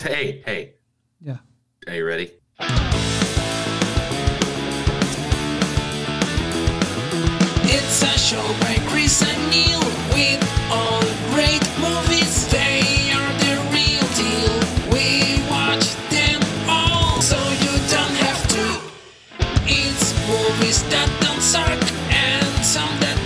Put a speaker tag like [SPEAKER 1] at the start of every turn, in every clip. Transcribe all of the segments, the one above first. [SPEAKER 1] Hey, hey,
[SPEAKER 2] Yeah.
[SPEAKER 1] are you ready?
[SPEAKER 3] It's a show by Chris and Neil with all great movies. They are the real deal. We watch them all, so you don't have to. It's movies that don't suck and some that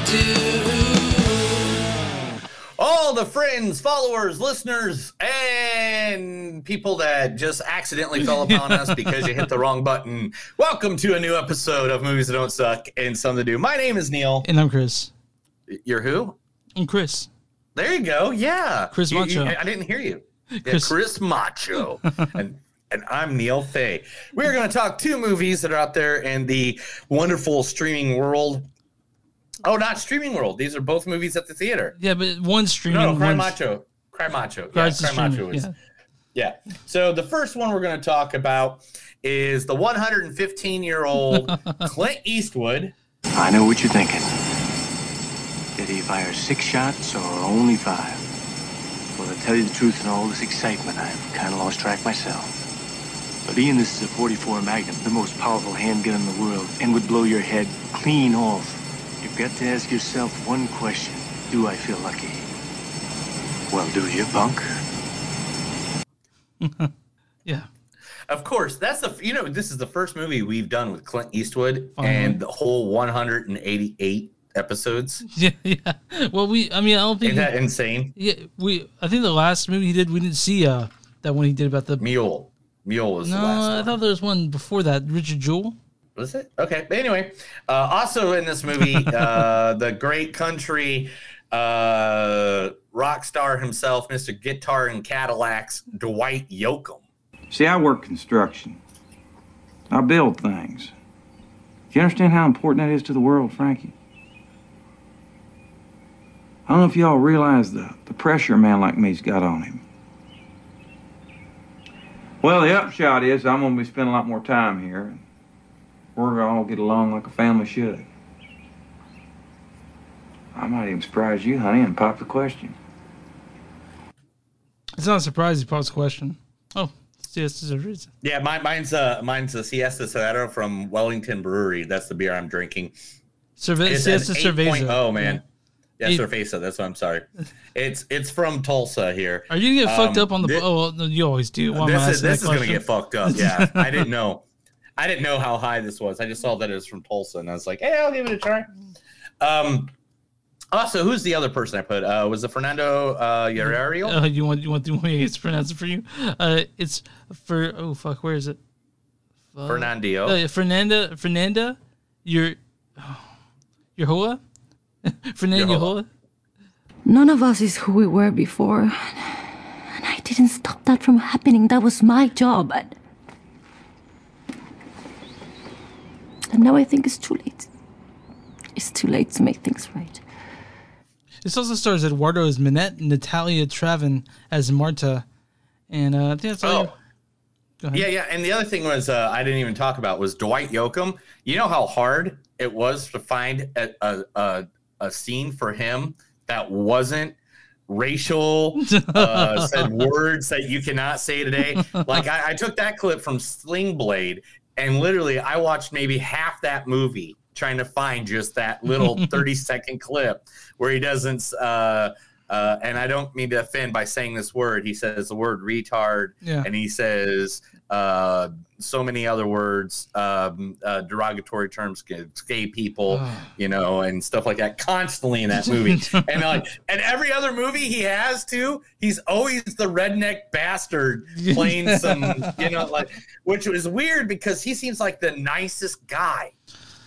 [SPEAKER 3] do.
[SPEAKER 1] All the friends, followers, listeners, and people that just accidentally fell upon us because you hit the wrong button. Welcome to a new episode of Movies That Don't Suck and Some That Do. My name is Neil.
[SPEAKER 2] And I'm Chris.
[SPEAKER 1] You're who?
[SPEAKER 2] And Chris.
[SPEAKER 1] There you go. Yeah.
[SPEAKER 2] Chris
[SPEAKER 1] You- you-
[SPEAKER 2] Macho.
[SPEAKER 1] I didn't hear you. Yeah, Chris,
[SPEAKER 2] Chris-
[SPEAKER 1] Macho. and, and I'm Neil Fay. We're going to talk two movies that are out there in the wonderful streaming world. Oh, not streaming world. These are both movies at the theater.
[SPEAKER 2] Yeah, but one's streaming.
[SPEAKER 1] No, Cry
[SPEAKER 2] one's-
[SPEAKER 1] Macho. Cry Macho. Yeah,
[SPEAKER 2] Christ is
[SPEAKER 1] Cry Macho
[SPEAKER 2] streaming,
[SPEAKER 1] is.
[SPEAKER 2] yeah.
[SPEAKER 1] Yeah. So the first one we're going to talk about is the 115 year old Clint Eastwood.
[SPEAKER 4] I know what you're thinking. Did he fire six shots or only five? Well, to tell you the truth, in all this excitement, I've kind of lost track myself. But Ian, this is a 44 Magnum, the most powerful handgun in the world, and would blow your head clean off. You've got to ask yourself one question. Do I feel lucky? Well, do you, punk?
[SPEAKER 2] Yeah.
[SPEAKER 1] Of course, that's the you know this is the first movie we've done with Clint Eastwood
[SPEAKER 2] Finally.
[SPEAKER 1] and the whole 188 episodes.
[SPEAKER 2] Yeah. Yeah. Well, we, I mean, I don't think,
[SPEAKER 1] Ain't that insane?
[SPEAKER 2] yeah, we, I think the last movie he did, we didn't see uh, that one he did about the.
[SPEAKER 1] Mule, Mule was
[SPEAKER 2] No,
[SPEAKER 1] the last
[SPEAKER 2] I
[SPEAKER 1] one.
[SPEAKER 2] thought there was one before that, Richard Jewell.
[SPEAKER 1] was it? Okay. But anyway, uh, also in this movie, uh, the great country uh, rock star himself, Mr. Guitar and Cadillacs, Dwight Yoakam.
[SPEAKER 5] See, I work construction. I build things. Do you understand how important that is to the world, Frankie? I don't know if y'all realize the, the pressure a man like me's got on him. Well, the upshot is I'm going to be spending a lot more time here. We're going to all get along like a family should. I might even surprise you, honey, and pop the question.
[SPEAKER 2] It's not a surprise he posed a question. Oh, see, that's just a reason.
[SPEAKER 1] Yeah, mine, mine's uh, mine's a Siesta Cervera from Wellington Brewery. That's the beer I'm drinking.
[SPEAKER 2] Surve-
[SPEAKER 1] It's
[SPEAKER 2] see, that's
[SPEAKER 1] an
[SPEAKER 2] a cerveza.
[SPEAKER 1] 8.0, man. Yeah,
[SPEAKER 2] It-
[SPEAKER 1] Cerveza. That's what I'm sorry. It's it's from Tulsa here.
[SPEAKER 2] Are you gonna get fucked
[SPEAKER 1] Um,
[SPEAKER 2] up on the?
[SPEAKER 1] thi-
[SPEAKER 2] oh, well, no, you always do. Why am I
[SPEAKER 1] this is
[SPEAKER 2] asking
[SPEAKER 1] this
[SPEAKER 2] that
[SPEAKER 1] is gonna
[SPEAKER 2] question?
[SPEAKER 1] get fucked up. Yeah, I didn't know. I didn't know how high this was. I just saw that it was from Tulsa, and I was like, "Hey, I'll give it a try." Um. Also, who's the other person I put? Uh, was it Fernando uh, Yarrario?
[SPEAKER 2] Uh, you want you want you want me to pronounce it for you? Uh, it's for oh fuck, where is it? Fuck.
[SPEAKER 1] Fernando.
[SPEAKER 2] Uh, yeah, Fernanda Fernanda, your your Hoa, Fernanda
[SPEAKER 1] Yohoa.
[SPEAKER 2] Yohoa.
[SPEAKER 6] None of us is who we were before. And I didn't stop that from happening. That was my job. And, and now I think it's too late. It's too late to make things right.
[SPEAKER 2] This also stars Eduardo as Minette, Natalia Travin as Marta, and uh, I think that's all.
[SPEAKER 1] Oh.
[SPEAKER 2] you- Go ahead.
[SPEAKER 1] Yeah, yeah. And the other thing was uh, I didn't even talk about was Dwight Yoakam. You know how hard it was to find a a, a, a scene for him that wasn't racial, uh, said words that you cannot say today. Like I, I took that clip from Sling Blade, and literally I watched maybe half that movie trying to find just that little thirty second clip where he doesn't. Uh, uh, and I don't mean to offend by saying this word. He says the word retard
[SPEAKER 2] Yeah.
[SPEAKER 1] and he says uh, so many other words, um, uh, derogatory terms, g- gay people, you know, and stuff like that, constantly in that movie. and like, and every other movie he has too, he's always the redneck bastard playing some, you know, like, which was weird because he seems like the nicest guy.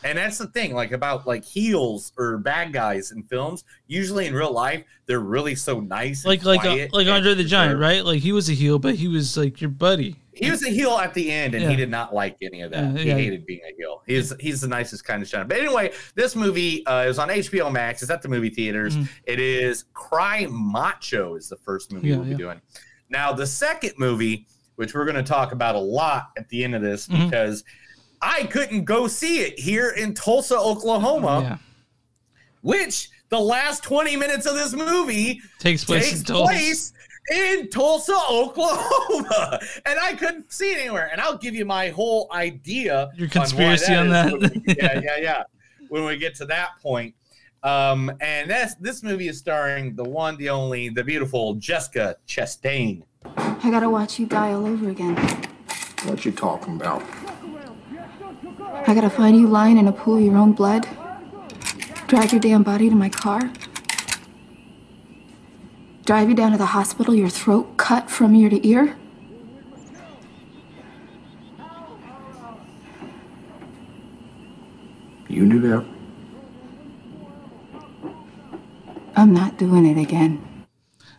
[SPEAKER 1] And that's the thing, like about like heels or bad guys in films. Usually in real life, they're really so nice,
[SPEAKER 2] Like like uh, like Andre the
[SPEAKER 1] right?
[SPEAKER 2] Giant, right? Like he was a heel, but he was like your buddy.
[SPEAKER 1] he was a heel at the end and he
[SPEAKER 2] Yeah.
[SPEAKER 1] did not like any of that
[SPEAKER 2] Yeah,
[SPEAKER 1] he
[SPEAKER 2] yeah.
[SPEAKER 1] hated being a heel he's he's the nicest kind of shine but anyway this movie uh, is on hbo max it's at the movie theaters
[SPEAKER 2] Mm.
[SPEAKER 1] It is cry macho is the first movie
[SPEAKER 2] Yeah,
[SPEAKER 1] we'll be
[SPEAKER 2] yeah.
[SPEAKER 1] doing now the second movie which we're going to talk about a lot at the end of this
[SPEAKER 2] Mhm.
[SPEAKER 1] because i couldn't go see it here in tulsa oklahoma
[SPEAKER 2] yeah,
[SPEAKER 1] which the last 20 minutes of this movie
[SPEAKER 2] takes place
[SPEAKER 1] takes
[SPEAKER 2] in Tulsa.
[SPEAKER 1] place in Tulsa, Oklahoma, and I couldn't see it anywhere. And I'll give you my whole idea. on why
[SPEAKER 2] Your conspiracy on
[SPEAKER 1] is
[SPEAKER 2] that.
[SPEAKER 1] when we- yeah, yeah, yeah. When we get to that point, um, and that's this movie is starring the one, the only, the beautiful Jessica Chastain.
[SPEAKER 7] I gotta watch you die all over again.
[SPEAKER 8] What you talking about?
[SPEAKER 7] I gotta find you lying in a pool of your own blood, drag your damn body to my car, drive you down to the hospital, your throat cut from ear to ear.
[SPEAKER 8] You do that?
[SPEAKER 7] I'm not doing it again.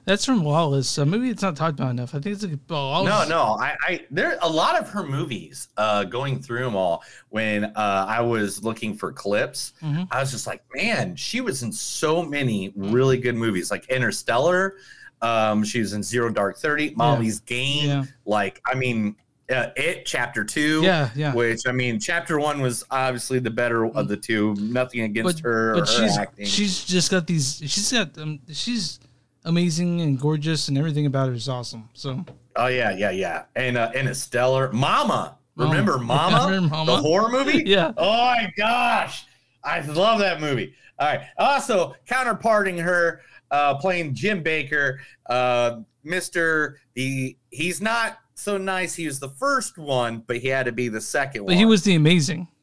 [SPEAKER 2] That's from Wallace. A movie that's not talked about enough. I think it's like oh,
[SPEAKER 1] No, no, I, I there a lot of her movies. Uh, going through them all, when uh, I was looking for clips,
[SPEAKER 2] Mhm.
[SPEAKER 1] I was just like, man, she was in so many really good movies, like Interstellar. Um, she was in Zero Dark Thirty, Molly's Game.
[SPEAKER 2] Yeah.
[SPEAKER 1] Like, I mean, uh, It Chapter Two.
[SPEAKER 2] Yeah, yeah. Mm.
[SPEAKER 1] Which I mean, Chapter One was obviously the better of the two. Nothing against
[SPEAKER 2] but,
[SPEAKER 1] her.
[SPEAKER 2] but
[SPEAKER 1] or her
[SPEAKER 2] she's
[SPEAKER 1] acting.
[SPEAKER 2] she's just got these. She's got um, she's amazing and gorgeous, and everything about her is awesome. So
[SPEAKER 1] Oh yeah, yeah, yeah. And uh and a stellar Mama.
[SPEAKER 2] Mama.
[SPEAKER 1] Remember Mama?
[SPEAKER 2] Yeah, I remember Mama.
[SPEAKER 1] The horror movie?
[SPEAKER 2] Yeah.
[SPEAKER 1] Oh my gosh. I love that movie. All right. Also counterparting her, uh playing Jim Baker, uh Mr. the he's not so nice. He was the first one, but he had to be the second
[SPEAKER 2] but
[SPEAKER 1] one.
[SPEAKER 2] he was the amazing.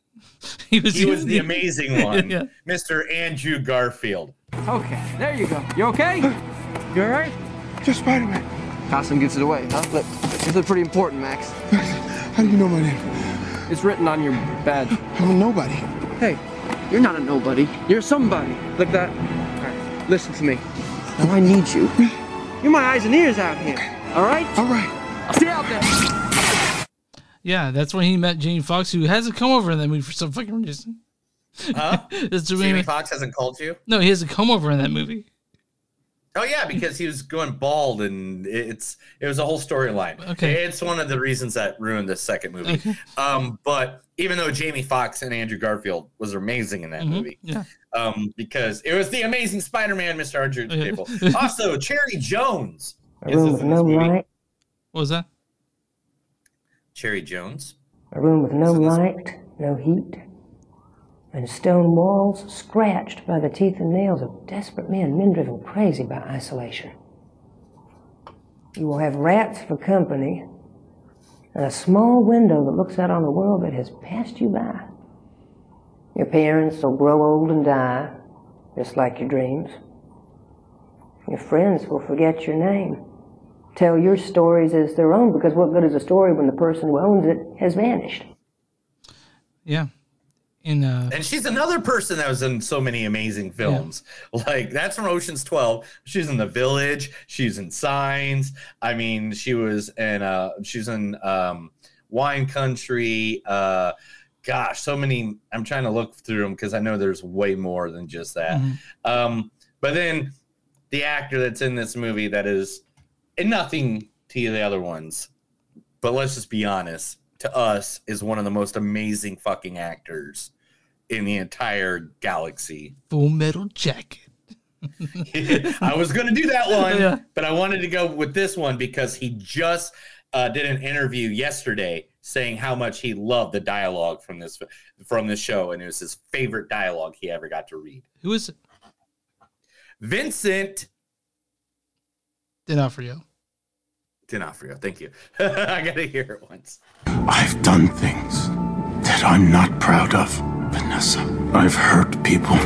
[SPEAKER 2] He was
[SPEAKER 1] he was the amazing one.
[SPEAKER 2] Yeah.
[SPEAKER 1] Mr. Andrew Garfield.
[SPEAKER 5] Okay, there you go. You okay? You all right?
[SPEAKER 8] Just Spider-Man.
[SPEAKER 9] Costume gets it away, huh? Look, this is pretty important, Max.
[SPEAKER 8] How do you know my name?
[SPEAKER 9] It's written on your badge.
[SPEAKER 8] I'm a nobody.
[SPEAKER 9] Hey, you're not a nobody. You're somebody. Like that. All right, listen to me. Now I need you. You're my eyes and ears out here. All right?
[SPEAKER 8] All right.
[SPEAKER 9] Stay out there.
[SPEAKER 2] Yeah, that's when he met Jamie Foxx, who hasn't come over in that movie for some fucking reason.
[SPEAKER 1] Huh?
[SPEAKER 2] That's the
[SPEAKER 1] Jamie
[SPEAKER 2] movie.
[SPEAKER 1] Foxx hasn't called you?
[SPEAKER 2] No, he has a come over in that movie.
[SPEAKER 1] Oh yeah, because he was going bald, and it's it was a whole storyline.
[SPEAKER 2] Okay.
[SPEAKER 1] it's one of the reasons that ruined the second movie.
[SPEAKER 2] Okay.
[SPEAKER 1] Um, but even though Jamie Foxx and Andrew Garfield was amazing in that
[SPEAKER 2] Mhm.
[SPEAKER 1] movie,
[SPEAKER 2] Yeah.
[SPEAKER 1] um, because it was the Amazing Spider-Man, Mr. Andrew
[SPEAKER 2] Okay.
[SPEAKER 1] People. also, Cherry Jones. Is this in this movie?
[SPEAKER 2] What was that?
[SPEAKER 1] Cherry Jones.
[SPEAKER 10] A room with no light, no heat, and stone walls scratched by the teeth and nails of desperate men, men driven crazy by isolation. You will have rats for company and a small window that looks out on a world that has passed you by. Your parents will grow old and die, just like your dreams. Your friends will forget your name tell your stories as their own because what good is a story when the person who owns it has vanished?
[SPEAKER 2] Yeah. In uh,
[SPEAKER 1] And she's another person that was in so many amazing films. Like that's from Ocean's Twelve. She's in The Village. She's in Signs. I mean, she was in. Uh, she's in um, Wine Country. Uh, gosh, so many. I'm trying to look through them because I know there's way more than just that.
[SPEAKER 2] Mhm.
[SPEAKER 1] Um, but then the actor that's in this movie that is and nothing to the other ones, but let's just be honest. To us, is one of the most amazing fucking actors in the entire galaxy.
[SPEAKER 2] Full Metal Jacket.
[SPEAKER 1] I was going to do that one,
[SPEAKER 2] Yeah.
[SPEAKER 1] but I wanted to go with this one because he just uh, did an interview yesterday saying how much he loved the dialogue from this from this show, and it was his favorite dialogue he ever got to read.
[SPEAKER 2] Who is it?
[SPEAKER 1] Vincent
[SPEAKER 2] D'Onofrio.
[SPEAKER 1] D'Onofrio, thank you. I got to hear it once.
[SPEAKER 8] I've done things that I'm not proud of, Vanessa. I've hurt people,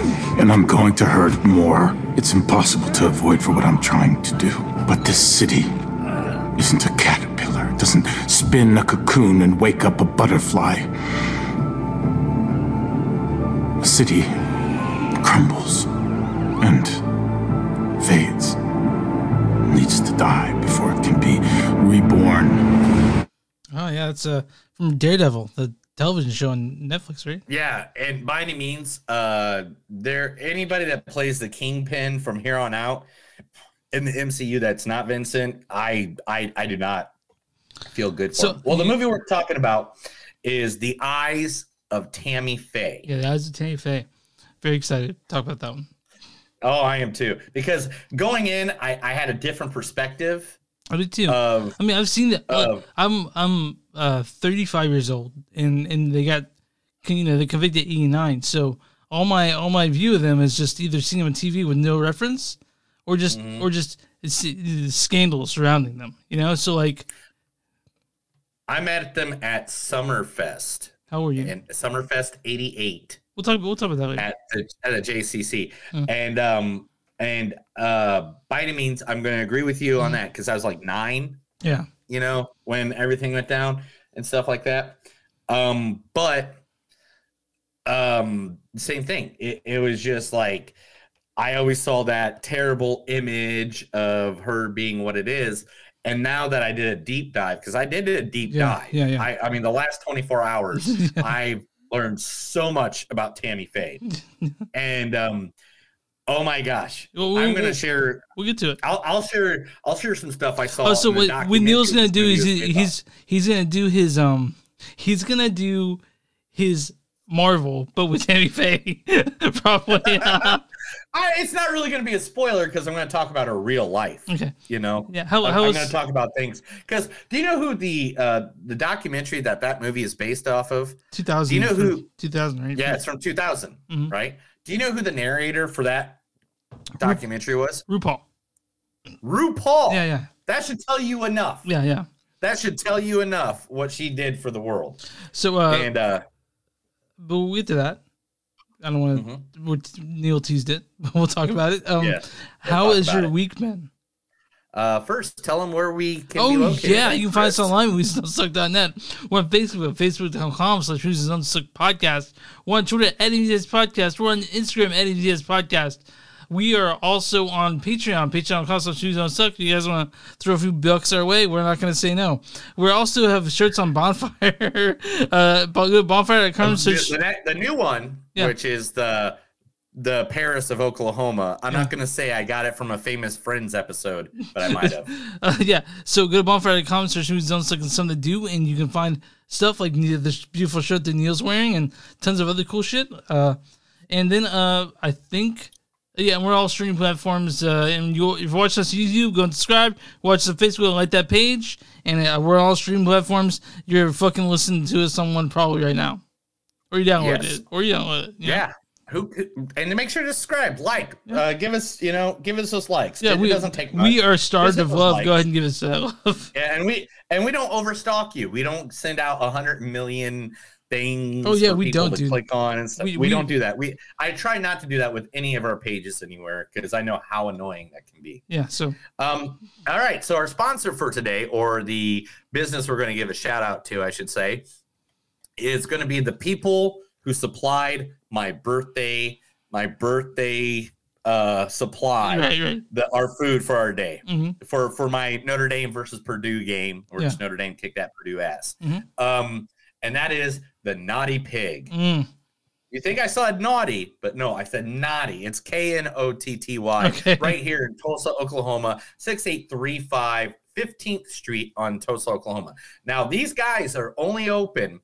[SPEAKER 8] and I'm going to hurt more. It's impossible to avoid for what I'm trying to do. But this city isn't a caterpillar. It doesn't spin a cocoon and wake up a butterfly. A city crumbles and fades. Needs to die before it can be reborn.
[SPEAKER 2] Oh yeah, it's uh from Daredevil, the television show on Netflix, right?
[SPEAKER 1] Yeah, and by any means, uh, there anybody that plays the kingpin from here on out in the MCU that's not Vincent, I I, I do not feel good for.
[SPEAKER 2] So-
[SPEAKER 1] him. Well, the movie we're talking about is The Eyes of Tammy Faye.
[SPEAKER 2] Yeah, that was a Tammy Faye. Very excited to talk about that one.
[SPEAKER 1] Oh, I am too. Because going in, I, I had a different perspective
[SPEAKER 2] I do too. I mean, I've seen that. look, I'm I'm uh, 35 years old, and and they got you know they convicted 89. So all my all my view of them is just either seeing them on TV with no reference, or just or just it's, it's scandal surrounding them. You know, so like
[SPEAKER 1] I met them at Summerfest.
[SPEAKER 2] How are you?
[SPEAKER 1] And Summerfest '88
[SPEAKER 2] we'll talk we'll talk about that later.
[SPEAKER 1] at the at the JCC,
[SPEAKER 2] Mm.
[SPEAKER 1] and um and uh, by any means, I'm going to agree with you
[SPEAKER 2] Mm.
[SPEAKER 1] on that because I was like nine,
[SPEAKER 2] yeah.
[SPEAKER 1] you know, when everything went down and stuff like that. Um, but um, same thing. It, it was just like I always saw that terrible image of her being what it is. And now that I did a deep dive, because I did a deep
[SPEAKER 2] Yeah,
[SPEAKER 1] dive,
[SPEAKER 2] yeah, yeah.
[SPEAKER 1] I, I mean, the last 24 hours, I've learned so much about Tammy Faye. and um, oh my gosh,
[SPEAKER 2] Well, we-
[SPEAKER 1] I'm going
[SPEAKER 2] we-
[SPEAKER 1] to share.
[SPEAKER 2] We'll get to it.
[SPEAKER 1] I'll, I'll share. I'll share some stuff I saw.
[SPEAKER 2] Oh, so
[SPEAKER 1] in the
[SPEAKER 2] what, what Neil's gonna
[SPEAKER 1] documentary
[SPEAKER 2] do is
[SPEAKER 1] studios
[SPEAKER 2] he-
[SPEAKER 1] they
[SPEAKER 2] he's he's gonna do his um he's gonna do his Marvel, but with Tammy Faye, probably.
[SPEAKER 1] I, it's not really going to be a spoiler because I'm going to talk about her real life.
[SPEAKER 2] Okay.
[SPEAKER 1] You know.
[SPEAKER 2] Yeah, how-
[SPEAKER 1] I'm,
[SPEAKER 2] how
[SPEAKER 1] I'm
[SPEAKER 2] is-
[SPEAKER 1] going to talk about things because do you know who the uh, the documentary that that movie is based off of?
[SPEAKER 2] Two thousand.
[SPEAKER 1] Do you know who-
[SPEAKER 2] Two thousand, right?
[SPEAKER 1] Yeah, it's from 2000,
[SPEAKER 2] Mhm.
[SPEAKER 1] right? Do you know who the narrator for that documentary was?
[SPEAKER 2] RuPaul.
[SPEAKER 1] RuPaul.
[SPEAKER 2] Yeah, yeah,
[SPEAKER 1] That should tell you enough.
[SPEAKER 2] yeah, yeah.
[SPEAKER 1] That should tell you enough what she did for the world.
[SPEAKER 2] So, uh,
[SPEAKER 1] and uh,
[SPEAKER 2] but we'll get to that. I don't want to. Neil teased it, but we'll talk about it. Um,
[SPEAKER 1] Mm-hmm. Yeah, we'll
[SPEAKER 2] how
[SPEAKER 1] talk
[SPEAKER 2] is
[SPEAKER 1] about
[SPEAKER 2] your
[SPEAKER 1] it.
[SPEAKER 2] week been?
[SPEAKER 1] uh, first, tell them where we can be
[SPEAKER 2] Oh
[SPEAKER 1] located.
[SPEAKER 2] yeah, you can find us online. We still suck.net. We're on Facebook at facebook.com slash who's unsuck podcast. We're on Twitter at MDS podcast. We're on Instagram at MDS podcast. We are also on Patreon, patreon.com slash who's unsuck. If you guys want to throw a few bucks our way, we're not going to say no. We also have shirts on Bonfire. uh, bon- go to bonfire.com
[SPEAKER 1] the,
[SPEAKER 2] slash
[SPEAKER 1] the ne- the new one,
[SPEAKER 2] Yeah.
[SPEAKER 1] which is the the Paris of Oklahoma. I'm not gonna say I got it from a famous Friends episode, but I might have.
[SPEAKER 2] Uh, yeah, so go to bonfire.com, search movies don't suck and something to do, and you can find stuff like Ne- this beautiful shirt that Neil's wearing and tons of other cool shit. Uh, and then uh, I think, yeah, and we're all streaming platforms. Uh, and you, if you watch us on YouTube, go and subscribe. Watch the Facebook, and like that page. And uh, we're all streaming platforms. You're fucking listening to us on one probably right now, or you download
[SPEAKER 1] Yes.
[SPEAKER 2] it, or you download it. you know?
[SPEAKER 1] Yeah. Who who- and to make sure to subscribe, like, uh, give us you know, give us those likes.
[SPEAKER 2] Yeah,
[SPEAKER 1] it,
[SPEAKER 2] we,
[SPEAKER 1] doesn't take much.
[SPEAKER 2] we are starved
[SPEAKER 1] Give us
[SPEAKER 2] of
[SPEAKER 1] those
[SPEAKER 2] love.
[SPEAKER 1] likes.
[SPEAKER 2] Go ahead and give us uh, love.
[SPEAKER 1] Yeah, and we and we don't overstock you. We don't send out a hundred million things.
[SPEAKER 2] Oh, yeah,
[SPEAKER 1] for
[SPEAKER 2] we
[SPEAKER 1] people
[SPEAKER 2] don't
[SPEAKER 1] to
[SPEAKER 2] do-
[SPEAKER 1] click on and stuff.
[SPEAKER 2] we-
[SPEAKER 1] We,
[SPEAKER 2] we-
[SPEAKER 1] don't do that. We I try not to do that with any of our pages anywhere because I know how annoying that can be.
[SPEAKER 2] Yeah, so
[SPEAKER 1] Um, all right. So our sponsor for today, or the business we're going to give a shout out to, I should say, is going to be the people who supplied my birthday, my birthday uh, supply,
[SPEAKER 2] Right, right.
[SPEAKER 1] The, our food for our day,
[SPEAKER 2] Mhm.
[SPEAKER 1] for for my Notre Dame versus Purdue game, where
[SPEAKER 2] Yeah.
[SPEAKER 1] Notre Dame kicked that Purdue ass.
[SPEAKER 2] Mhm.
[SPEAKER 1] Um, and that is the Naughty Pig.
[SPEAKER 2] mm,
[SPEAKER 1] You think I said naughty, but no, I said naughty. It's K N O T T Y
[SPEAKER 2] Okay.
[SPEAKER 1] right here in Tulsa, Oklahoma, 6835 15th Street on Tulsa, Oklahoma. Now, these guys are only open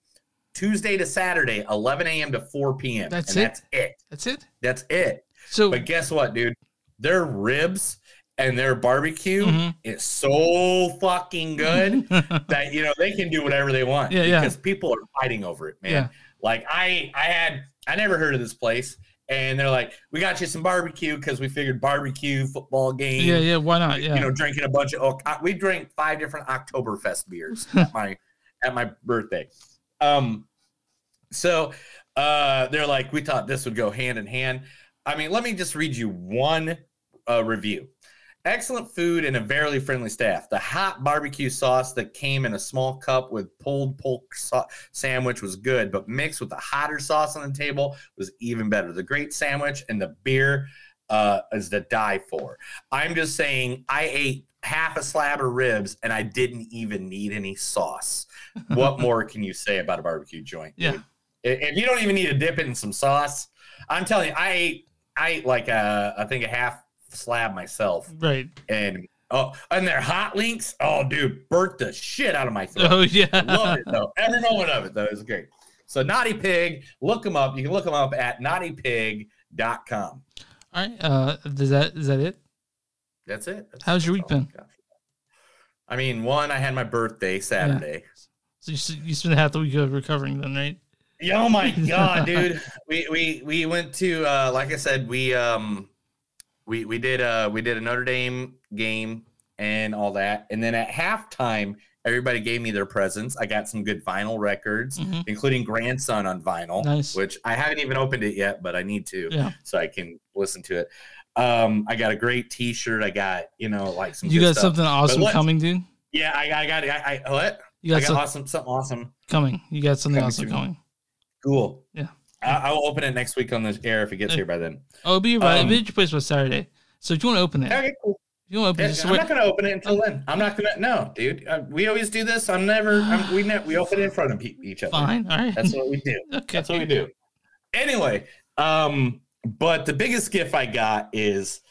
[SPEAKER 1] Tuesday to Saturday, 11 a.m. to 4 p.m.
[SPEAKER 2] That's
[SPEAKER 1] and
[SPEAKER 2] it?
[SPEAKER 1] That's it.
[SPEAKER 2] that's it.
[SPEAKER 1] That's it.
[SPEAKER 2] So
[SPEAKER 1] But guess what, dude? Their ribs and their barbecue
[SPEAKER 2] Mhm.
[SPEAKER 1] is so fucking good that you know they can do whatever they want.
[SPEAKER 2] Yeah, yeah.
[SPEAKER 1] Because people are fighting over it, man.
[SPEAKER 2] Yeah.
[SPEAKER 1] Like I I had I never heard of this place. And they're like, we got you some barbecue because we figured barbecue, football game,
[SPEAKER 2] Yeah, yeah. Why not? Yeah,
[SPEAKER 1] you know, drinking a bunch of Oc- we drank five different Oktoberfest beers at my at my birthday. Um so uh they're like we thought this would go hand in hand. I mean, let me just read you one uh, review. Excellent food and a very friendly staff. The hot barbecue sauce that came in a small cup with pulled pork so- sandwich was good, but mixed with the hotter sauce on the table was even better. The great sandwich and the beer uh, is to die for. I'm just saying, I ate half a slab of ribs and I didn't even need any sauce. What more can you say about a barbecue joint?
[SPEAKER 2] Yeah.
[SPEAKER 1] dude? If if you don't even need to dip it in some sauce, I'm telling you, I ate, I ate like a, I think a half slab myself,
[SPEAKER 2] right.
[SPEAKER 1] and oh, and their hot links, oh, dude, burnt the shit out of my throat. I
[SPEAKER 2] Oh
[SPEAKER 1] love
[SPEAKER 2] yeah.
[SPEAKER 1] it though. Every moment of it though is great. So Naughty Pig, look them up. You can look them up at naughtypig.com.
[SPEAKER 2] All right. Uh, is that is that it?
[SPEAKER 1] That's it. That's-
[SPEAKER 2] How's your
[SPEAKER 1] that's all
[SPEAKER 2] week
[SPEAKER 1] I
[SPEAKER 2] been?
[SPEAKER 1] got. I mean, one, I had my birthday Saturday.
[SPEAKER 2] So you, s- you spent half the week of recovering then, right?
[SPEAKER 1] Yeah, oh my god, dude. We we we went to uh like I said, we um we we did uh we did a Notre Dame game and all that. And then at halftime, everybody gave me their presents. I got some good vinyl records,
[SPEAKER 2] Mhm.
[SPEAKER 1] including Grandson on vinyl,
[SPEAKER 2] Nice.
[SPEAKER 1] which I haven't even opened it yet, but I need to
[SPEAKER 2] Yeah.
[SPEAKER 1] so I can listen to it. Um I got a great t-shirt. I got, you know, like some
[SPEAKER 2] You
[SPEAKER 1] good
[SPEAKER 2] got
[SPEAKER 1] stuff.
[SPEAKER 2] something
[SPEAKER 1] But
[SPEAKER 2] awesome
[SPEAKER 1] what-
[SPEAKER 2] coming, dude.
[SPEAKER 1] Yeah, I got I got I, I what?
[SPEAKER 2] You got
[SPEAKER 1] I got
[SPEAKER 2] some-
[SPEAKER 1] awesome something awesome.
[SPEAKER 2] Coming. You got something
[SPEAKER 1] Coming
[SPEAKER 2] awesome
[SPEAKER 1] soon.
[SPEAKER 2] coming.
[SPEAKER 1] Cool.
[SPEAKER 2] Yeah.
[SPEAKER 1] I, I will open it next week on the air if it gets here by then.
[SPEAKER 2] Oh, it'll be right.
[SPEAKER 1] Um,
[SPEAKER 2] Um, your place by Saturday. So if you want to open it,
[SPEAKER 1] Okay, cool.
[SPEAKER 2] if you want to open
[SPEAKER 1] Yeah,
[SPEAKER 2] it, just
[SPEAKER 1] I'm
[SPEAKER 2] wait-
[SPEAKER 1] not gonna open it
[SPEAKER 2] Oh.
[SPEAKER 1] until then. I'm not gonna. No, dude. Uh, we always do this. I'm never. I'm, we ne- we open it in front of pe- each other.
[SPEAKER 2] Fine, all right.
[SPEAKER 1] That's what we do.
[SPEAKER 2] Okay.
[SPEAKER 1] That's what we do. Anyway, um, but the biggest gift I got is,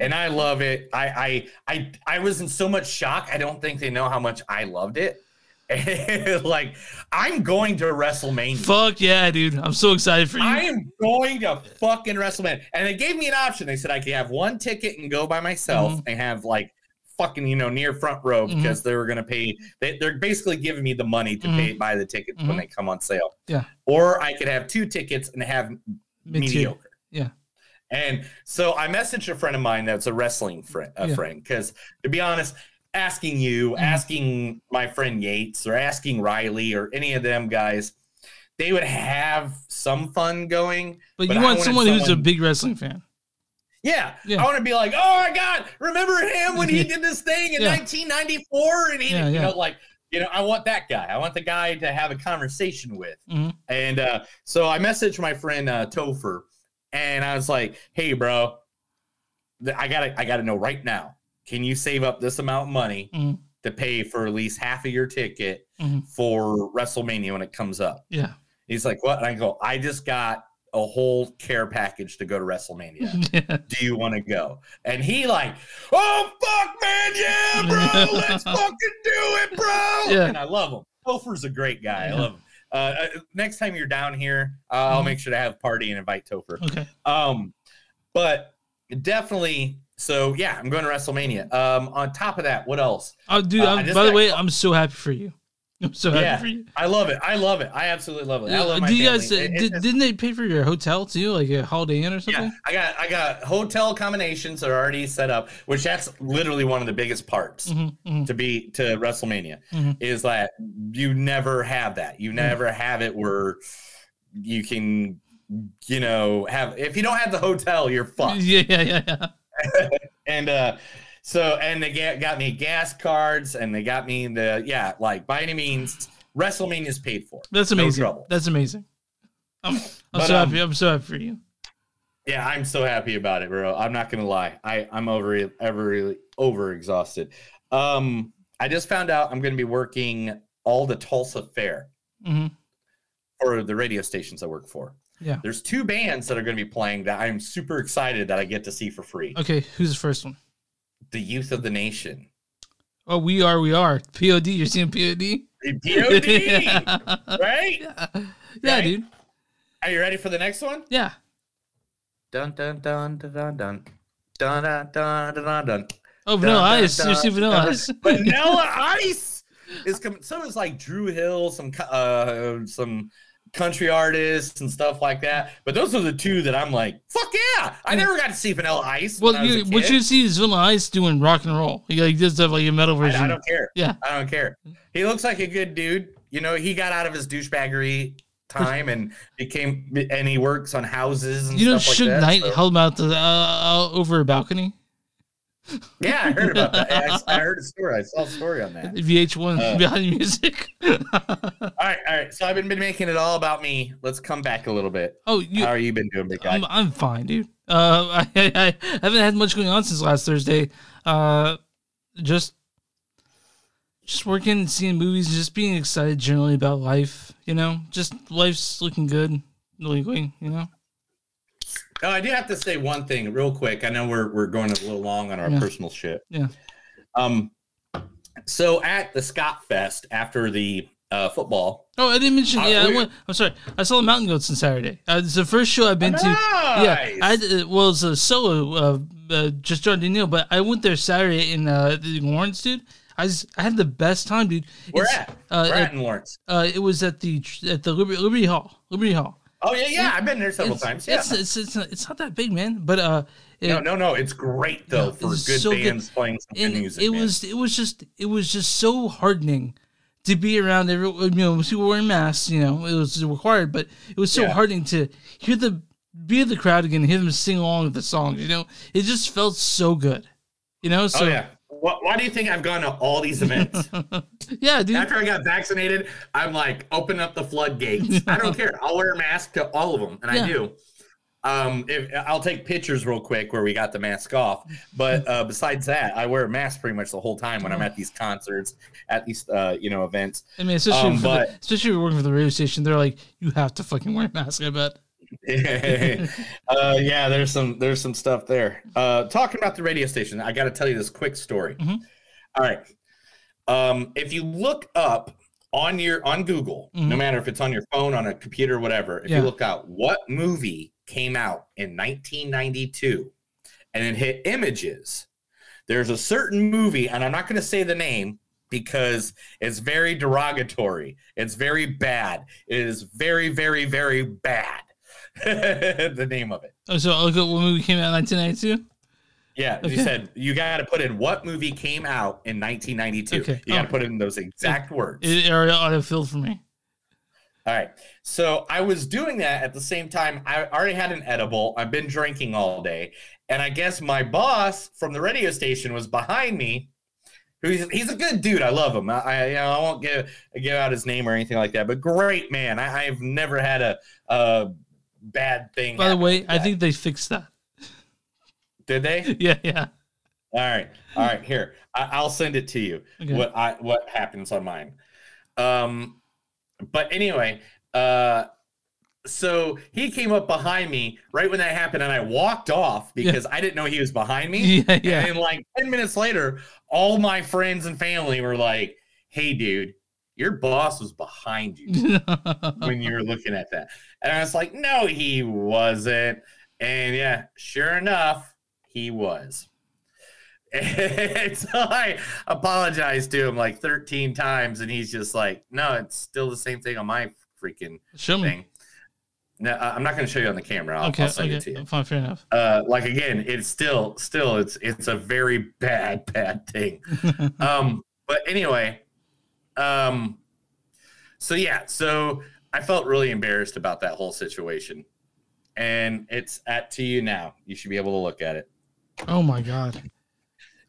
[SPEAKER 1] and I love it. I I I I was in so much shock. I don't think they know how much I loved it. like I'm going to WrestleMania.
[SPEAKER 2] Fuck yeah, dude. I'm so excited for you.
[SPEAKER 1] I am going to fucking WrestleMania. And they gave me an option. They said I could have one ticket and go by myself
[SPEAKER 2] Mm-hmm.
[SPEAKER 1] and have like fucking, you know, near front row because they were going to pay. They, they're basically giving me the money to pay buy the tickets when
[SPEAKER 2] Mhm.
[SPEAKER 1] they come on sale.
[SPEAKER 2] yeah.
[SPEAKER 1] Or I could have two tickets and have
[SPEAKER 2] Me too.
[SPEAKER 1] mediocre.
[SPEAKER 2] Yeah.
[SPEAKER 1] And so I messaged a friend of mine that's a wrestling friend, a
[SPEAKER 2] Yeah. Mm-hmm.
[SPEAKER 1] friend, because to be honest, asking you, asking my friend Yates, or asking Riley, or any of them guys, they would have some fun going.
[SPEAKER 2] But, you
[SPEAKER 1] I
[SPEAKER 2] want
[SPEAKER 1] wanted
[SPEAKER 2] someone, who's a big wrestling fan.
[SPEAKER 1] yeah,
[SPEAKER 2] Yeah.
[SPEAKER 1] I want to be like, oh my god, remember him when he did this thing in
[SPEAKER 2] Yeah.
[SPEAKER 1] 1994, and he,
[SPEAKER 2] Yeah,
[SPEAKER 1] you
[SPEAKER 2] yeah.
[SPEAKER 1] know, like, you know, I want that guy. I want the guy to have a conversation with.
[SPEAKER 2] Mhm.
[SPEAKER 1] And uh, so I messaged my friend uh, Topher, and I was like, "Hey, bro, th- I gotta, I gotta know right now. Can you save up this amount of money
[SPEAKER 2] Mhm.
[SPEAKER 1] to pay for at least half of your ticket
[SPEAKER 2] Mhm.
[SPEAKER 1] for WrestleMania when it comes up?"
[SPEAKER 2] Yeah.
[SPEAKER 1] He's like, "What?" And I go, "I just got a whole care package to go to WrestleMania."
[SPEAKER 2] Yeah.
[SPEAKER 1] do you want to go? And he like, oh fuck, man, yeah, bro, let's fucking do it, bro.
[SPEAKER 2] Yeah.
[SPEAKER 1] And I love him. Topher's a great guy. I
[SPEAKER 2] Yeah. Mm-hmm.
[SPEAKER 1] love him. Uh, uh, next time you're down here, uh, I'll make sure to have a party and invite Topher.
[SPEAKER 2] Okay.
[SPEAKER 1] Um, but definitely. So yeah, I'm going to WrestleMania. Um, on top of that, what else?
[SPEAKER 2] Oh, dude.
[SPEAKER 1] Uh, I
[SPEAKER 2] I'm,
[SPEAKER 1] just
[SPEAKER 2] by the
[SPEAKER 1] got-
[SPEAKER 2] way, I'm so happy for you. I'm so happy
[SPEAKER 1] yeah,
[SPEAKER 2] for you.
[SPEAKER 1] I love it. I love it. I absolutely love it. I love my
[SPEAKER 2] Did Uh, you guys?
[SPEAKER 1] family. It- it-
[SPEAKER 2] did, didn't they pay for your hotel too, like a Holiday Inn or something?
[SPEAKER 1] Yeah, I got I got hotel accommodations that are already set up, which that's literally one of the biggest
[SPEAKER 2] Mm-hmm.
[SPEAKER 1] parts to be to WrestleMania
[SPEAKER 2] Mhm.
[SPEAKER 1] is that you never have that. You never have it where you can you know have if you don't have the hotel, you're fucked.
[SPEAKER 2] Yeah, yeah, yeah, yeah.
[SPEAKER 1] And uh so and they ga- got me gas cards and they got me the yeah, like by any means WrestleMania is paid for.
[SPEAKER 2] That's amazing.
[SPEAKER 1] No trouble.
[SPEAKER 2] That's amazing. I'm, I'm
[SPEAKER 1] But,
[SPEAKER 2] so
[SPEAKER 1] um,
[SPEAKER 2] happy. I'm so happy for you.
[SPEAKER 1] Yeah, I'm so happy about it, bro. I'm not gonna lie. I I'm over ever over exhausted. Um, I just found out I'm gonna be working all the Tulsa Fair
[SPEAKER 2] Mhm.
[SPEAKER 1] for the radio stations I work for.
[SPEAKER 2] Yeah.
[SPEAKER 1] There's two bands that are gonna be playing that I'm super excited that I get to see for free.
[SPEAKER 2] Okay, who's the first one?
[SPEAKER 1] The Youth of the Nation.
[SPEAKER 2] Oh, we are, we are. POD. You're seeing POD?
[SPEAKER 1] POD, right?
[SPEAKER 2] Yeah,
[SPEAKER 1] Right.
[SPEAKER 2] dude.
[SPEAKER 1] Are you ready for the next one?
[SPEAKER 2] Yeah.
[SPEAKER 1] Dun dun dun dun dun dun dun dun dun dun dun.
[SPEAKER 2] Oh, Vanilla
[SPEAKER 1] Dun, dun,
[SPEAKER 2] Ice.
[SPEAKER 1] dun,
[SPEAKER 2] You're seeing Vanilla
[SPEAKER 1] dun.
[SPEAKER 2] Ice.
[SPEAKER 1] Vanilla Ice is coming. Some is like Drew Hill, some co- uh, some country artists and stuff like that. But those are the two that I'm like, fuck yeah! I never got to see Vanilla Ice. when
[SPEAKER 2] Well,
[SPEAKER 1] I was a
[SPEAKER 2] you, what
[SPEAKER 1] kid.
[SPEAKER 2] you see is Vanilla Ice doing rock and roll. He like does have like a metal version.
[SPEAKER 1] I, I don't care.
[SPEAKER 2] Yeah.
[SPEAKER 1] I don't care.
[SPEAKER 2] Mm-hmm.
[SPEAKER 1] He looks like a good dude. You know, he got out of his douchebaggery time and became and he works on houses and
[SPEAKER 2] You know,
[SPEAKER 1] stuff
[SPEAKER 2] Suge
[SPEAKER 1] like that.
[SPEAKER 2] Knight
[SPEAKER 1] so-
[SPEAKER 2] held him out the, uh, uh, over a balcony.
[SPEAKER 1] Yeah, I heard about that. I, I heard a story. I saw a story on that.
[SPEAKER 2] VH1
[SPEAKER 1] Uh,
[SPEAKER 2] behind music.
[SPEAKER 1] All right, all right. So I've been, been making it all about me. Let's come back a little bit.
[SPEAKER 2] Oh, you,
[SPEAKER 1] How are you been doing, big guy?
[SPEAKER 2] I'm, I'm fine, dude. Uh, I, I, I haven't had much going on since last Thursday. Uh, just just working, seeing movies, just being excited generally about life. You know, just life's looking good, legally. You know,
[SPEAKER 1] Oh, I do have to say one thing real quick. I know we're we're going a little long on our
[SPEAKER 2] Yeah.
[SPEAKER 1] personal shit.
[SPEAKER 2] yeah.
[SPEAKER 1] Um, so at the Scott Fest after the uh, football.
[SPEAKER 2] Oh, I didn't mention.
[SPEAKER 1] Uh,
[SPEAKER 2] yeah, I
[SPEAKER 1] we-
[SPEAKER 2] went, I'm sorry. I saw the Mountain Goats on Saturday. Uh, it's the first show I've been to. Yeah, I
[SPEAKER 1] Nice!
[SPEAKER 2] uh, well, it's a solo, uh, uh, just John Daniel, but I went there Saturday in uh, the Lawrence, dude. I just I had the best time, dude.
[SPEAKER 1] Where
[SPEAKER 2] It's,
[SPEAKER 1] at? Where at in Lawrence?
[SPEAKER 2] Uh, it was at the tr- at the Liberty, Liberty Hall. Liberty Hall.
[SPEAKER 1] Oh yeah, yeah. I've been there several
[SPEAKER 2] It's-
[SPEAKER 1] times. Yeah.
[SPEAKER 2] It's, it's, it's, not- it's not that big, man. But uh, it-
[SPEAKER 1] no, no, no. It's great though
[SPEAKER 2] No,
[SPEAKER 1] for
[SPEAKER 2] it's
[SPEAKER 1] good
[SPEAKER 2] so good.
[SPEAKER 1] bands playing some
[SPEAKER 2] and
[SPEAKER 1] good music.
[SPEAKER 2] it
[SPEAKER 1] man.
[SPEAKER 2] was it was just it was just so hardening to be around every you know people wearing masks you know it was required but it was so
[SPEAKER 1] Yeah.
[SPEAKER 2] hardening to hear the be in the crowd again and hear them sing along with the songs you know it just felt so good you know so
[SPEAKER 1] oh yeah. Why, why do you think I've gone to all these events?
[SPEAKER 2] yeah, dude.
[SPEAKER 1] After I got vaccinated, I'm like, open up the floodgates. I don't care. I'll wear a mask to all of them, and
[SPEAKER 2] Yeah.
[SPEAKER 1] I do. Um, if, I'll take pictures real quick where we got the mask off. But uh, besides that, I wear a mask pretty much the whole time when I'm at these concerts, at these uh, you know events.
[SPEAKER 2] I mean especially
[SPEAKER 1] Um,
[SPEAKER 2] for
[SPEAKER 1] but-
[SPEAKER 2] the, especially if you're working for the radio station they're like you have to fucking wear a mask I bet
[SPEAKER 1] uh, yeah, there's some there's some stuff there. Uh, talking about the radio station, I got to tell you this quick story. All right, um, if you look up on your on Google, no
[SPEAKER 2] Mhm.
[SPEAKER 1] matter if it's on your phone, on a computer, whatever, if
[SPEAKER 2] Yeah.
[SPEAKER 1] you look out what movie came out in 1992, and then hit images, there's a certain movie, and I'm not going to say the name because it's very derogatory. It's very bad. It is very, very, very bad. the name of it.
[SPEAKER 2] oh so look at what movie came out in 1992
[SPEAKER 1] Yeah, you
[SPEAKER 2] Okay.
[SPEAKER 1] said you got to put in what movie came out in 1992.
[SPEAKER 2] Okay.
[SPEAKER 1] You got to
[SPEAKER 2] Oh.
[SPEAKER 1] put in those exact words.
[SPEAKER 2] it already auto filled for me
[SPEAKER 1] All right. So I was doing that at the same time. I already had an edible. I've been drinking all day. And I guess my boss from the radio station was behind me. He's, he's a good dude. I love him. I, I, you know, I won't give, give out his name or anything like that, but great man. I, I've never had a, a bad thing.
[SPEAKER 2] by the
[SPEAKER 1] happen.
[SPEAKER 2] way I think they fixed that
[SPEAKER 1] Did they?
[SPEAKER 2] yeah yeah
[SPEAKER 1] All right. All right. Here, I, I'll send it to you.
[SPEAKER 2] Okay.
[SPEAKER 1] What I what happens on mine. Um, but anyway, uh, so he came up behind me right when that happened, and I walked off because I didn't know he was behind me.
[SPEAKER 2] Yeah, yeah.
[SPEAKER 1] And then like ten minutes later, all my friends and family were like, "Hey, dude." Your boss was behind you when you were looking at that. And I was like, no, he wasn't. And yeah, sure enough, he was. And so I apologized to him like 13 times, and he's just like, "No, it's still the same thing on my freaking
[SPEAKER 2] Show me.
[SPEAKER 1] thing." No, I- I'm not going to show you on the camera. I'll,
[SPEAKER 2] Hmm. okay
[SPEAKER 1] I'll send
[SPEAKER 2] okay
[SPEAKER 1] it to you.
[SPEAKER 2] fine fair enough
[SPEAKER 1] Uh, like again, it's still, still, it's it's a very bad, bad thing. um, but anyway, um, so yeah, so I felt really embarrassed about that whole situation, and it's at to you now. You should be able to look at it.
[SPEAKER 2] oh my god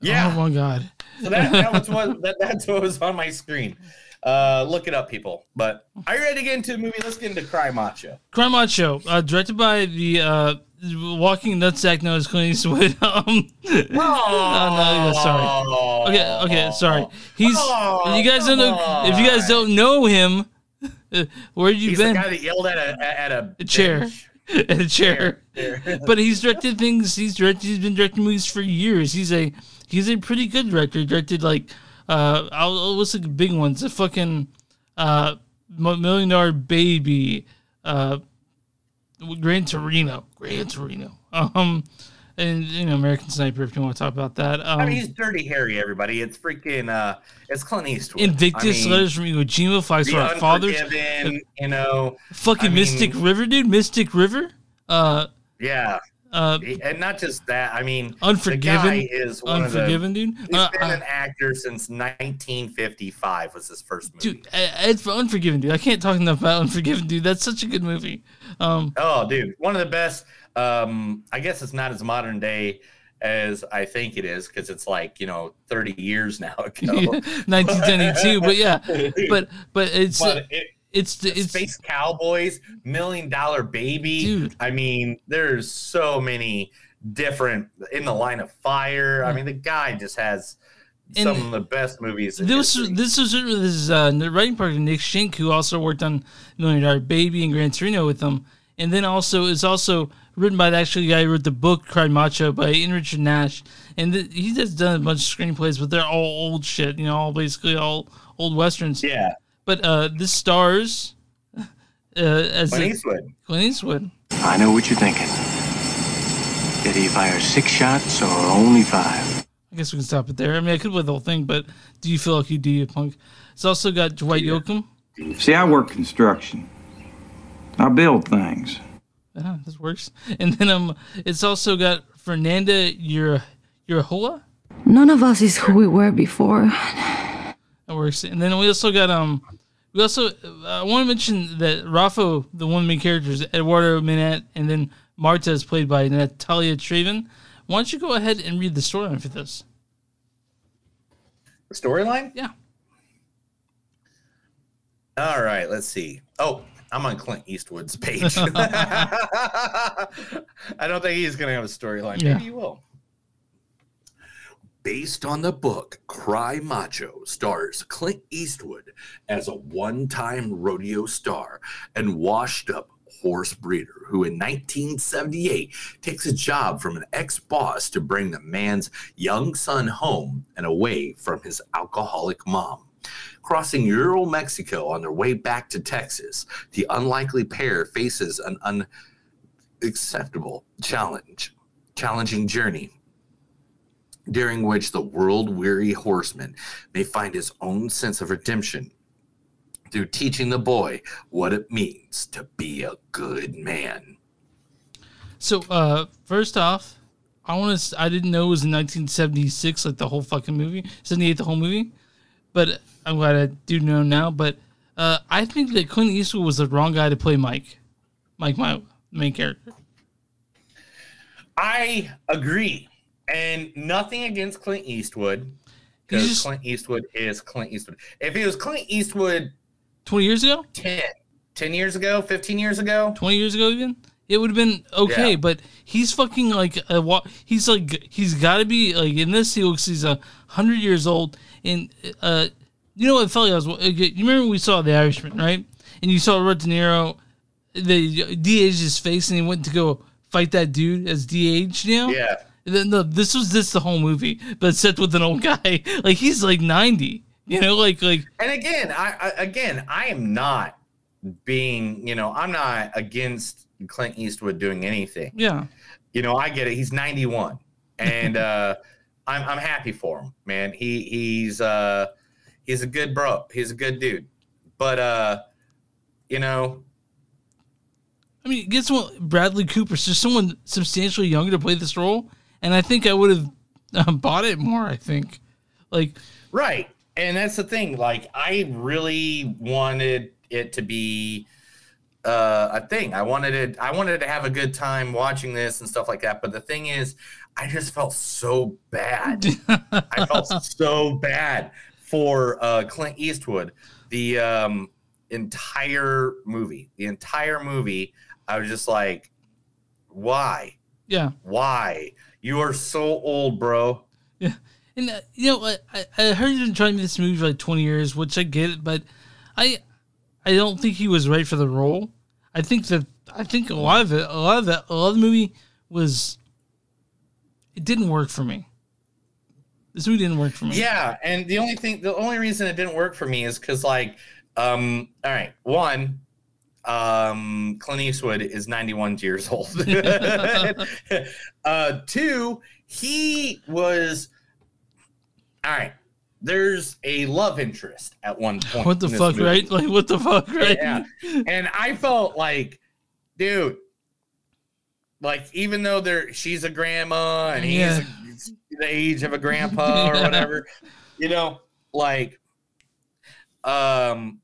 [SPEAKER 1] Yeah.
[SPEAKER 2] oh my god
[SPEAKER 1] So that, that was what that, that's what was on my screen. Uh, look it up, people. But are you ready to get into the movie? Let's get into Cry Macho.
[SPEAKER 2] Crime Macho, uh, directed by the uh, walking nutsack known as Clint Eastwood. um, no, no, sorry. Okay, okay, sorry. He's you guys don't know if you guys don't know him. uh, Where you
[SPEAKER 1] He's
[SPEAKER 2] been?
[SPEAKER 1] the guy that yelled at a at a
[SPEAKER 2] a chair, a chair.
[SPEAKER 1] Chair.
[SPEAKER 2] but he's directed things. He's directed. He's been directing movies for years. He's a he's a pretty good director. He directed like uh, I'll, I'll- what's the big ones? The fucking uh, Mo- Million Dollar Baby, uh, Gran Torino, Gran Torino. Um, and you know American Sniper. If you want to talk about that, um,
[SPEAKER 1] I mean, he's Dirty Harry. Everybody, it's freaking uh, it's Clint Eastwood.
[SPEAKER 2] Invictus
[SPEAKER 1] I mean,
[SPEAKER 2] Letters from Iwo Jima, Flags
[SPEAKER 1] The
[SPEAKER 2] for Our Fathers,
[SPEAKER 1] Unforgiven, you know,
[SPEAKER 2] fucking
[SPEAKER 1] I mean,
[SPEAKER 2] Mystic River, dude, Mystic River. Uh,
[SPEAKER 1] Yeah,
[SPEAKER 2] uh,
[SPEAKER 1] and not just that. I mean,
[SPEAKER 2] Unforgiven,
[SPEAKER 1] The guy is one
[SPEAKER 2] Unforgiven,
[SPEAKER 1] of the,
[SPEAKER 2] dude.
[SPEAKER 1] He's
[SPEAKER 2] Uh,
[SPEAKER 1] been
[SPEAKER 2] uh,
[SPEAKER 1] an actor since 1955. Was his first movie.
[SPEAKER 2] dude, uh, it's Unforgiven, dude. I can't talk enough about Unforgiven, dude. That's such a good movie. Um,
[SPEAKER 1] Oh, dude, one of the best. Um, I guess it's not as modern day as I think it is because it's like you know 30 years now ago.
[SPEAKER 2] 1972, but yeah, but but it's
[SPEAKER 1] But it-
[SPEAKER 2] it's the it's
[SPEAKER 1] Space Cowboys, Million Dollar Baby.
[SPEAKER 2] Dude.
[SPEAKER 1] I mean, there's so many different in the line of fire. I mean, the guy just has some
[SPEAKER 2] And
[SPEAKER 1] of the best movies. in
[SPEAKER 2] this was
[SPEAKER 1] history.
[SPEAKER 2] this was written with his uh, writing partner Nick Schenk, who also worked on Million Dollar Baby and Gran Torino with him, and then also is also written by the actual guy who wrote the book Cried Macho by Ian Richard Nash, and th- he has done a bunch of screenplays, but they're all old shit, you know, all basically all old westerns.
[SPEAKER 1] yeah,
[SPEAKER 2] But uh, this stars uh, as
[SPEAKER 4] Clint
[SPEAKER 2] a-
[SPEAKER 4] Eastwood.
[SPEAKER 2] Clint Eastwood.
[SPEAKER 4] I know what you're thinking. Did he fire six shots or only five?
[SPEAKER 2] I I guess we can stop it there. I mean, I could play the whole thing, but do you feel like you do, you punk? It's also got Dwight Yoakam.
[SPEAKER 5] See, I work construction. I build things.
[SPEAKER 2] Ah, this works. And then um, it's also got Fernanda Ur- Urhola.
[SPEAKER 6] None of us is who we were before.
[SPEAKER 2] That works. And then we also got um, we also uh, I want to mention that Rafa, the one main character, is Eduardo Minette, and then Marta is played by Natalia Traven. Why don't you go ahead and read the storyline for this?
[SPEAKER 1] The storyline?
[SPEAKER 2] Yeah.
[SPEAKER 1] All right, let's see. Oh, I'm on Clint Eastwood's page. I don't think he's going to have a storyline.
[SPEAKER 2] Yeah.
[SPEAKER 1] Maybe he will. Based on the book Cry Macho, stars Clint Eastwood as a one time rodeo star and washed up horse breeder who in 1978 takes a job from an ex boss to bring the man's young son home and away from his alcoholic mom. Crossing rural Mexico on their way back to Texas, the unlikely pair faces an unacceptable challenge, challenging journey during which the world weary horseman may find his own sense of redemption through teaching the boy what it means to be a good man.
[SPEAKER 2] So, uh, first off, I want to. I didn't know it was in 1976, like the whole fucking movie, 78, the whole movie. But I'm glad I do know now. But uh, I think that Clint Eastwood was the wrong guy to play Mike, Mike, my main character.
[SPEAKER 1] I agree. And nothing against Clint Eastwood.
[SPEAKER 2] He's
[SPEAKER 1] Because
[SPEAKER 2] just-
[SPEAKER 1] Clint Eastwood is Clint Eastwood. If it was Clint Eastwood
[SPEAKER 2] 20 years ago,
[SPEAKER 1] 10, 10 years ago, 15 years ago,
[SPEAKER 2] 20 years ago, even it would have been okay.
[SPEAKER 1] Yeah.
[SPEAKER 2] But he's fucking like a wa- he's like he's got to be like in this. He looks he's a hundred years old, and uh, you know what it felt like I was. wa- You remember we saw The Irishman, right? And you saw Robert De Niro, they de-aged his face, and he went to go fight that dude as de-aged. You know,
[SPEAKER 1] Yeah.
[SPEAKER 2] And then the, this was this the whole movie, but except with an old guy. Like he's like ninety. You know, like like
[SPEAKER 1] and again I, I again i am not being you know i'm not against clint eastwood doing anything
[SPEAKER 2] yeah.
[SPEAKER 1] you know i get it he's 91 and uh i'm i'm happy for him man he he's uh he's a good bro he's a good dude but uh you know
[SPEAKER 2] I mean, get someone Bradley Cooper, so someone substantially younger to play this role, and I think I would have uh, bought it more. I think, like,
[SPEAKER 1] Right. And that's the thing. Like, I really wanted it to be uh, a thing. I wanted it. I wanted to have a good time watching this and stuff like that. But the thing is, I just felt so bad. I felt so bad for uh, Clint Eastwood. The um, entire movie. The entire movie. I was just like, why?
[SPEAKER 2] yeah,
[SPEAKER 1] Why? You are so old, bro.
[SPEAKER 2] yeah. And uh, you know, I- I, I heard he's been trying to make this movie for like twenty years, which I get, but I, I don't think he was right for the role. I think that I think a lot of it, a lot of it, a lot of the movie was, it didn't work for me. This movie didn't work for me.
[SPEAKER 1] Yeah, and the only thing, the only reason it didn't work for me is because, like, um, all right, one, um, Clint Eastwood is 91 years old. uh, two, he was, all right, there's a love interest at one point.
[SPEAKER 2] What the
[SPEAKER 1] in this
[SPEAKER 2] fuck,
[SPEAKER 1] movie.
[SPEAKER 2] right? Like, what the fuck, right?
[SPEAKER 1] Yeah. And I felt like, dude, like even though they're she's a grandma and he's
[SPEAKER 2] Yeah.
[SPEAKER 1] the age of a grandpa or
[SPEAKER 2] Yeah.
[SPEAKER 1] whatever, you know, like um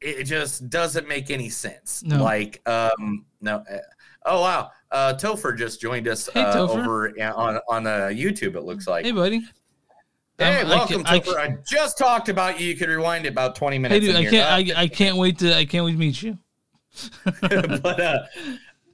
[SPEAKER 1] it just doesn't make any sense.
[SPEAKER 2] No.
[SPEAKER 1] Like um no uh, oh wow. Uh Topher just joined us
[SPEAKER 2] Hey,
[SPEAKER 1] uh,
[SPEAKER 2] Topher.
[SPEAKER 1] over uh, on on uh, YouTube it looks like.
[SPEAKER 2] Hey,
[SPEAKER 1] Hey,
[SPEAKER 2] buddy. Um, I
[SPEAKER 1] welcome
[SPEAKER 2] ca- I
[SPEAKER 1] Topher. I, just talked about you. You could rewind it about 20 minutes
[SPEAKER 2] Hey, dude,
[SPEAKER 1] in
[SPEAKER 2] I
[SPEAKER 1] here. Uh,
[SPEAKER 2] can't. I, I can't wait to. I can't wait to meet you.
[SPEAKER 1] but uh,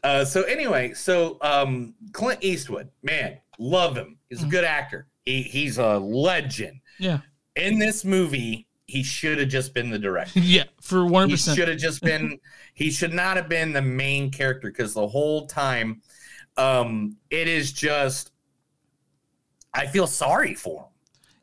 [SPEAKER 1] uh, so anyway, so um, Clint Eastwood, man, love him. He's
[SPEAKER 2] Mm-hmm.
[SPEAKER 1] a good actor. He he's a legend.
[SPEAKER 2] Yeah,
[SPEAKER 1] In this movie, he should have just been the director.
[SPEAKER 2] yeah, for one
[SPEAKER 1] He
[SPEAKER 2] hundred percent.
[SPEAKER 1] should have just been. He should not have been the main character because the whole time, um, it is just. I feel sorry for him.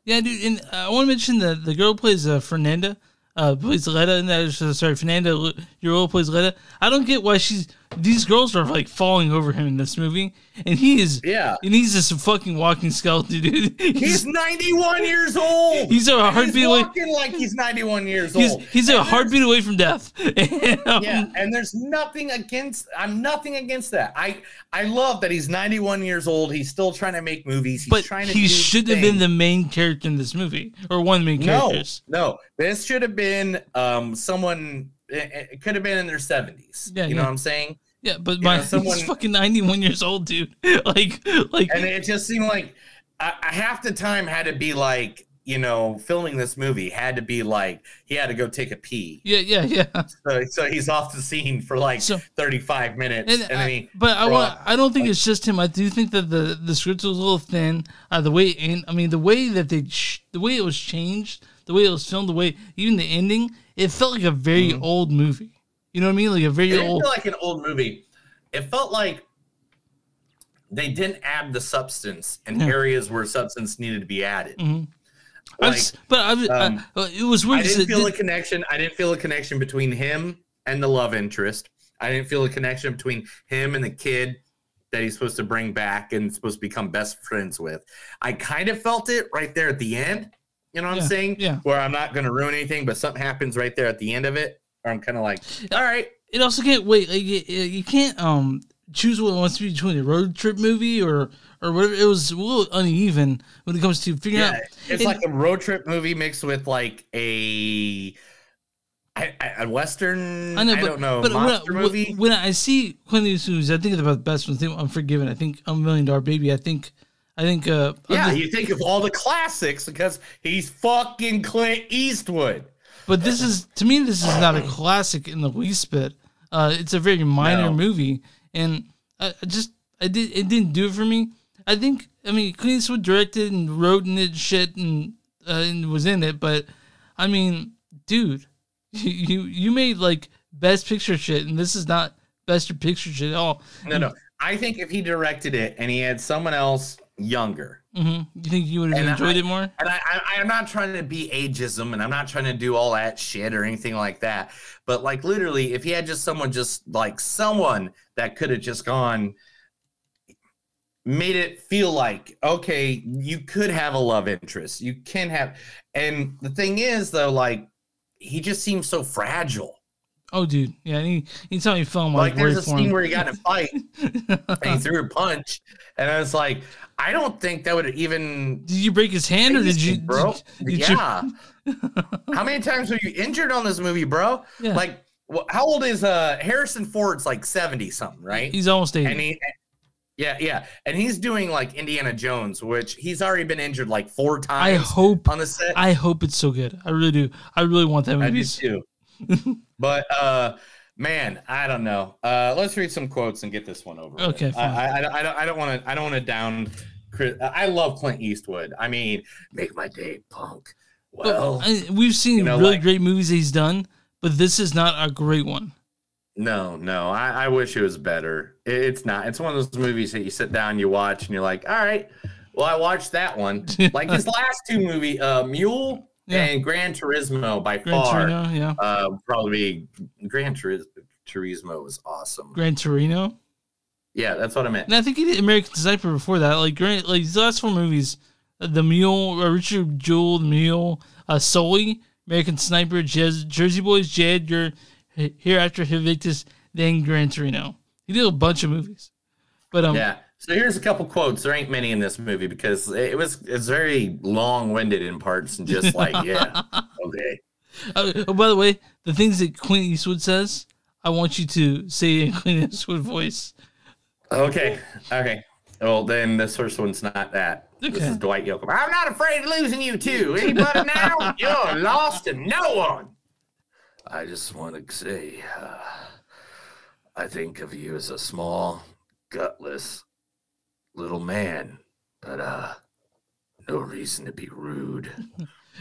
[SPEAKER 2] Yeah, dude, and uh, I want to mention that the girl who plays uh, Fernanda, uh, plays Letta, and that is, sorry, Fernanda, Lu- your role plays Letta. I don't get why she's these girls are like falling over him in this movie, and he is
[SPEAKER 1] yeah,
[SPEAKER 2] and he's just a fucking walking skeleton, dude.
[SPEAKER 1] He's 91 years old.
[SPEAKER 2] He's a
[SPEAKER 1] And
[SPEAKER 2] heartbeat
[SPEAKER 1] He's
[SPEAKER 2] away-
[SPEAKER 1] walking like he's 91 years
[SPEAKER 2] he's,
[SPEAKER 1] old.
[SPEAKER 2] he's a heartbeat away from death. um,
[SPEAKER 1] yeah, and there's nothing against. I'm nothing against that. I I love that he's 91 years old. He's still trying to make movies. He's
[SPEAKER 2] but
[SPEAKER 1] trying to.
[SPEAKER 2] he
[SPEAKER 1] do
[SPEAKER 2] should have been the main character in this movie, or one of the main
[SPEAKER 1] no,
[SPEAKER 2] characters.
[SPEAKER 1] no. This should have been um someone. eh, It, it could have been in their 70s.
[SPEAKER 2] Yeah,
[SPEAKER 1] you know
[SPEAKER 2] yeah.
[SPEAKER 1] what I'm saying?
[SPEAKER 2] Yeah, but
[SPEAKER 1] You
[SPEAKER 2] my
[SPEAKER 1] know, someone-
[SPEAKER 2] he's fucking ninety one years old, dude. like, like,
[SPEAKER 1] and it just seemed like I, I half the time had to be like you know filming this movie had to be like he had to go take a pee
[SPEAKER 2] yeah, yeah, yeah.
[SPEAKER 1] so, so he's off the scene for like 35 minutes and,
[SPEAKER 2] And
[SPEAKER 1] then
[SPEAKER 2] I-
[SPEAKER 1] he
[SPEAKER 2] but I
[SPEAKER 1] bro-
[SPEAKER 2] want, I don't think it's just him. I do think that the the script was a little thin. Uh, the way and I mean the way that they ch- the way it was changed, the way it was filmed, the way even the ending, it felt like a very old movie. You know what I mean? Like a
[SPEAKER 1] Mm-hmm. it
[SPEAKER 2] very
[SPEAKER 1] didn't
[SPEAKER 2] old.
[SPEAKER 1] feel like an old movie it felt like they didn't add the substance in
[SPEAKER 2] Yeah.
[SPEAKER 1] areas where substance needed to be added
[SPEAKER 2] Mhm. I
[SPEAKER 1] like,
[SPEAKER 2] just, but I, was- I-
[SPEAKER 1] um,
[SPEAKER 2] uh, it was weird.
[SPEAKER 1] I
[SPEAKER 2] 'cause
[SPEAKER 1] didn't
[SPEAKER 2] it
[SPEAKER 1] feel a
[SPEAKER 2] did-
[SPEAKER 1] connection. I didn't feel a connection between him and the love interest. I didn't feel a connection between him and the kid that he's supposed to bring back and supposed to become best friends with. I kind of felt it right there at the end. You know what
[SPEAKER 2] Yeah,
[SPEAKER 1] I'm saying?
[SPEAKER 2] yeah.
[SPEAKER 1] Where I'm not going to ruin anything, but something happens right there at the end of it. Or I'm kind of like, all right.
[SPEAKER 2] it also can't wait. Like it, it- you can't um choose what it wants to be between a road trip movie or or whatever. It was a little uneven when it comes to figuring
[SPEAKER 1] Yeah,
[SPEAKER 2] out.
[SPEAKER 1] it's
[SPEAKER 2] and-
[SPEAKER 1] like a road trip movie mixed with like a I- I- a western. I, don't know monster
[SPEAKER 2] when I,
[SPEAKER 1] movie.
[SPEAKER 2] When I see Clint Eastwood movies, I think about the best ones. I think Unforgiven. I think A Million Dollar Baby. I think, I think. Uh,
[SPEAKER 1] Yeah,
[SPEAKER 2] other-
[SPEAKER 1] you think of all the classics because he's fucking Clint Eastwood.
[SPEAKER 2] but this is to me, this is not a classic in the least bit. Uh, it's a very minor
[SPEAKER 1] No.
[SPEAKER 2] movie, and I, I just I did it didn't do it for me. I think I mean Clint Eastwood directed and wrote and did shit and uh, and was in it, but I mean, dude, you you, you made like best picture shit, and this is not best picture shit at all.
[SPEAKER 1] No, no. I think if he directed it and he had someone else younger,
[SPEAKER 2] hmm You think you would have
[SPEAKER 1] And
[SPEAKER 2] enjoyed
[SPEAKER 1] I-
[SPEAKER 2] it more?
[SPEAKER 1] and I, I, I'm not trying to be ageism and I'm not trying to do all that shit or anything like that, but like literally, if he had just someone, just like someone that could have just gone, made it feel like, okay, you could have a love interest. You can have. And the thing is, though, like, he just seems so fragile.
[SPEAKER 2] Oh, dude, yeah. Any anytime you film,
[SPEAKER 1] Like
[SPEAKER 2] like,
[SPEAKER 1] there's
[SPEAKER 2] word
[SPEAKER 1] a
[SPEAKER 2] for
[SPEAKER 1] scene
[SPEAKER 2] him.
[SPEAKER 1] where he got in a fight and he threw a punch, and I was like, I don't think that would even
[SPEAKER 2] did you break his hand or did you?
[SPEAKER 1] bro.
[SPEAKER 2] did you-
[SPEAKER 1] yeah. how many times were you injured on this movie, bro?
[SPEAKER 2] Yeah.
[SPEAKER 1] Like, wh- how old is uh Harrison Ford's? Like seventy something, right?
[SPEAKER 2] He's almost eighty.
[SPEAKER 1] and he, yeah, yeah, and he's doing like Indiana Jones, which he's already been injured like four
[SPEAKER 2] I
[SPEAKER 1] times
[SPEAKER 2] hope.
[SPEAKER 1] on the set.
[SPEAKER 2] I hope it's so good. I really do. I really want that
[SPEAKER 1] I do
[SPEAKER 2] movie.
[SPEAKER 1] too. but uh, man, I don't know. Uh, let's read some quotes and get this one over. with.
[SPEAKER 2] Okay, fine.
[SPEAKER 1] I, I, I don't. I don't want to. I don't want to down. Chris- I love Clint Eastwood. I mean, make my day, punk. Well,
[SPEAKER 2] I- we've seen
[SPEAKER 1] know,
[SPEAKER 2] really
[SPEAKER 1] like-
[SPEAKER 2] great movies that he's done, but this is not a great one.
[SPEAKER 1] no, no. I, I wish it was better. It- it's not. It's one of those movies that you sit down, you watch, and you're like, all right. Well, I watched that one. like his last two movie, uh, Mule
[SPEAKER 2] Yeah.
[SPEAKER 1] and Gran Turismo, by
[SPEAKER 2] Gran
[SPEAKER 1] far.
[SPEAKER 2] Torino, yeah.
[SPEAKER 1] Uh, probably Gran Turis- Turismo was awesome.
[SPEAKER 2] Gran Torino,
[SPEAKER 1] Yeah, that's what I meant.
[SPEAKER 2] and I think he did American Sniper before that. Like, great, like his last four movies: uh, The Mule, uh, Richard Jewell, The Mule, uh, Sully, American Sniper, Jez, Jersey Boys, Jed, Your Hereafter, Invictus, then Gran Torino. He did a bunch of movies, but um,
[SPEAKER 1] Yeah. So here's a couple quotes. There ain't many in this movie because it was it's very long winded in parts and just like yeah, okay.
[SPEAKER 2] Uh, oh, by the way, the things that Clint Eastwood says, I want you to say in Clint Eastwood voice.
[SPEAKER 1] Okay. Okay. Well, then this first one's not that. This
[SPEAKER 2] Okay.
[SPEAKER 1] is Dwight Yoakam. I'm not afraid of losing you too. Anybody now? You're lost to no one. I just want to say, uh, I think of you as a small, gutless little man, but uh, no reason to be rude.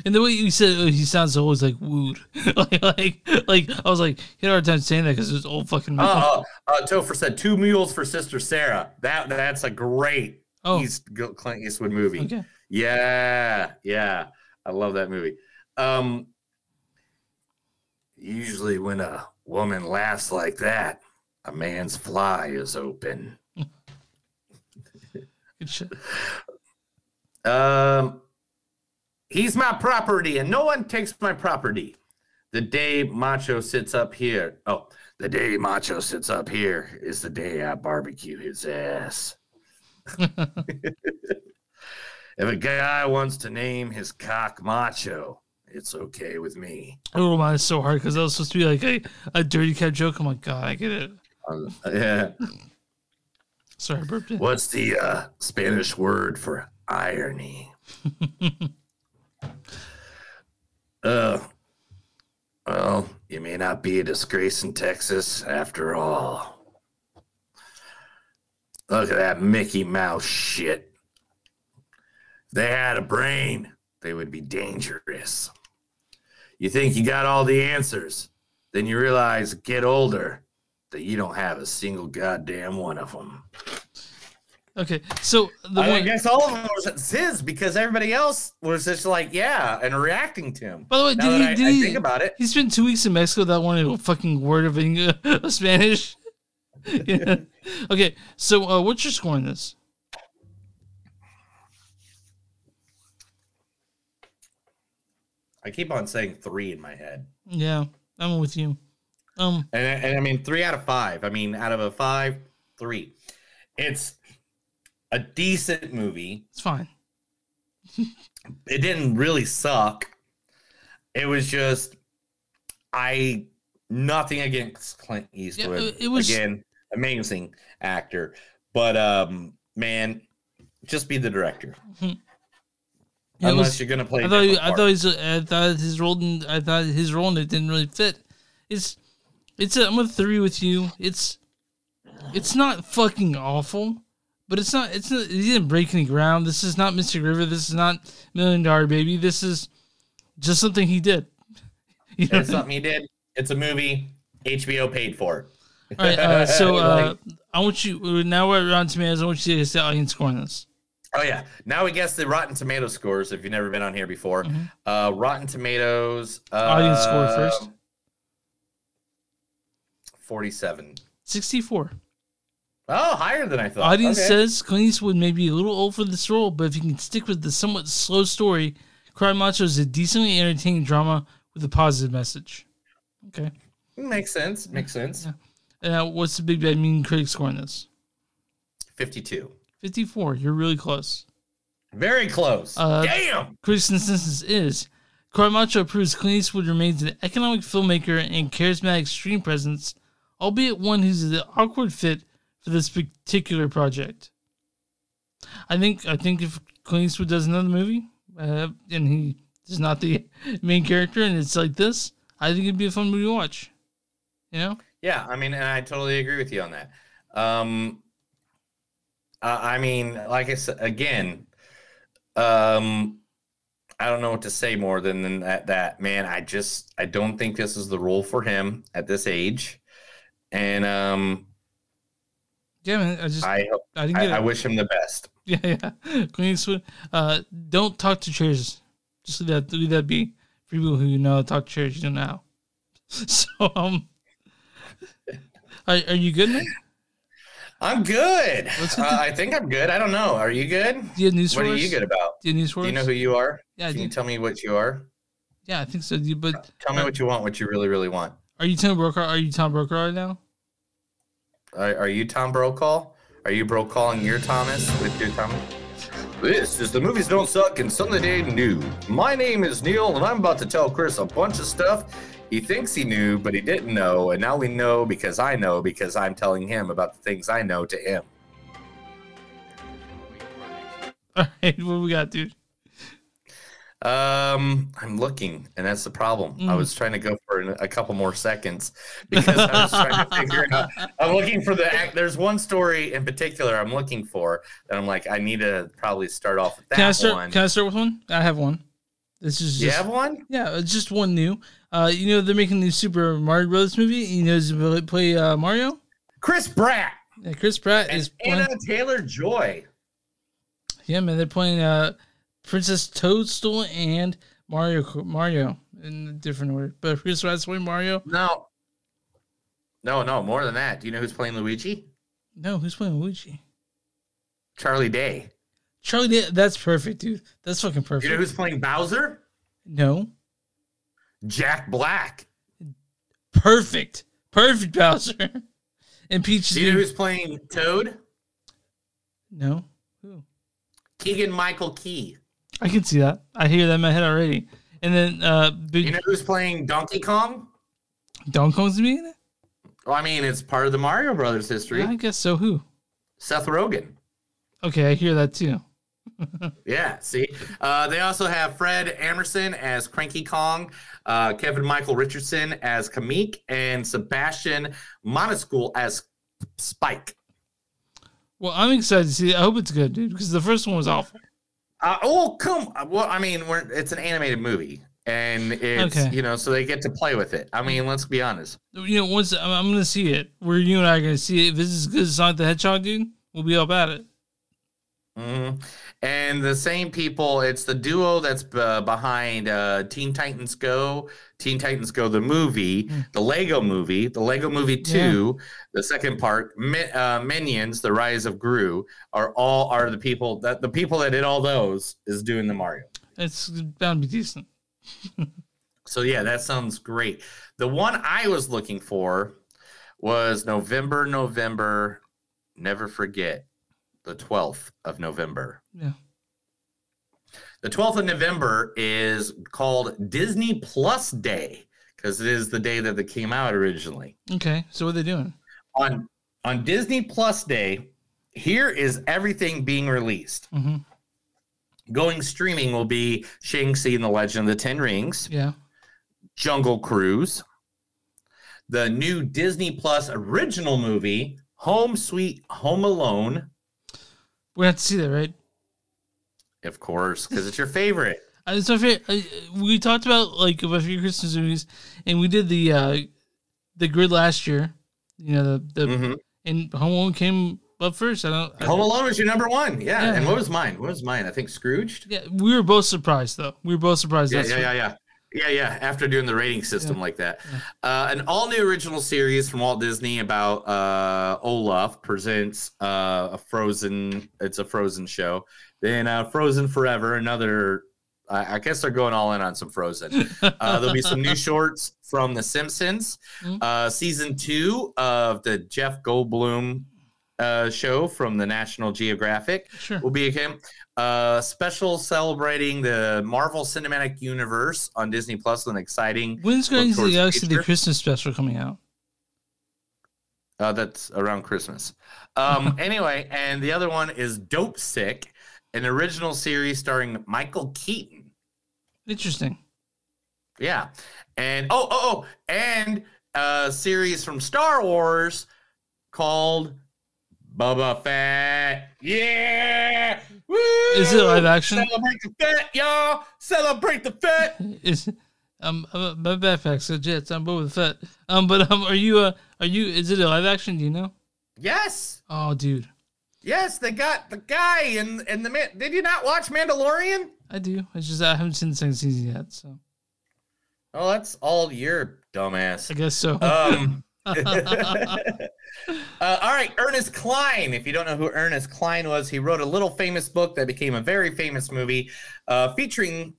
[SPEAKER 2] And the way you said it, he sounds always like wooed. like, like, like, I was like, he had a hard time saying that because it was old fucking movie.
[SPEAKER 1] Oh, uh, Topher said two mules for Sister Sarah. That that's a great
[SPEAKER 2] Oh.
[SPEAKER 1] East Clint Eastwood movie.
[SPEAKER 2] Okay.
[SPEAKER 1] Yeah, yeah, I love that movie. Um, usually, when a woman laughs like that, A man's fly is open.
[SPEAKER 2] Good shit.
[SPEAKER 1] Um, he's my property, and no one takes my property. The day Macho sits up here. Oh, the day Macho sits up here is the day I barbecue his ass. if a guy wants to name his cock Macho, it's okay with me.
[SPEAKER 2] Oh, mine is so hard because that was supposed to be like a, a dirty cat joke. I'm like, God, I get it.
[SPEAKER 1] Um, yeah.
[SPEAKER 2] Sorry, I burped it.
[SPEAKER 1] What's the uh, Spanish word for irony? uh, well, you may not be a disgrace in Texas after all. Look at that Mickey Mouse shit. If they had a brain, they would be dangerous. You think you got all the answers, then you realize, get older, that you don't have a single goddamn one of them.
[SPEAKER 2] Okay, so the
[SPEAKER 1] I
[SPEAKER 2] one.
[SPEAKER 1] guess all of them was his because everybody else was just like, yeah, and reacting to him.
[SPEAKER 2] By the way,
[SPEAKER 1] now
[SPEAKER 2] did he,
[SPEAKER 1] that I,
[SPEAKER 2] did
[SPEAKER 1] I
[SPEAKER 2] he
[SPEAKER 1] think about it,
[SPEAKER 2] He spent two weeks in Mexico without learning a fucking word of Eng- of Spanish. Yeah. Okay, so uh, what's your score on this?
[SPEAKER 1] I keep on saying three in my head,
[SPEAKER 2] Yeah, I'm with you. Um,
[SPEAKER 1] and I- and I mean three out of five. I mean out of a five, three. It's a decent movie.
[SPEAKER 2] it's fine.
[SPEAKER 1] It didn't really suck. It was just I nothing against Clint Eastwood.
[SPEAKER 2] it- it was-
[SPEAKER 1] again amazing actor, but um man, just be the director.
[SPEAKER 2] It
[SPEAKER 1] Unless
[SPEAKER 2] was-
[SPEAKER 1] you're gonna play.
[SPEAKER 2] I thought, he,
[SPEAKER 1] different
[SPEAKER 2] I
[SPEAKER 1] parts.
[SPEAKER 2] thought he's, I thought his role, didn't, I thought his role in it didn't really fit. It's, it's. A, I'm a three with you. It's, it's not fucking awful, but it's not. It's not. He didn't break any ground. This is not Mystic River. This is not Million Dollar Baby. This is just something he did. You know
[SPEAKER 1] It's something he did. It's a movie. HBO paid for it.
[SPEAKER 2] All right, uh, so uh,
[SPEAKER 1] Like-
[SPEAKER 2] I want you now we're around tomatoes. I want you to guess the audience score on this.
[SPEAKER 1] oh yeah. Now we guess the Rotten Tomato scores. If you've never been on here before, uh, Rotten Tomatoes uh,
[SPEAKER 2] Mm-hmm. Audience score first.
[SPEAKER 1] Forty-seven.
[SPEAKER 2] Sixty-four.
[SPEAKER 1] Oh, higher than I thought.
[SPEAKER 2] audience
[SPEAKER 1] Okay.
[SPEAKER 2] says Clint Eastwood may be a little old for this role, but if he can stick with the somewhat slow story, Cry Macho is a decently entertaining drama with a positive message. Okay.
[SPEAKER 1] makes sense. Makes sense.
[SPEAKER 2] And uh, what's the big bad mean critic score on this?
[SPEAKER 1] Fifty-two.
[SPEAKER 2] Fifty-four. You're really close.
[SPEAKER 1] Very close.
[SPEAKER 2] Uh,
[SPEAKER 1] Damn.
[SPEAKER 2] Critics' consensus is Cry Macho approves Clint Eastwood remains an economic filmmaker and charismatic screen presence, albeit one who's the awkward fit for this particular project. I think I think if Clint Eastwood does another movie uh, and he is not the main character and it's like this, I think it'd be a fun movie to watch. You know?
[SPEAKER 1] Yeah. I mean, and I totally agree with you on that. Um, uh, I mean, like I said again, um, I don't know what to say more than, than that. That man, I just I don't think this is the role for him at this age, and um,
[SPEAKER 2] Yeah, man. I just I,
[SPEAKER 1] I hope-
[SPEAKER 2] didn't
[SPEAKER 1] I,
[SPEAKER 2] get
[SPEAKER 1] I
[SPEAKER 2] it.
[SPEAKER 1] wish him the best.
[SPEAKER 2] Yeah, yeah. Clint Eastwood. Uh, don't talk to chairs. Just leave that leave that be. For people who know how to talk to chairs, you don't know. how. So um, are, are you good, man?
[SPEAKER 1] I'm good.
[SPEAKER 2] Let's get
[SPEAKER 1] Uh, I think I'm good. I don't know. Are you good?
[SPEAKER 2] Do you have news
[SPEAKER 1] What
[SPEAKER 2] for
[SPEAKER 1] are
[SPEAKER 2] us?
[SPEAKER 1] you good about?
[SPEAKER 2] Do you have news for
[SPEAKER 1] Do you know
[SPEAKER 2] us?
[SPEAKER 1] who you are?
[SPEAKER 2] Yeah, I
[SPEAKER 1] Can you
[SPEAKER 2] do.
[SPEAKER 1] tell me what you are?
[SPEAKER 2] yeah, I think so. Do you, but
[SPEAKER 1] Tell me what you want. What you really, really want.
[SPEAKER 2] are you Tom Brokaw? Are you Tom Brokaw right now?
[SPEAKER 1] Are, are you Tom Brokaw? Are you Brokaw and you're Thomas with your Thomas? This is the Movies Don't Suck and Sunday Day New. My name is Neil, and I'm about to tell Chris a bunch of stuff he thinks he knew, but he didn't know. And now we know because I know because I'm telling him about the things I know to him.
[SPEAKER 2] All right, what we got, dude?
[SPEAKER 1] Um, I'm looking, and that's the problem.
[SPEAKER 2] Mm.
[SPEAKER 1] I was trying to go for an, a couple more seconds because I was trying to figure out. I'm looking for the. act- There's one story in particular I'm looking for that I'm like, I need to probably start off with that
[SPEAKER 2] Can I start?
[SPEAKER 1] one.
[SPEAKER 2] Can I start with one? I have one. This is
[SPEAKER 1] Do you
[SPEAKER 2] just
[SPEAKER 1] have one?
[SPEAKER 2] yeah, it's just one new. Uh, you know they're making the Super Mario Brothers movie. You know, he's play uh, Mario.
[SPEAKER 1] Chris Bratt
[SPEAKER 2] Yeah, Chris Pratt is
[SPEAKER 1] and
[SPEAKER 2] playing.
[SPEAKER 1] Anna Taylor Joy.
[SPEAKER 2] Yeah, man, they're playing uh, Princess Toadstool and Mario Mario in a different order. But here's what I was playing Mario.
[SPEAKER 1] Now, No, no, more than that. Do you know who's playing Luigi?
[SPEAKER 2] No, who's playing Luigi?
[SPEAKER 1] Charlie Day.
[SPEAKER 2] Charlie, Day- that's perfect, dude. That's fucking
[SPEAKER 1] Do you
[SPEAKER 2] perfect.
[SPEAKER 1] know who's playing Bowser?
[SPEAKER 2] no,
[SPEAKER 1] Jack Black.
[SPEAKER 2] perfect, perfect Bowser. And Peach. is
[SPEAKER 1] Do you know
[SPEAKER 2] gonna-
[SPEAKER 1] who's playing Toad?
[SPEAKER 2] No,
[SPEAKER 1] Keegan Michael Key.
[SPEAKER 2] I can see that. I hear that in my head already. And then uh, Big
[SPEAKER 1] You know who's playing Donkey Kong?
[SPEAKER 2] Donkey Kong's gonna be in it.
[SPEAKER 1] Well, I mean, it's part of the Mario Brothers history.
[SPEAKER 2] I guess so. Who?
[SPEAKER 1] Seth Rogen.
[SPEAKER 2] Okay, I hear that too.
[SPEAKER 1] Yeah, see? Uh, they also have Fred Anderson as Cranky Kong, uh, Kevin Michael Richardson as Kamik, and Sebastian Monteschool as Spike.
[SPEAKER 2] Well, I'm excited to see. It. I hope it's good, dude, because the first one was awful.
[SPEAKER 1] Uh, oh, come. Well, I mean, we're, it's an animated movie, and it's,
[SPEAKER 2] Okay.
[SPEAKER 1] you know, so they get to play with it. I mean, let's be honest.
[SPEAKER 2] You know, once I'm, I'm gonna see it, where you and I are gonna see it. If this is good as Sonic the Hedgehog, dude, we'll be all about it.
[SPEAKER 1] Mhm. And the same people, it's the duo that's uh, behind uh, Teen Titans Go, Teen Titans Go, the movie, the Lego movie, the Lego movie 2, the second part, Mi- uh, Minions, The Rise of Gru, are all are the people that the people that did all those is doing the Mario.
[SPEAKER 2] It's bound to be decent.
[SPEAKER 1] So yeah, that sounds great. The one I was looking for was November, November, never forget, the 12th of November.
[SPEAKER 2] Yeah.
[SPEAKER 1] The 12th of November is called Disney Plus Day because it is the day that they came out originally.
[SPEAKER 2] Okay, so what are they doing?
[SPEAKER 1] On on Disney Plus Day, here is everything being released.
[SPEAKER 2] hmm
[SPEAKER 1] Going streaming will be Shang-Chi and the Legend of the Ten Rings,
[SPEAKER 2] Yeah.
[SPEAKER 1] Jungle Cruise, the new Disney Plus original movie, Home Sweet Home Alone,
[SPEAKER 2] We're gonna have to see that, right?
[SPEAKER 1] of course, because it's your favorite.
[SPEAKER 2] Uh, It's my favorite. uh, We talked about like about few Christmas movies, and we did the uh the grid last year. You know the the
[SPEAKER 1] Mhm.
[SPEAKER 2] and Home Alone came up first. I don't. I-
[SPEAKER 1] Home Alone was your number one. Yeah.
[SPEAKER 2] Yeah.
[SPEAKER 1] And what was mine? What was mine? I think Scrooged.
[SPEAKER 2] Yeah, we were both surprised though. We were both surprised.
[SPEAKER 1] Yeah,
[SPEAKER 2] that's
[SPEAKER 1] yeah, yeah, yeah. Yeah, yeah. After doing the rating system like that, uh, an all-new original series from Walt Disney about uh, Olaf presents uh, a Frozen. It's a Frozen show. Then uh, Frozen Forever. Another. I I guess they're going all in on some Frozen. Uh, there'll be some new shorts from The Simpsons, uh, season two of the Jeff Goldblum uh, show from the National Geographic
[SPEAKER 2] Sure.
[SPEAKER 1] will be a game. Uh, special celebrating the Marvel Cinematic Universe on Disney Plus with an exciting
[SPEAKER 2] When's
[SPEAKER 1] look
[SPEAKER 2] Guardians of the
[SPEAKER 1] towards
[SPEAKER 2] Galaxy the
[SPEAKER 1] future.
[SPEAKER 2] Christmas special coming out?
[SPEAKER 1] Uh, that's around Christmas. Um, anyway, and the other one is Dope Sick, an original series starring Michael Keaton.
[SPEAKER 2] Interesting.
[SPEAKER 1] Yeah, and oh oh oh, and a series from Star Wars called Bubba Fett. Yeah, Woo!
[SPEAKER 2] Is it live action?
[SPEAKER 1] Celebrate the Fett, y'all! Celebrate the Fett.
[SPEAKER 2] Is um uh, my backpack's legit. so I'm both with Fett. Um, but um, are you uh are you? Is it a live action? Do you know?
[SPEAKER 1] Yes.
[SPEAKER 2] Oh, dude,
[SPEAKER 1] Yes, they got the guy and and the man. Did you not watch Mandalorian?
[SPEAKER 2] I do. It's just I haven't seen the second season yet, so
[SPEAKER 1] Oh, that's all your dumbass.
[SPEAKER 2] I guess so.
[SPEAKER 1] Um, uh, all right, Ernest Klein. If you don't know who Ernest Klein was, he wrote a little famous book that became a very famous movie uh, featuring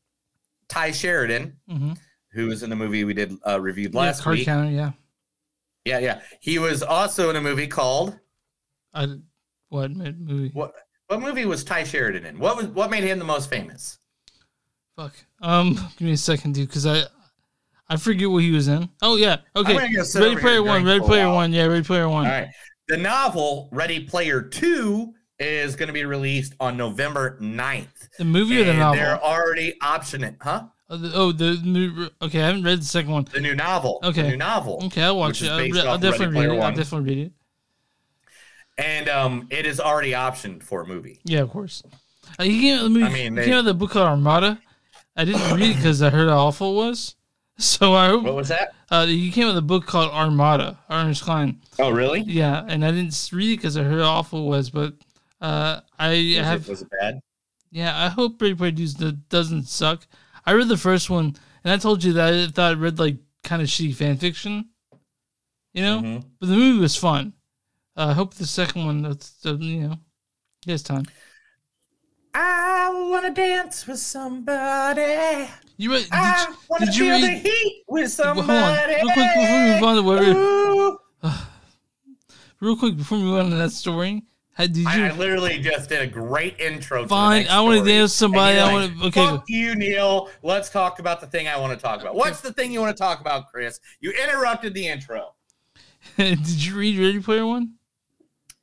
[SPEAKER 1] Ty Sheridan,
[SPEAKER 2] Mhm.
[SPEAKER 1] who was in the movie we did uh, reviewed
[SPEAKER 2] Yeah,
[SPEAKER 1] last
[SPEAKER 2] card
[SPEAKER 1] week.
[SPEAKER 2] counter. Yeah.
[SPEAKER 1] Yeah, yeah. He was also in a movie called
[SPEAKER 2] I what mo- movie?
[SPEAKER 1] what? What movie was Ty Sheridan in? What was what made him the most famous?
[SPEAKER 2] Fuck. Um, give me a second, dude, because I I forget what he was in. Oh yeah. Okay.
[SPEAKER 1] gonna go sit over
[SPEAKER 2] Ready
[SPEAKER 1] here Oh,
[SPEAKER 2] Player
[SPEAKER 1] and
[SPEAKER 2] One.
[SPEAKER 1] drink
[SPEAKER 2] Ready
[SPEAKER 1] for a
[SPEAKER 2] Player
[SPEAKER 1] while.
[SPEAKER 2] One. Yeah. Ready Player One.
[SPEAKER 1] All right. The novel Ready Player 2 is going to be released on November 9th.
[SPEAKER 2] The movie or the
[SPEAKER 1] and
[SPEAKER 2] novel?
[SPEAKER 1] They're already optioning, huh?
[SPEAKER 2] Oh, the, oh, the new. Okay, I haven't read the second one.
[SPEAKER 1] The new novel. the
[SPEAKER 2] Okay.
[SPEAKER 1] new novel.
[SPEAKER 2] Okay, I'll
[SPEAKER 1] which
[SPEAKER 2] watch
[SPEAKER 1] is
[SPEAKER 2] it. I'll,
[SPEAKER 1] based
[SPEAKER 2] re- I'll
[SPEAKER 1] off Ready
[SPEAKER 2] definitely
[SPEAKER 1] Player
[SPEAKER 2] read it. I'll
[SPEAKER 1] One.
[SPEAKER 2] definitely read it.
[SPEAKER 1] And um, it is already optioned for a movie.
[SPEAKER 2] Yeah, of course. Uh, he came out with the movie.
[SPEAKER 1] I mean,
[SPEAKER 2] he
[SPEAKER 1] they-
[SPEAKER 2] came out with a book called Armada. I didn't read it because I heard how awful it was. So I
[SPEAKER 1] What
[SPEAKER 2] hope
[SPEAKER 1] was that?
[SPEAKER 2] uh, he came out with a book called Armada. Ernest Klein.
[SPEAKER 1] Oh, really?
[SPEAKER 2] Yeah, and I didn't s- read it because I heard how awful it was. But uh, I
[SPEAKER 1] Was
[SPEAKER 2] have
[SPEAKER 1] it, was it bad?
[SPEAKER 2] Yeah, I hope Ready Player Two do- doesn't suck. I read the first one, and I told you that I thought I read like kind of shitty fan fiction. you know.
[SPEAKER 1] Mm-hmm.
[SPEAKER 2] But the movie was fun. Uh, I hope the second one, that's uh, you know, this time.
[SPEAKER 1] I wanna dance with somebody.
[SPEAKER 2] You read? Did,
[SPEAKER 1] I wanna
[SPEAKER 2] did you
[SPEAKER 1] feel
[SPEAKER 2] read?
[SPEAKER 1] Ah, the heat with
[SPEAKER 2] Well, Hold on,
[SPEAKER 1] somebody.
[SPEAKER 2] real quick before we move on to whatever. real quick before we move on to that story, how did you?
[SPEAKER 1] I, I literally just did a great intro. to the
[SPEAKER 2] Fine,
[SPEAKER 1] next
[SPEAKER 2] I wanna
[SPEAKER 1] story.
[SPEAKER 2] dance somebody,
[SPEAKER 1] And
[SPEAKER 2] I
[SPEAKER 1] you're
[SPEAKER 2] wanna- okay.
[SPEAKER 1] Fuck you, Neil. Let's talk about the thing I want to talk about. What's the thing you want to talk about, Chris? You interrupted the intro.
[SPEAKER 2] did you read Ready Player One?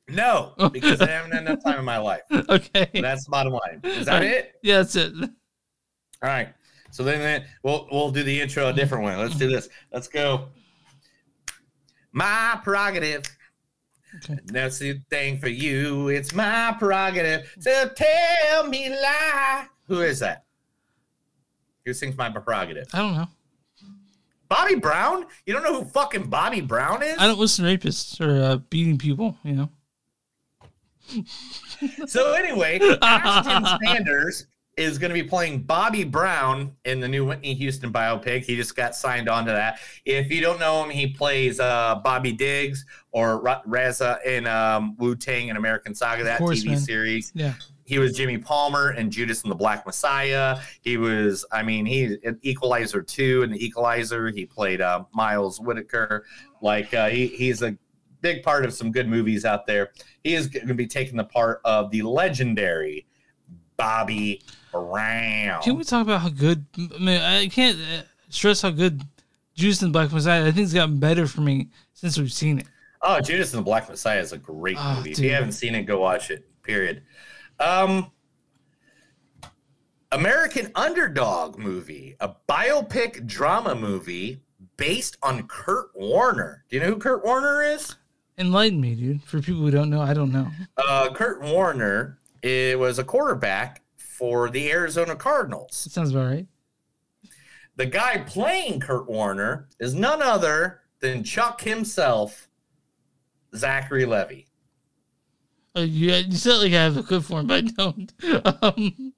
[SPEAKER 1] No, because I haven't had enough time in my life.
[SPEAKER 2] Okay,
[SPEAKER 1] that's the bottom line. Is that it?
[SPEAKER 2] Yeah, that's it.
[SPEAKER 1] All right. So then, then we'll we'll do the intro a different way. Let's do this. Let's go. My prerogative. That's the thing for you. It's my prerogative. So tell me lie. Who is that? Who sings my prerogative?
[SPEAKER 2] I don't know.
[SPEAKER 1] Bobby Brown? You don't know who fucking Bobby Brown is?
[SPEAKER 2] I don't listen to rapists or uh, beating people. You know.
[SPEAKER 1] So anyway, Ashton Sanders is going to be playing Bobby Brown in the new Whitney Houston biopic. He just got signed on to that. If you don't know him, he plays uh, Bobby Diggs or Ra- Reza in um, Wu Tang and American Saga, that
[SPEAKER 2] course,
[SPEAKER 1] TV
[SPEAKER 2] man.
[SPEAKER 1] series.
[SPEAKER 2] Yeah.
[SPEAKER 1] He was Jimmy Palmer and Judas and the Black Messiah. He was, I mean, he in Equalizer two and the Equalizer. He played uh, Miles Whitaker. Like uh, he, he's a big part of some good movies out there. He is going to be taking the part of the legendary Bobby Brown.
[SPEAKER 2] Can we talk about how good? I mean, I can't uh, stress how good Juice and Black Messiah. I think it's gotten better for me since we've seen it.
[SPEAKER 1] Oh, Judas and the Black Messiah is a great
[SPEAKER 2] Oh,
[SPEAKER 1] movie. If you
[SPEAKER 2] dude.
[SPEAKER 1] haven't seen it, go watch it. Period. Um, American Underdog movie, a biopic drama movie based on Kurt Warner. Do you know who Kurt Warner is?
[SPEAKER 2] Enlighten me, dude. For people who don't know, I don't know.
[SPEAKER 1] Uh, Kurt Warner it was a quarterback for the Arizona Cardinals.
[SPEAKER 2] Sounds about right.
[SPEAKER 1] The guy playing Kurt Warner is none other than Chuck himself, Zachary Levy.
[SPEAKER 2] Uh, you, you said like I have a good form, but I don't. Um,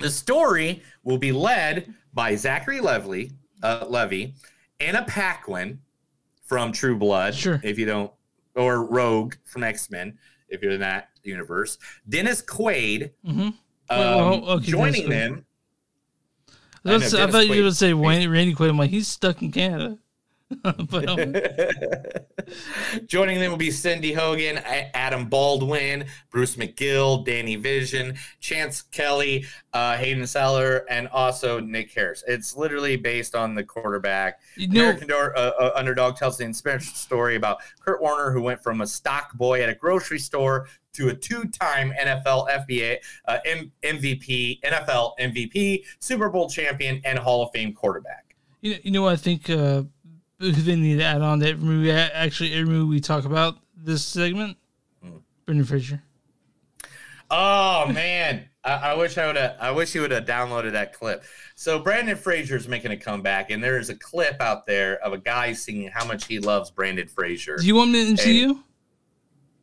[SPEAKER 1] The story will be led by Zachary Levy, uh, Levy, Anna Paquin from True Blood, sure. if you don't, or Rogue from X Men, if you're in that universe. Dennis Quaid
[SPEAKER 2] mhm.
[SPEAKER 1] um,
[SPEAKER 2] Well, well, okay,
[SPEAKER 1] joining
[SPEAKER 2] that's
[SPEAKER 1] them.
[SPEAKER 2] good. I, was-
[SPEAKER 1] I know,
[SPEAKER 2] I thought
[SPEAKER 1] Dennis
[SPEAKER 2] you
[SPEAKER 1] Quaid.
[SPEAKER 2] would say Wayne, Randy Quaid. I'm like he's stuck in Canada. but um,
[SPEAKER 1] Joining them will be Cindy Hogan, A- Adam Baldwin, Bruce McGill, Danny Vision, Chance Kelly, uh, Hayden Seller, and also Nick Harris. It's literally based on the quarterback.
[SPEAKER 2] You know-
[SPEAKER 1] American Door- uh, uh, Underdog tells the inspiration story about Kurt Warner, who went from a stock boy at a grocery store to a two-time NFL FBA, uh, M- MVP, NFL MVP, Super Bowl champion, and Hall of Fame quarterback.
[SPEAKER 2] you know, you know what I think uh, they need to add on to every movie. Actually, every movie we talk about this segment,
[SPEAKER 1] Hmm.
[SPEAKER 2] Brendan Fraser.
[SPEAKER 1] Oh man, I, I wish I would have. I wish you would have downloaded that clip. So Brandon Fraser is making a comeback, and there is a clip out there of a guy singing how much he loves Brandon Fraser.
[SPEAKER 2] Do you want me to interview
[SPEAKER 1] Hey.
[SPEAKER 2] you?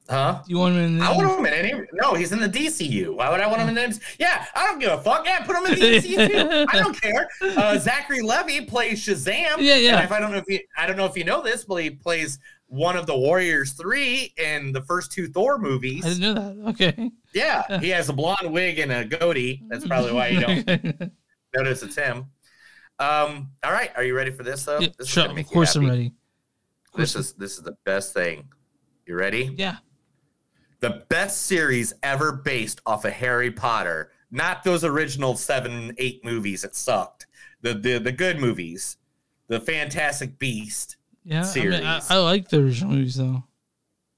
[SPEAKER 1] Huh?
[SPEAKER 2] You want him in?
[SPEAKER 1] I want him in any. No, he's in the DCU. Why would I want him in the? MC? Yeah, I don't give a fuck. Yeah, put him in the DCU. I don't care. Uh, Zachary Levy plays Shazam.
[SPEAKER 2] Yeah, yeah.
[SPEAKER 1] And if I don't know if you, I don't know if you know this, but he plays one of the Warriors Three in the first two Thor movies.
[SPEAKER 2] I didn't know that. Okay.
[SPEAKER 1] Yeah, he has a blonde wig and a goatee. That's probably why you don't notice it's him. Um, all right, are you ready for this though? this
[SPEAKER 2] Sure,
[SPEAKER 1] gonna make
[SPEAKER 2] of
[SPEAKER 1] you
[SPEAKER 2] course I'm
[SPEAKER 1] happy.
[SPEAKER 2] ready.
[SPEAKER 1] This is this is the best thing. You ready?
[SPEAKER 2] Yeah.
[SPEAKER 1] The best series ever based off of Harry Potter. Not those original seven, eight movies that sucked. The the the good movies, the Fantastic Beast
[SPEAKER 2] Yeah, I, mean,
[SPEAKER 1] series.
[SPEAKER 2] I, I like the original movies though.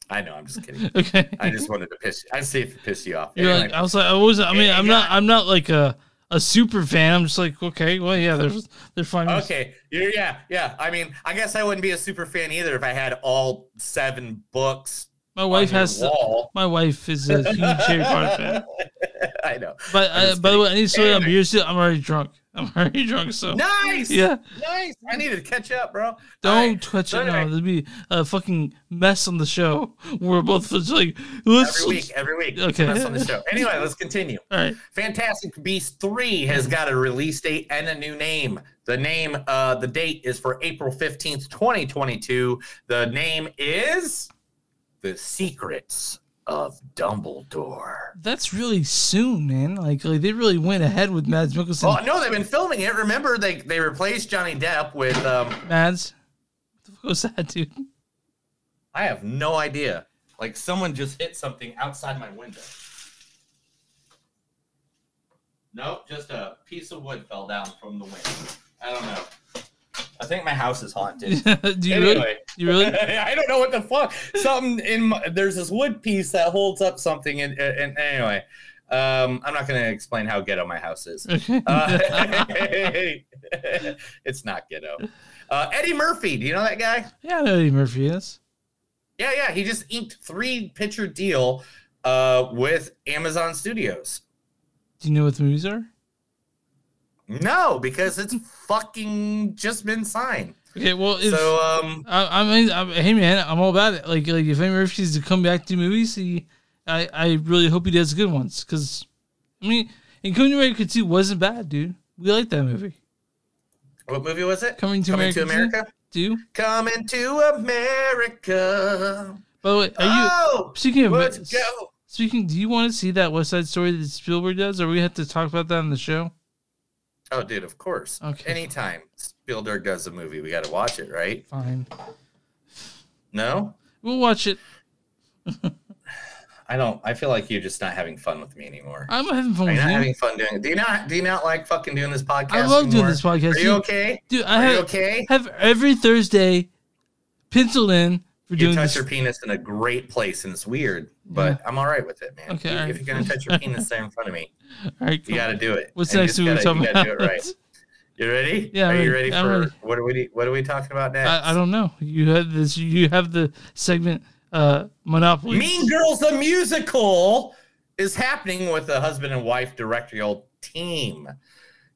[SPEAKER 1] I know, I'm just kidding.
[SPEAKER 2] Okay.
[SPEAKER 1] I just wanted to piss. I see if it pissed you off.
[SPEAKER 2] You're
[SPEAKER 1] Anyway.
[SPEAKER 2] like, I was like, I was. I mean, I'm not. I'm not like a a super fan. I'm just like, okay, well, yeah, they're they're fine. movies.
[SPEAKER 1] Okay. You're, yeah. Yeah. I mean, I guess I wouldn't be a super fan either if I had all seven books.
[SPEAKER 2] My wife
[SPEAKER 1] on your
[SPEAKER 2] has.
[SPEAKER 1] Wall.
[SPEAKER 2] My wife is a huge Harry Potter fan.
[SPEAKER 1] I know.
[SPEAKER 2] But
[SPEAKER 1] I'm
[SPEAKER 2] uh,
[SPEAKER 1] just
[SPEAKER 2] by the
[SPEAKER 1] kidding.
[SPEAKER 2] way, uh, I need to slow down.
[SPEAKER 1] Anyway,
[SPEAKER 2] But you're still. I'm already drunk. I'm already drunk, so
[SPEAKER 1] Nice.
[SPEAKER 2] Yeah.
[SPEAKER 1] Nice. I need to catch up, bro.
[SPEAKER 2] Don't touch it. No, there'd be a fucking mess on the show. We're both just like let's,
[SPEAKER 1] Every week, every week.
[SPEAKER 2] Okay.
[SPEAKER 1] That's on the show. Anyway, let's continue.
[SPEAKER 2] All right.
[SPEAKER 1] Fantastic Beasts 3 has got a release date and a new name. The name, uh, the date is for April 15th, 2022. The name is The Secrets of Dumbledore.
[SPEAKER 2] That's really soon, man. Like, like they really went ahead with Mads Mikkelsen.
[SPEAKER 1] Well, Oh, no, they've been filming it. Remember, they, they replaced Johnny Depp with. Um,
[SPEAKER 2] Mads, what the fuck was that, dude?
[SPEAKER 1] I have no idea. Like, someone just hit something outside my window. Nope, just a piece of wood fell down from the wind. I don't know. I think my house is haunted.
[SPEAKER 2] Do you really? You really?
[SPEAKER 1] I don't know what the fuck. Something in my, there's this wood piece that holds up something, and, and anyway, um, I'm not going to explain how ghetto my house is.
[SPEAKER 2] Okay.
[SPEAKER 1] Uh, it's not ghetto. Uh, Eddie Murphy, do you know that guy?
[SPEAKER 2] yeah, I know Eddie Murphy is.
[SPEAKER 1] Yeah, yeah. He just inked three picture deal uh, with Amazon Studios.
[SPEAKER 2] Do you know what the movies are?
[SPEAKER 1] No, because it's fucking just been signed.
[SPEAKER 2] Okay, well, if,
[SPEAKER 1] So um,
[SPEAKER 2] I, I mean, I'm, hey man, I'm all about it. Like, like if Eddie Murphy is to come back to movies, he, I, I really hope he does good ones. Cause, I mean, and Coming to America Two wasn't bad, dude. We like that movie.
[SPEAKER 1] what movie was it?
[SPEAKER 2] Coming to America, Two.
[SPEAKER 1] Coming to America.
[SPEAKER 2] By the way, are you
[SPEAKER 1] oh,
[SPEAKER 2] speaking of
[SPEAKER 1] let's
[SPEAKER 2] s-
[SPEAKER 1] go.
[SPEAKER 2] speaking? Do you want to see that West Side Story that Spielberg does? Or we have to talk about that on the show?
[SPEAKER 1] Oh, dude, of course.
[SPEAKER 2] Okay.
[SPEAKER 1] Anytime Spielberg does a movie, we got to watch it, right?
[SPEAKER 2] Fine,
[SPEAKER 1] No,
[SPEAKER 2] we'll watch it.
[SPEAKER 1] I don't. I feel like you're just not having fun with me anymore.
[SPEAKER 2] I'm having fun
[SPEAKER 1] Are you
[SPEAKER 2] with
[SPEAKER 1] not
[SPEAKER 2] you,
[SPEAKER 1] having fun doing it? Do you not? Do you not like fucking doing this podcast?
[SPEAKER 2] I love doing
[SPEAKER 1] anymore?
[SPEAKER 2] this podcast.
[SPEAKER 1] Are you
[SPEAKER 2] You-
[SPEAKER 1] okay?
[SPEAKER 2] dude. I
[SPEAKER 1] Are
[SPEAKER 2] have
[SPEAKER 1] you okay?
[SPEAKER 2] have every Thursday penciled in for
[SPEAKER 1] You
[SPEAKER 2] doing
[SPEAKER 1] touch
[SPEAKER 2] this.
[SPEAKER 1] your penis in a great place, and it's weird, but I'm all right with it, man.
[SPEAKER 2] Okay,
[SPEAKER 1] You-
[SPEAKER 2] all
[SPEAKER 1] if
[SPEAKER 2] right.
[SPEAKER 1] you're gonna touch your penis there in front of me,
[SPEAKER 2] All right,
[SPEAKER 1] you
[SPEAKER 2] cool.
[SPEAKER 1] got to do it.
[SPEAKER 2] What's
[SPEAKER 1] And you
[SPEAKER 2] next
[SPEAKER 1] just
[SPEAKER 2] movie we're
[SPEAKER 1] gotta-
[SPEAKER 2] talking
[SPEAKER 1] you
[SPEAKER 2] about?
[SPEAKER 1] gotta do it right. You ready?
[SPEAKER 2] Yeah, I'm
[SPEAKER 1] Are you
[SPEAKER 2] ready.
[SPEAKER 1] ready
[SPEAKER 2] I'm
[SPEAKER 1] for
[SPEAKER 2] ready.
[SPEAKER 1] what are we what are we talking about next?
[SPEAKER 2] I, I don't know. You have this. You have the segment uh Monopoly.
[SPEAKER 1] Mean Girls the musical is happening with a husband and wife directorial team.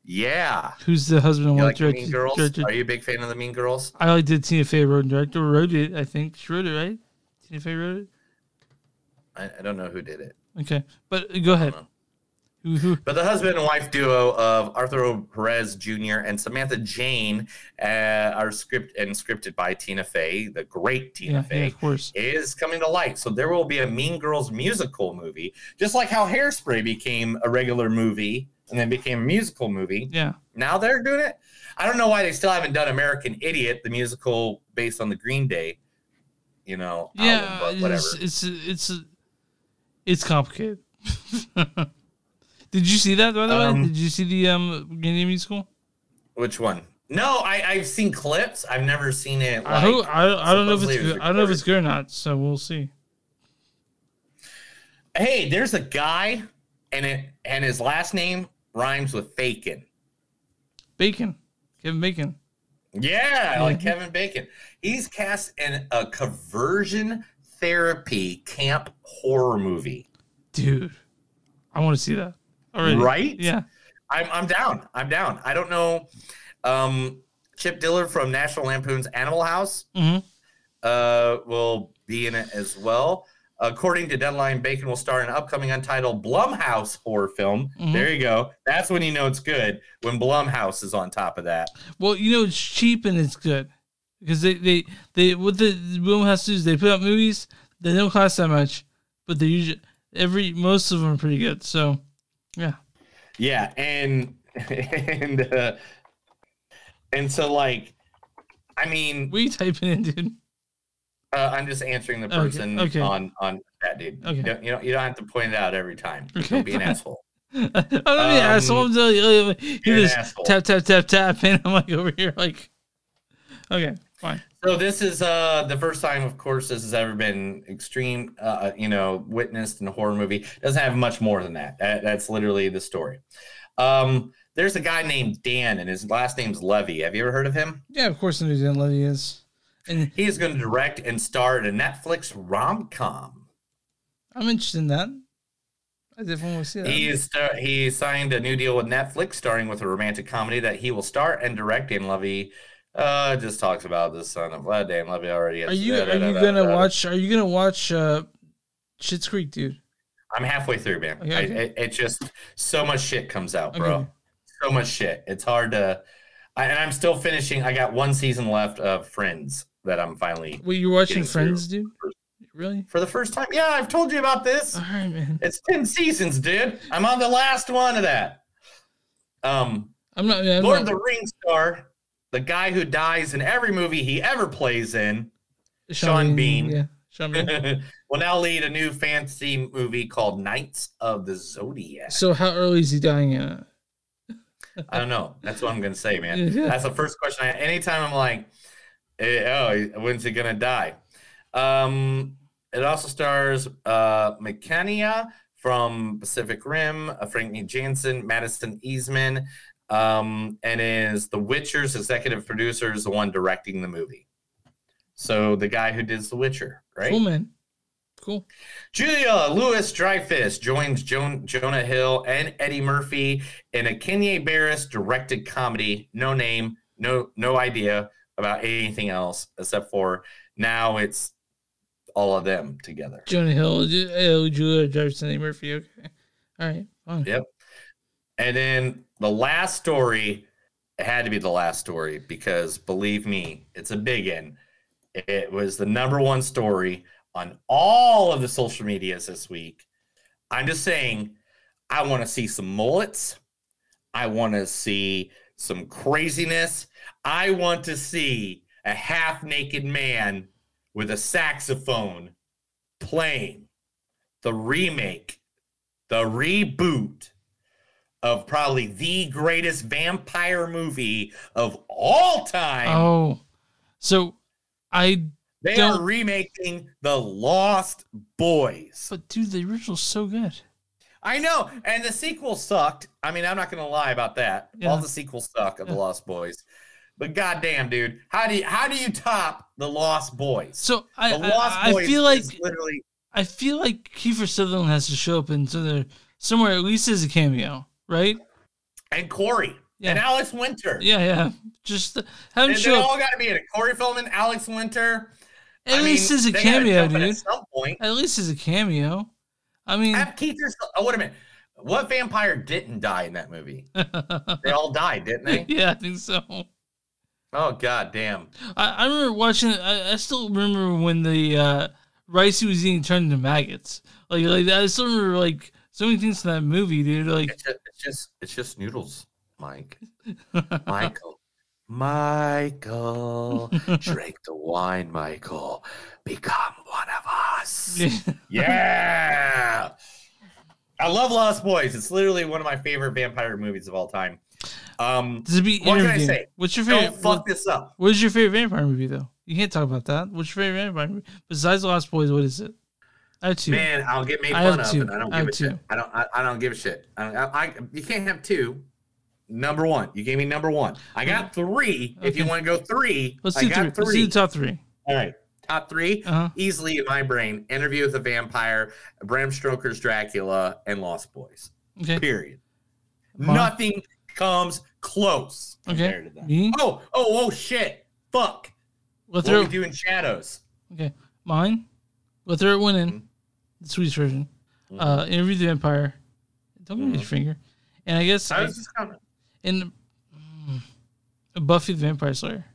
[SPEAKER 1] Yeah.
[SPEAKER 2] Who's the husband and
[SPEAKER 1] You
[SPEAKER 2] wife
[SPEAKER 1] like
[SPEAKER 2] director?
[SPEAKER 1] Mean Girls?
[SPEAKER 2] director-
[SPEAKER 1] Are you a big fan of the Mean Girls?
[SPEAKER 2] I like did Tina Fey wrote and director wrote it. I think she wrote it, right? Tina Fey wrote it.
[SPEAKER 1] I, I don't know who did it.
[SPEAKER 2] Okay, but uh, go ahead. Who, who,
[SPEAKER 1] But the husband and wife duo of Arthur Perez Jr. and Samantha Jane uh, are script and scripted by Tina Fey, the great Tina
[SPEAKER 2] yeah, yeah,
[SPEAKER 1] Fey.
[SPEAKER 2] of course.
[SPEAKER 1] Is coming to light. So there will be a Mean Girls musical movie, just like how Hairspray became a regular movie and then became a musical movie.
[SPEAKER 2] Yeah,
[SPEAKER 1] Now they're doing it. I don't know why they still haven't done American Idiot, the musical based on the Green Day, you know,
[SPEAKER 2] yeah.
[SPEAKER 1] album, but whatever.
[SPEAKER 2] it's, it's it's it's complicated. did you see that by the
[SPEAKER 1] Um,
[SPEAKER 2] way? Did you see the um Indian musical?
[SPEAKER 1] Which one? No, I, I've seen clips. I've never seen it.
[SPEAKER 2] I, hope,
[SPEAKER 1] like,
[SPEAKER 2] I, I don't know if it's
[SPEAKER 1] supposedly it was
[SPEAKER 2] good. I don't know if it's
[SPEAKER 1] recorded.
[SPEAKER 2] good or not. So we'll see.
[SPEAKER 1] Hey, there's a guy, and it and his last name rhymes with Bacon.
[SPEAKER 2] Bacon, Kevin Bacon.
[SPEAKER 1] Yeah, like
[SPEAKER 2] Mhm.
[SPEAKER 1] Kevin Bacon. He's cast in a conversion therapy camp horror movie.
[SPEAKER 2] dude, I want to see that already.
[SPEAKER 1] Right?
[SPEAKER 2] Yeah.
[SPEAKER 1] I'm I'm down. I'm down. I don't know. Um, Chip Dillard from National Lampoon's Animal House
[SPEAKER 2] hmm
[SPEAKER 1] uh, will be in it as well. According to Deadline, Bacon will star in an upcoming untitled Blumhouse horror film.
[SPEAKER 2] Mhm.
[SPEAKER 1] There you go. That's when you know it's good when Blumhouse is on top of that.
[SPEAKER 2] Well, you know it's cheap and it's good because they they they what the boom has to do is they put out movies they don't cost that much, but they usually every most of them are pretty good. So yeah,
[SPEAKER 1] Yeah, and and uh, and so like, I mean,
[SPEAKER 2] we typing in, dude.
[SPEAKER 1] uh, I'm just answering the
[SPEAKER 2] Okay,
[SPEAKER 1] person
[SPEAKER 2] okay.
[SPEAKER 1] on on that dude.
[SPEAKER 2] Okay.
[SPEAKER 1] You, don't, you don't you don't have to point it out every time.
[SPEAKER 2] Okay,
[SPEAKER 1] Don't be an
[SPEAKER 2] fine.
[SPEAKER 1] asshole.
[SPEAKER 2] I don't mean asshole. I'm telling you, "Oh, like, you
[SPEAKER 1] Um, You're an
[SPEAKER 2] just
[SPEAKER 1] asshole.
[SPEAKER 2] tap tap tap tap, and I'm like over here like, okay, fine.
[SPEAKER 1] So this is uh the first time, of course, this has ever been extreme, uh, you know, witnessed in a horror movie. Doesn't have much more than that. That- that's literally the story. Um, there's a guy named Dan, and his last name's Levy. Have you ever heard of him?
[SPEAKER 2] Yeah, of course, the New Zealand lady is, and
[SPEAKER 1] He is going to direct and star in a Netflix rom com.
[SPEAKER 2] I'm interested in that. I definitely want to see that.
[SPEAKER 1] He is uh, he signed a new deal with Netflix, starting with a romantic comedy that he will star and direct. Dan Levy uh, just talks about this son of uh, Dan Levy already.
[SPEAKER 2] Are you are you gonna watch? Are you gonna watch uh, Shit's Creek, dude?
[SPEAKER 1] I'm halfway through, man.
[SPEAKER 2] Okay,
[SPEAKER 1] I,
[SPEAKER 2] okay.
[SPEAKER 1] it, it just so much shit comes out, bro.
[SPEAKER 2] Okay.
[SPEAKER 1] So much shit. It's hard to. I, and I'm still finishing. I got one season left of Friends that I'm finally.
[SPEAKER 2] Wait, you're watching
[SPEAKER 1] getting through.
[SPEAKER 2] Friends, dude? Really?
[SPEAKER 1] For the first time? Yeah, I've told you about this.
[SPEAKER 2] All right, man.
[SPEAKER 1] It's ten seasons, dude. I'm on the last one of that. Um,
[SPEAKER 2] I'm not. I'm
[SPEAKER 1] Lord
[SPEAKER 2] not-
[SPEAKER 1] of the Rings star, the guy who dies in every movie he ever plays in, Sean, Bean,
[SPEAKER 2] Yeah, Sean Bean.
[SPEAKER 1] will now lead a new fantasy movie called Knights of the Zodiac.
[SPEAKER 2] so how early is he dying in it?
[SPEAKER 1] I don't know. That's what I'm gonna say, man.
[SPEAKER 2] Yeah.
[SPEAKER 1] That's the first question. I, anytime I'm like, eh, oh, when's he gonna die? Um, it also stars uh, McKenna from Pacific Rim, uh, Frankie Jansen, Madison Easman, um, and is The Witcher's executive producer is the one directing the movie. So the guy who did The Witcher, right?
[SPEAKER 2] Cool, man. Cool.
[SPEAKER 1] Julia Lewis Dreyfus joins Joan, Jonah Hill and Eddie Murphy in a Kenya Barris directed comedy. No name, no no idea about anything else except for now it's all of them together.
[SPEAKER 2] Jonah Hill, Ju- oh, Julia Jefferson, Eddie Murphy. Okay. All right. Fine.
[SPEAKER 1] Yep. And then the last story it had to be the last story because believe me, it's a big one. It was the number one story on all of the social medias this week. I'm just saying, I want to see some mullets. I want to see some craziness. I want to see a half naked man with a saxophone playing the remake, the reboot of probably the greatest vampire movie of all time.
[SPEAKER 2] Oh, so I
[SPEAKER 1] they
[SPEAKER 2] don't.
[SPEAKER 1] are remaking The Lost Boys.
[SPEAKER 2] but dude, the original's so good.
[SPEAKER 1] I know, and the sequel sucked. I mean, I'm not going to lie about that. All
[SPEAKER 2] Yeah.
[SPEAKER 1] the sequels suck of The
[SPEAKER 2] Yeah.
[SPEAKER 1] Lost Boys. But goddamn, dude, how do you, how do you top The Lost Boys?
[SPEAKER 2] So I,
[SPEAKER 1] the Lost
[SPEAKER 2] I, I feel like
[SPEAKER 1] is literally
[SPEAKER 2] I feel like Kiefer Sutherland has to show up in somewhere, somewhere at least as a cameo, right?
[SPEAKER 1] and Corey
[SPEAKER 2] Yeah.
[SPEAKER 1] and Alex Winter.
[SPEAKER 2] Yeah, yeah. Just the- have him
[SPEAKER 1] They, they
[SPEAKER 2] show
[SPEAKER 1] all
[SPEAKER 2] up
[SPEAKER 1] got to be in it. Corey Feldman, Alex Winter.
[SPEAKER 2] at least as a
[SPEAKER 1] they gotta
[SPEAKER 2] cameo,
[SPEAKER 1] jump in
[SPEAKER 2] dude.
[SPEAKER 1] At some point,
[SPEAKER 2] At least as a cameo. I mean,
[SPEAKER 1] have Kiefer. Oh, wait a minute. What vampire didn't die in that movie? they all died, didn't they?
[SPEAKER 2] yeah, I think so.
[SPEAKER 1] Oh god damn!
[SPEAKER 2] I, I remember watching. I, I still remember when the uh, rice he was eating turned into maggots. Like, like I still remember like so many things in that movie, dude. Like,
[SPEAKER 1] It's just, it's just, it's just noodles, Mike. Michael, Michael, drink the wine, Michael. Become one of us. Yeah. I love Lost Boys. It's literally one of my favorite vampire movies of all time. Um,
[SPEAKER 2] does it be
[SPEAKER 1] What can I
[SPEAKER 2] interview?
[SPEAKER 1] say?
[SPEAKER 2] What's your
[SPEAKER 1] don't
[SPEAKER 2] favorite?
[SPEAKER 1] fuck this up.
[SPEAKER 2] What is your favorite vampire movie though? You can't talk about that. What's your favorite vampire movie besides The Lost Boys? What is it? I have two.
[SPEAKER 1] Man, I'll get made
[SPEAKER 2] I
[SPEAKER 1] fun
[SPEAKER 2] have
[SPEAKER 1] of,
[SPEAKER 2] two.
[SPEAKER 1] and I don't
[SPEAKER 2] I
[SPEAKER 1] give
[SPEAKER 2] have
[SPEAKER 1] a shit.
[SPEAKER 2] two.
[SPEAKER 1] I don't. I, I don't give a shit. I, I, I- you can't have two. Number one, you gave me number one. I got three. If you
[SPEAKER 2] Mm. Okay.
[SPEAKER 1] want to go three,
[SPEAKER 2] Let's
[SPEAKER 1] I
[SPEAKER 2] do three.
[SPEAKER 1] got
[SPEAKER 2] Let's do the top three.
[SPEAKER 1] All right, top 3
[SPEAKER 2] Uh-huh.
[SPEAKER 1] easily in my brain: Interview with a Vampire, Bram Stoker's Dracula, and Lost Boys.
[SPEAKER 2] Okay.
[SPEAKER 1] Period.
[SPEAKER 2] Wow.
[SPEAKER 1] Nothing comes close compared
[SPEAKER 2] Okay.
[SPEAKER 1] to that.
[SPEAKER 2] Me?
[SPEAKER 1] Oh, oh, oh, shit! Fuck!
[SPEAKER 2] What
[SPEAKER 1] What are
[SPEAKER 2] throw?
[SPEAKER 1] we doing? Shadows.
[SPEAKER 2] Okay. Mine. What throw it went
[SPEAKER 1] Mm-hmm.
[SPEAKER 2] in. The Swedish version. Uh, interview the vampire. Don't give me
[SPEAKER 1] Mm-hmm.
[SPEAKER 2] your finger. And I guess
[SPEAKER 1] I
[SPEAKER 2] I,
[SPEAKER 1] was just kind of
[SPEAKER 2] and mm, Buffy the Vampire Slayer.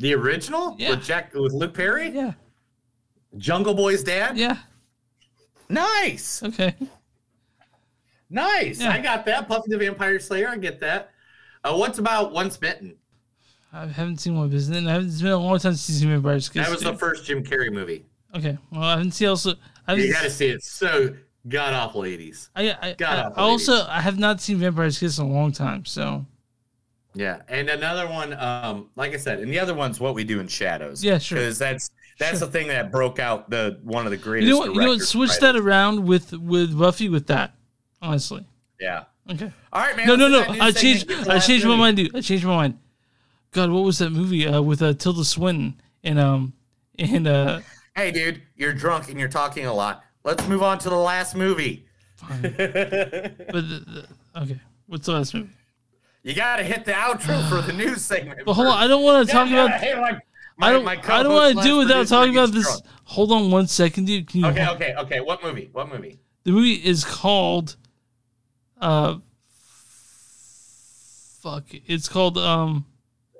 [SPEAKER 1] the original
[SPEAKER 2] Yeah.
[SPEAKER 1] with Jack with Luke Perry.
[SPEAKER 2] Yeah.
[SPEAKER 1] Jungle Boy's dad?
[SPEAKER 2] Yeah.
[SPEAKER 1] Nice.
[SPEAKER 2] Okay.
[SPEAKER 1] Nice.
[SPEAKER 2] Yeah.
[SPEAKER 1] I got that. Puffy the Vampire Slayer. I get that. Uh, what's about Once Bitten?
[SPEAKER 2] I haven't seen one business. And I haven't, it's been a long time since I've seen Vampire Slayer.
[SPEAKER 1] That was the first Jim Carrey movie.
[SPEAKER 2] Okay. Well, I haven't seen also. I haven't
[SPEAKER 1] You got to see it. It's So god awful 80s.
[SPEAKER 2] I, I,
[SPEAKER 1] God,
[SPEAKER 2] I,
[SPEAKER 1] I'll
[SPEAKER 2] also I have not seen Vampire's Kiss in a long time, so
[SPEAKER 1] Yeah. And another one, um, like I said, and the other one's What We Do in Shadows.
[SPEAKER 2] Yeah, sure.
[SPEAKER 1] Because that's that's
[SPEAKER 2] Sure.
[SPEAKER 1] the thing that broke out the one of the
[SPEAKER 2] you
[SPEAKER 1] greatest.
[SPEAKER 2] know what? You know what?
[SPEAKER 1] directors
[SPEAKER 2] Switch
[SPEAKER 1] right?
[SPEAKER 2] that around with with Buffy with that. Honestly,
[SPEAKER 1] Yeah.
[SPEAKER 2] okay.
[SPEAKER 1] All right, man.
[SPEAKER 2] No, no,
[SPEAKER 1] let's do
[SPEAKER 2] no.
[SPEAKER 1] that new
[SPEAKER 2] I
[SPEAKER 1] segment.
[SPEAKER 2] changed.
[SPEAKER 1] Get to the
[SPEAKER 2] I
[SPEAKER 1] last
[SPEAKER 2] changed my
[SPEAKER 1] movie.
[SPEAKER 2] mind, dude. I changed my mind. God, what was that movie uh, with uh, Tilda Swinton and um and uh
[SPEAKER 1] Hey, dude, you're drunk and you're talking a lot. Let's move on to the last movie.
[SPEAKER 2] Fine. but the, the, okay, what's the last movie?
[SPEAKER 1] You got to hit the outro for the news segment.
[SPEAKER 2] But hold on, I don't want to talk about. I don't. I don't want to do it without talking about this. Hold on one second, dude. Can you
[SPEAKER 1] Okay, okay, okay. What movie? What movie?
[SPEAKER 2] The movie is called uh fuck. It's called um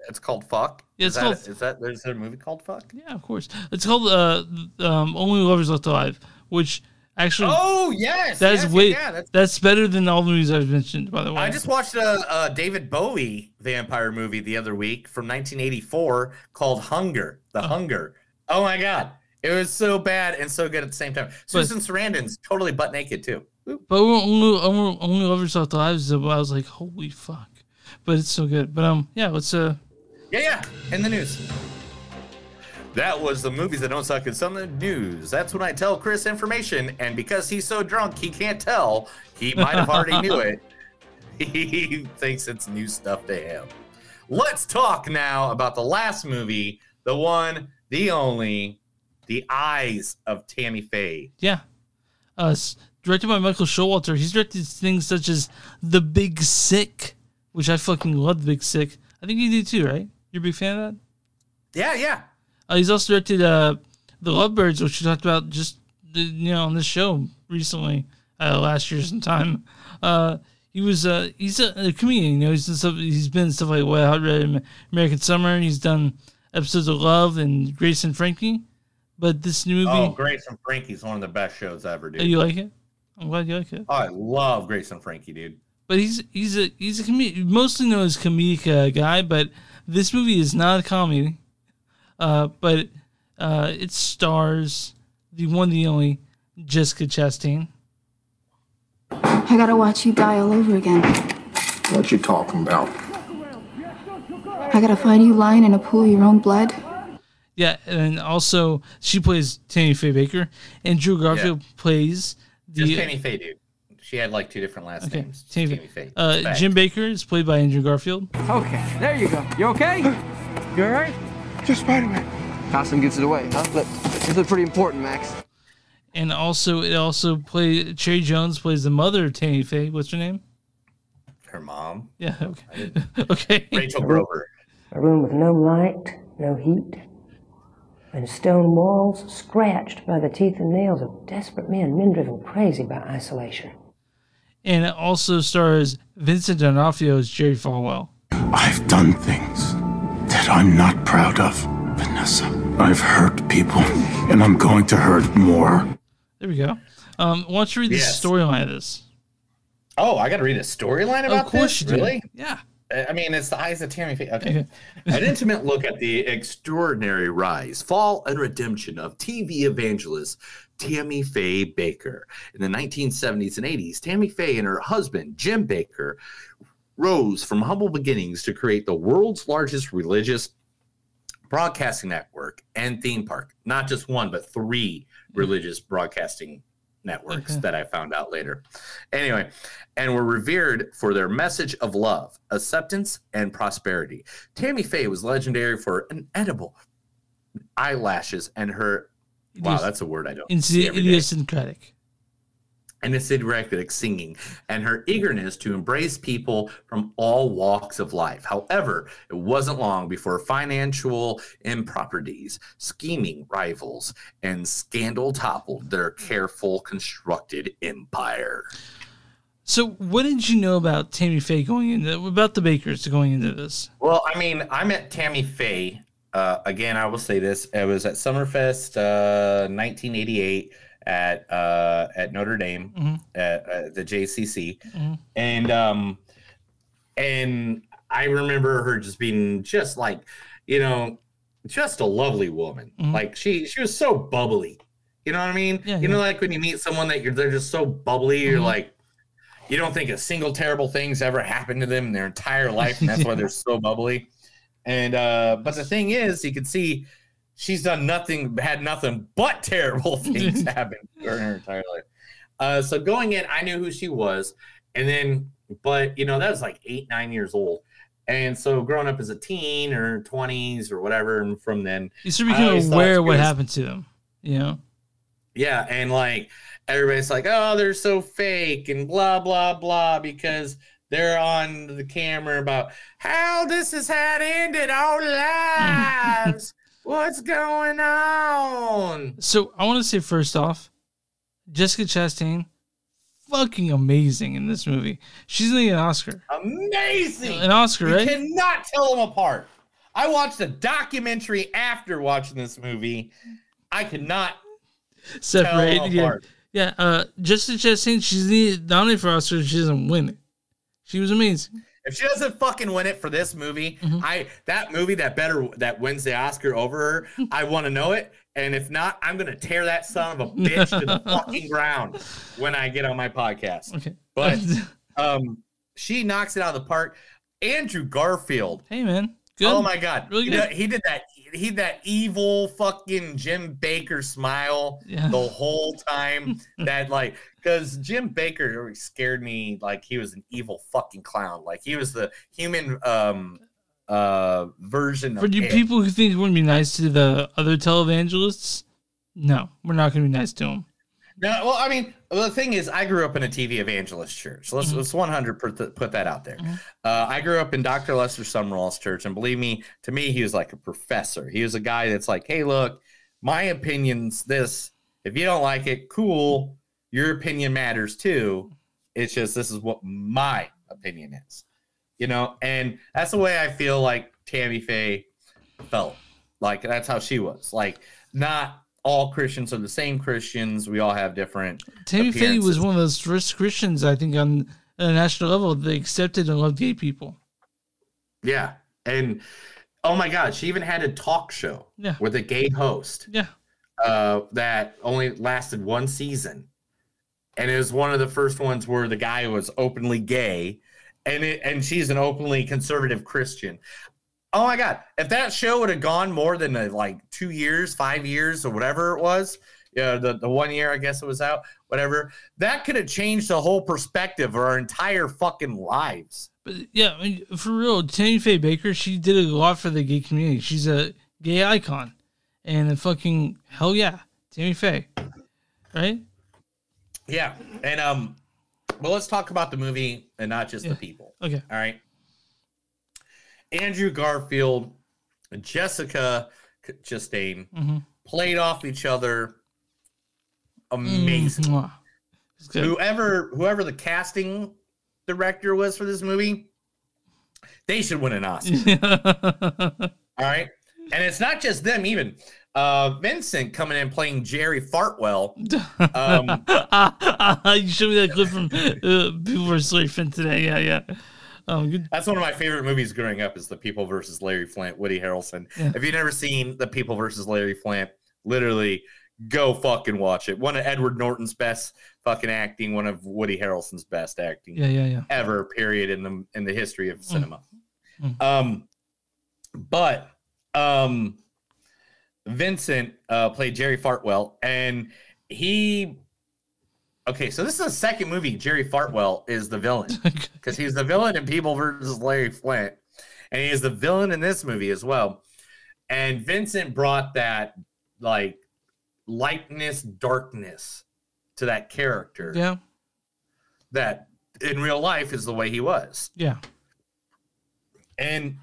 [SPEAKER 1] It's called Fuck.
[SPEAKER 2] Yeah,
[SPEAKER 1] is
[SPEAKER 2] it's
[SPEAKER 1] that,
[SPEAKER 2] called-
[SPEAKER 1] is that is there a movie called Fuck?
[SPEAKER 2] yeah, of course. It's called uh um Only Lovers Left Alive, which actually
[SPEAKER 1] Oh, yes,
[SPEAKER 2] That is
[SPEAKER 1] yes,
[SPEAKER 2] way
[SPEAKER 1] yeah,
[SPEAKER 2] that's,
[SPEAKER 1] that's-
[SPEAKER 2] better than all the movies I've mentioned by the way.
[SPEAKER 1] I just watched a, a David Bowie vampire movie the other week from 1984 called Hunger. The Hunger. Oh my god, it was so bad and so good at the same time. Susan Sarandon's totally butt naked too.
[SPEAKER 2] But we're only, only, only lovers left alive is what I was like, holy fuck. But it's so good. But um yeah, let's uh
[SPEAKER 1] Yeah, yeah. In the news. That was the movies that don't suck in some of the news. That's when I tell Chris information, and because he's so drunk, he can't tell. He might have already knew it. He thinks it's new stuff to him. Let's talk now about the last movie, the one, the only, The Eyes of Tammy Faye.
[SPEAKER 2] Yeah. Uh, s- directed by Michael Showalter. He's directed things such as The Big Sick, which I fucking love The Big Sick. I think you do too, right? You're a big fan of
[SPEAKER 1] Yeah, yeah.
[SPEAKER 2] that? Uh, he's also directed uh, The Lovebirds, which we talked about just the- you know on this show recently, uh, last year sometime. Uh, he was uh, he's a, a comedian, you know. He's done stuff, he's been in stuff like Wet Hot Red Am- American Summer. He's done episodes of Love and Grace and Frankie. But this new movie,
[SPEAKER 1] Oh, Grace and Frankie's one of the best shows ever, dude.
[SPEAKER 2] Oh, you like it? I'm glad you like it.
[SPEAKER 1] I love Grace and Frankie, dude.
[SPEAKER 2] but he's he's a he's a comedian, mostly known as comedic uh, guy. But this movie is not a comedy. Uh, but uh, it stars the one, the only Jessica Chastain.
[SPEAKER 7] I gotta watch you die all over again.
[SPEAKER 11] What you talking about?
[SPEAKER 7] I gotta find you lying in a pool of your own blood.
[SPEAKER 2] Yeah, and also she plays Tammy Faye Baker, and Drew Garfield plays the
[SPEAKER 1] Just Tammy Faye, dude. She had like two different last
[SPEAKER 2] Okay,
[SPEAKER 1] names.
[SPEAKER 2] Tammy
[SPEAKER 1] Tammy Faye.
[SPEAKER 2] uh,
[SPEAKER 1] Faye.
[SPEAKER 2] Jim Baker is played by Andrew Garfield.
[SPEAKER 9] Okay, there you go. You okay? You alright? Just Spider Man. Costume gives it away, huh? Look, this looks pretty important, Max.
[SPEAKER 2] and also it also play Cherry Jones plays the mother of Tammy Faye. What's her name?
[SPEAKER 1] Her mom.
[SPEAKER 2] Yeah. Okay. okay.
[SPEAKER 1] Rachel Grover.
[SPEAKER 10] A room with no light, no heat, and stone walls scratched by the teeth and nails of desperate men, men driven crazy by isolation.
[SPEAKER 2] And it also stars Vincent D'Onofrio as Jerry Falwell.
[SPEAKER 8] I've done things that I'm not proud of, Vanessa. I've hurt people, and I'm going to hurt more.
[SPEAKER 2] There we go. Um, why don't you read the
[SPEAKER 1] Yes.
[SPEAKER 2] storyline of this?
[SPEAKER 1] Oh, I got to read a storyline about
[SPEAKER 2] Of course
[SPEAKER 1] this.
[SPEAKER 2] you do.
[SPEAKER 1] Really?
[SPEAKER 2] Yeah.
[SPEAKER 1] I I mean, it's the eyes of Tammy Faye. Okay. An intimate look at the extraordinary rise, fall, and redemption of TV evangelist Tammy Faye Baker. In the 1970s and 80s, Tammy Faye and her husband, Jim Baker, rose from humble beginnings to create the world's largest religious broadcasting network and theme park. Not just one, but three religious broadcasting networks
[SPEAKER 12] Okay.
[SPEAKER 1] that I found out later. Anyway, and were revered for their message of love, acceptance, and prosperity. Tammy Faye was legendary for an edible eyelashes and her. Wow, that's a word I don't.
[SPEAKER 2] It's
[SPEAKER 1] see every day
[SPEAKER 2] idiosyncratic.
[SPEAKER 1] and its syncretic singing and her eagerness to embrace people from all walks of life. However, it wasn't long before financial improprieties, scheming rivals, and scandal toppled their careful constructed empire.
[SPEAKER 2] So, what did you know about Tammy Faye going into about the Bakers going into this?
[SPEAKER 1] Well, I mean, I met Tammy Faye. Uh, again, I will say this: it was at Summerfest, uh, 1988, at uh, at Notre Dame,
[SPEAKER 2] Mhm.
[SPEAKER 1] at, uh the JCC,
[SPEAKER 2] Mm-hmm.
[SPEAKER 1] and um, and I remember her just being just like, you know, just a lovely woman.
[SPEAKER 2] Mhm.
[SPEAKER 1] Like she she was so bubbly. You know what I mean?
[SPEAKER 2] Yeah,
[SPEAKER 1] you know, like when you meet someone that you're they're just so bubbly, you're
[SPEAKER 2] Mhm.
[SPEAKER 1] like, you don't think a single terrible thing's ever happened to them in their entire life, and that's why they're so bubbly. And uh, but the thing is, you can see she's done nothing, had nothing but terrible things happen during her entire life. Uh, so going in, I knew who she was, and then, but you know, that was like eight, nine years old, and so growing up as a teen or twenties or whatever, and from then,
[SPEAKER 2] You should
[SPEAKER 1] I
[SPEAKER 2] become
[SPEAKER 1] always thought
[SPEAKER 2] aware
[SPEAKER 1] she
[SPEAKER 2] of what
[SPEAKER 1] was-
[SPEAKER 2] happened to them. You know,
[SPEAKER 1] Yeah, and like everybody's like, oh, they're so fake and blah blah blah because they're on the camera about how this has had ended our lives. What's going on?
[SPEAKER 2] So I want to say first off, Jessica Chastain, fucking amazing in this movie. She's gonna get an Oscar.
[SPEAKER 1] Amazing.
[SPEAKER 2] An Oscar,
[SPEAKER 1] You
[SPEAKER 2] right?
[SPEAKER 1] cannot tell them apart. I watched a documentary after watching this movie. I could not tell
[SPEAKER 2] Separate.
[SPEAKER 1] them
[SPEAKER 2] Yeah,
[SPEAKER 1] apart.
[SPEAKER 2] yeah. Uh, Jessica Chastain, she's the- nominated for Oscar. She doesn't win it. She was amazing.
[SPEAKER 1] If she doesn't fucking win it for this movie, I that movie that better that wins the Oscar over her, I want to know it. And if not, I'm gonna tear that son of a bitch to the fucking ground when I get on my podcast.
[SPEAKER 2] Okay.
[SPEAKER 1] But um, she knocks it out of the park. Andrew Garfield.
[SPEAKER 2] Hey man,
[SPEAKER 1] Oh my god,
[SPEAKER 2] Really
[SPEAKER 1] You know,
[SPEAKER 2] good.
[SPEAKER 1] he did that. He did that evil fucking Jim Baker smile
[SPEAKER 2] Yeah.
[SPEAKER 1] the whole time. that like, because Jim Baker always scared me like he was an evil fucking clown. Like he was the human um uh version
[SPEAKER 2] For
[SPEAKER 1] of
[SPEAKER 2] you
[SPEAKER 1] it.
[SPEAKER 2] people who think we're gonna be nice to the other televangelists, no, we're not gonna be nice to them.
[SPEAKER 1] No, well, I mean, well, the thing is, I grew up in a TV evangelist church. Let's let's one hundred put that out there. Uh, I grew up in Dr. Lester Summerall's church, and believe me, to me, he was like a professor. He was a guy that's like, hey, look, my opinion's this. If you don't like it, cool. Your opinion matters too. It's just this is what my opinion is, you know. And that's the way I feel like Tammy Faye felt. Like that's how she was. Like not all Christians are the same Christians. We all have different.
[SPEAKER 2] Tammy Faye
[SPEAKER 1] appearances.
[SPEAKER 2] was one of those first Christians, I think, on on a national level that accepted and loved gay people.
[SPEAKER 1] Yeah, and oh my God, she even had a talk show
[SPEAKER 2] Yeah.
[SPEAKER 1] with a gay host.
[SPEAKER 2] Yeah.
[SPEAKER 1] uh, that only lasted one season, and it was one of the first ones where the guy was openly gay, and it, and she's an openly conservative Christian. Oh my God! If that show would have gone more than uh, like two years, five years, or whatever it was, yeah, the the one year I guess it was out, whatever, that could have changed the whole perspective of our entire fucking lives.
[SPEAKER 2] But yeah, I mean, for real, Tammy Faye Baker, she did a lot for the gay community. She's a gay icon, and a fucking hell yeah, Tammy Faye, right?
[SPEAKER 1] Yeah, and um, well, let's talk about the movie and not just the people.
[SPEAKER 2] Okay.
[SPEAKER 1] All right. Andrew Garfield and Jessica C- Chastain
[SPEAKER 2] Mhm.
[SPEAKER 1] played off each other. Amazing.
[SPEAKER 2] Mwah. good.
[SPEAKER 1] Whoever whoever the casting director was for this movie, they should win an Oscar. All right. And it's not just them even. Uh, Vincent coming in playing Jerry Fartwell. Um,
[SPEAKER 2] Ah, you showed me that clip from uh, People vs. Larry Finn today. Yeah, yeah. Um, good.
[SPEAKER 1] That's one of my favorite movies growing up is The People versus Larry Flint, Woody Harrelson.
[SPEAKER 2] Yeah.
[SPEAKER 1] If you've never seen The People versus Larry Flint, literally go fucking watch it. One of Edward Norton's best fucking acting, one of Woody Harrelson's best acting
[SPEAKER 2] Yeah, yeah, yeah.
[SPEAKER 1] ever period in the in the history of cinema.
[SPEAKER 2] Mm.
[SPEAKER 1] Um but um Vincent uh played Jerry Fartwell and he Okay, so this is the second movie Jerry Fartwell is the villain because he's the villain in People versus Larry Flint, and he is the villain in this movie as well. And Vincent brought that like lightness, darkness to that character
[SPEAKER 2] Yeah,
[SPEAKER 1] that in real life is the way he was.
[SPEAKER 2] yeah.
[SPEAKER 1] And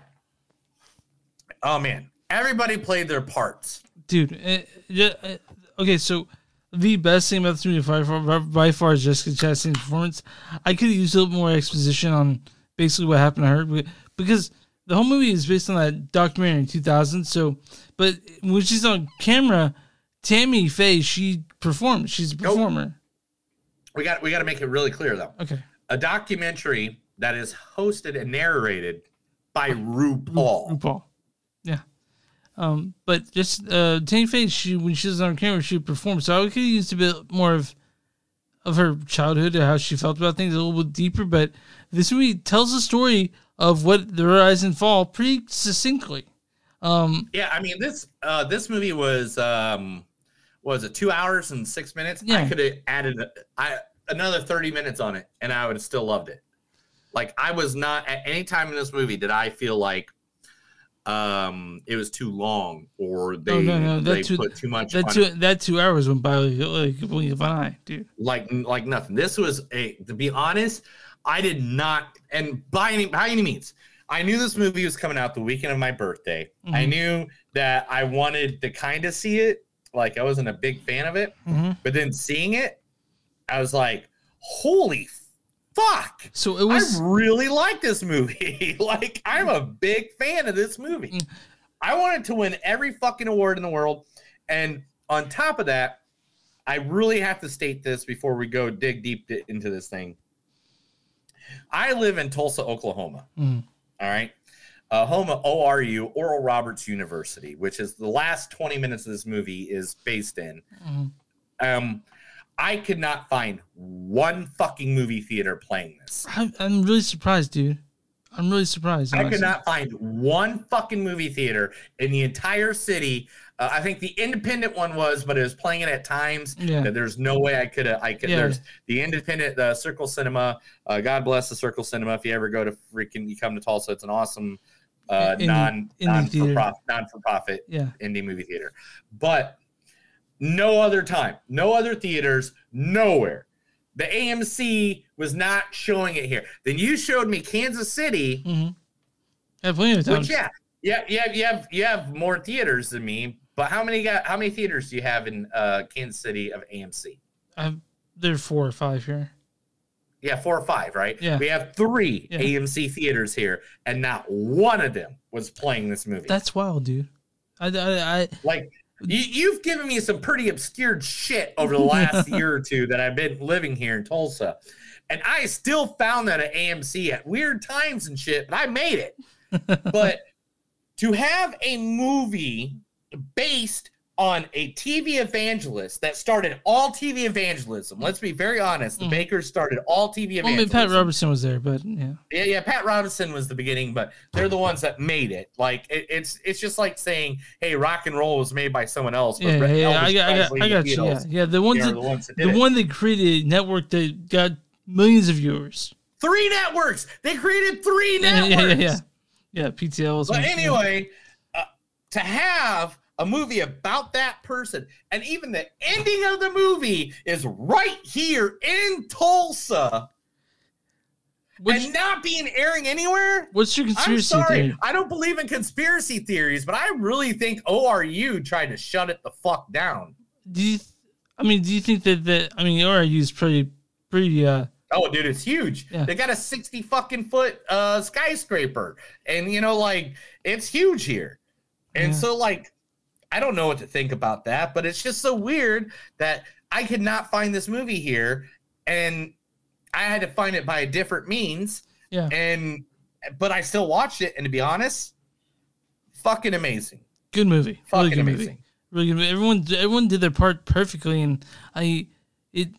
[SPEAKER 1] oh man, everybody played their parts.
[SPEAKER 2] dude. eh, yeah, eh, okay, so the best thing about this movie by far, by far is Jessica Chastain's performance. I could have used a little more exposition on basically what happened to her be- because the whole movie is based on that documentary in 2000. So, but when she's on camera, Tammy Faye, she performs. She's a performer.
[SPEAKER 1] We got we got to make it really clear though.
[SPEAKER 2] Okay.
[SPEAKER 1] A documentary that is hosted and narrated by RuPaul.
[SPEAKER 2] RuPaul. Yeah. Um, but just uh, Tammy Faye, she when she was on camera, she performed. So I could have used a bit more of of her childhood and how she felt about things a little bit deeper. But this movie tells the story of what the rise and fall pretty succinctly. Um,
[SPEAKER 1] Yeah, I mean this uh this movie was um what was it 2 hours and 6 minutes? I
[SPEAKER 2] Yeah.
[SPEAKER 1] could have added a- I another 30 minutes on it and I would have still loved it. Like I was not at any time in this movie did I feel like um it was too long or they
[SPEAKER 2] Oh, no, no, no. That
[SPEAKER 1] they
[SPEAKER 2] two,
[SPEAKER 1] put too much
[SPEAKER 2] That
[SPEAKER 1] on
[SPEAKER 2] two,
[SPEAKER 1] it.
[SPEAKER 2] that two hours went by like, like a blink of an eye, dude.
[SPEAKER 1] like like nothing. This was a to be honest, I did not and by any by any means. I knew this movie was coming out the weekend of my birthday. I
[SPEAKER 2] Mhm.
[SPEAKER 1] knew that I wanted to kind of see it. Like I wasn't a big fan of it,
[SPEAKER 2] Mhm.
[SPEAKER 1] but then seeing it, I was like, "Holy fuck!"
[SPEAKER 2] So it was
[SPEAKER 1] I really like this movie. like I'm a big fan of this
[SPEAKER 2] Mm.
[SPEAKER 1] movie. I wanted to win every fucking award in the world, and on top of that, I really have to state this before we go dig deep di- into this thing. I live in Tulsa, Oklahoma.
[SPEAKER 2] Mhm.
[SPEAKER 1] All right. Uh, home of ORU, Oral Roberts University, which is the last 20 minutes of this movie is based in.
[SPEAKER 2] Mhm.
[SPEAKER 1] Um, I could not find one fucking movie theater playing this.
[SPEAKER 2] I'm, I'm really surprised, dude. I'm really surprised.
[SPEAKER 1] I could
[SPEAKER 2] honestly.
[SPEAKER 1] not find one fucking movie theater in the entire city. Uh, I think the independent one was, but it was playing it at times.
[SPEAKER 2] Yeah.
[SPEAKER 1] That there's no way I could. I could.
[SPEAKER 2] Yeah.
[SPEAKER 1] There's the independent uh, Circle Cinema. Uh, God bless the Circle Cinema. If you ever go to freaking, you come to Tulsa, it's an awesome uh,
[SPEAKER 2] Indie-
[SPEAKER 1] non
[SPEAKER 2] indie
[SPEAKER 1] non for
[SPEAKER 2] theater.
[SPEAKER 1] profit non for profit
[SPEAKER 2] Yeah.
[SPEAKER 1] indie movie theater. But no other time, no other theaters, nowhere. The AMC was not showing it here. Then you showed me Kansas City.
[SPEAKER 2] I have plenty of
[SPEAKER 1] Which,
[SPEAKER 2] times.
[SPEAKER 1] yeah, yeah, you have you have you have more theaters than me. But how many got how many theaters do you have in uh, Kansas City of AMC?
[SPEAKER 2] I've, there are four or five here.
[SPEAKER 1] Yeah, four or five, right?
[SPEAKER 2] Yeah.
[SPEAKER 1] We have three
[SPEAKER 2] Yeah.
[SPEAKER 1] AMC theaters here, and not one of them was playing this movie.
[SPEAKER 2] That's wild, dude. I, I, I
[SPEAKER 1] like you, you've given me some pretty obscured shit over the last year or two that I've been living here in Tulsa, and I still found that at AMC at weird times and shit. But I made it. but to have a movie based on a TV evangelist that started all TV evangelism. Let's be very honest. The Bakers started all TV
[SPEAKER 2] well, I mean,
[SPEAKER 1] evangelism.
[SPEAKER 2] Pat Robertson was there, but yeah.
[SPEAKER 1] Yeah, yeah. Pat Robinson was the beginning, but they're the ones that made it. Like it, it's it's just like saying, "Hey, rock and roll was made by someone else."
[SPEAKER 2] Yeah, yeah,
[SPEAKER 1] Elvis
[SPEAKER 2] yeah, I got, I
[SPEAKER 1] Presley
[SPEAKER 2] got, I
[SPEAKER 1] and
[SPEAKER 2] got
[SPEAKER 1] the
[SPEAKER 2] you. Yeah,
[SPEAKER 1] Beatles,
[SPEAKER 2] yeah, the
[SPEAKER 1] they
[SPEAKER 2] ones
[SPEAKER 1] are
[SPEAKER 2] that,
[SPEAKER 1] the ones that did
[SPEAKER 2] the
[SPEAKER 1] it.
[SPEAKER 2] one that created a network that got millions of viewers.
[SPEAKER 1] three networks. They created three
[SPEAKER 2] Yeah,
[SPEAKER 1] networks.
[SPEAKER 2] yeah, Mm-hmm. yeah, yeah, yeah. PTL was.
[SPEAKER 1] But
[SPEAKER 2] one.
[SPEAKER 1] anyway, uh, to have a movie about that person, and even the ending of the movie is right here in Tulsa, and not being airing anywhere.
[SPEAKER 2] what's your
[SPEAKER 1] I'm
[SPEAKER 2] conspiracy
[SPEAKER 1] sorry,
[SPEAKER 2] theory?
[SPEAKER 1] I don't believe in conspiracy theories, but I really think ORU tried to shut it the fuck down.
[SPEAKER 2] Do you, I mean, do you think that that I mean, ORU is pretty, pretty. uh
[SPEAKER 1] Oh, dude, it's huge.
[SPEAKER 2] Yeah.
[SPEAKER 1] They got a sixty fucking foot uh, skyscraper, and you know, like it's huge here, and so like I don't know what to think about that, but it's just so weird that I could not find this movie here, and I had to find it by a different means.
[SPEAKER 2] Yeah.
[SPEAKER 1] and but I still watched it, and to be honest, fucking amazing.
[SPEAKER 2] Good movie.
[SPEAKER 1] Fucking
[SPEAKER 2] really good
[SPEAKER 1] amazing.
[SPEAKER 2] movie. Really good movie. Everyone everyone did their part perfectly and I it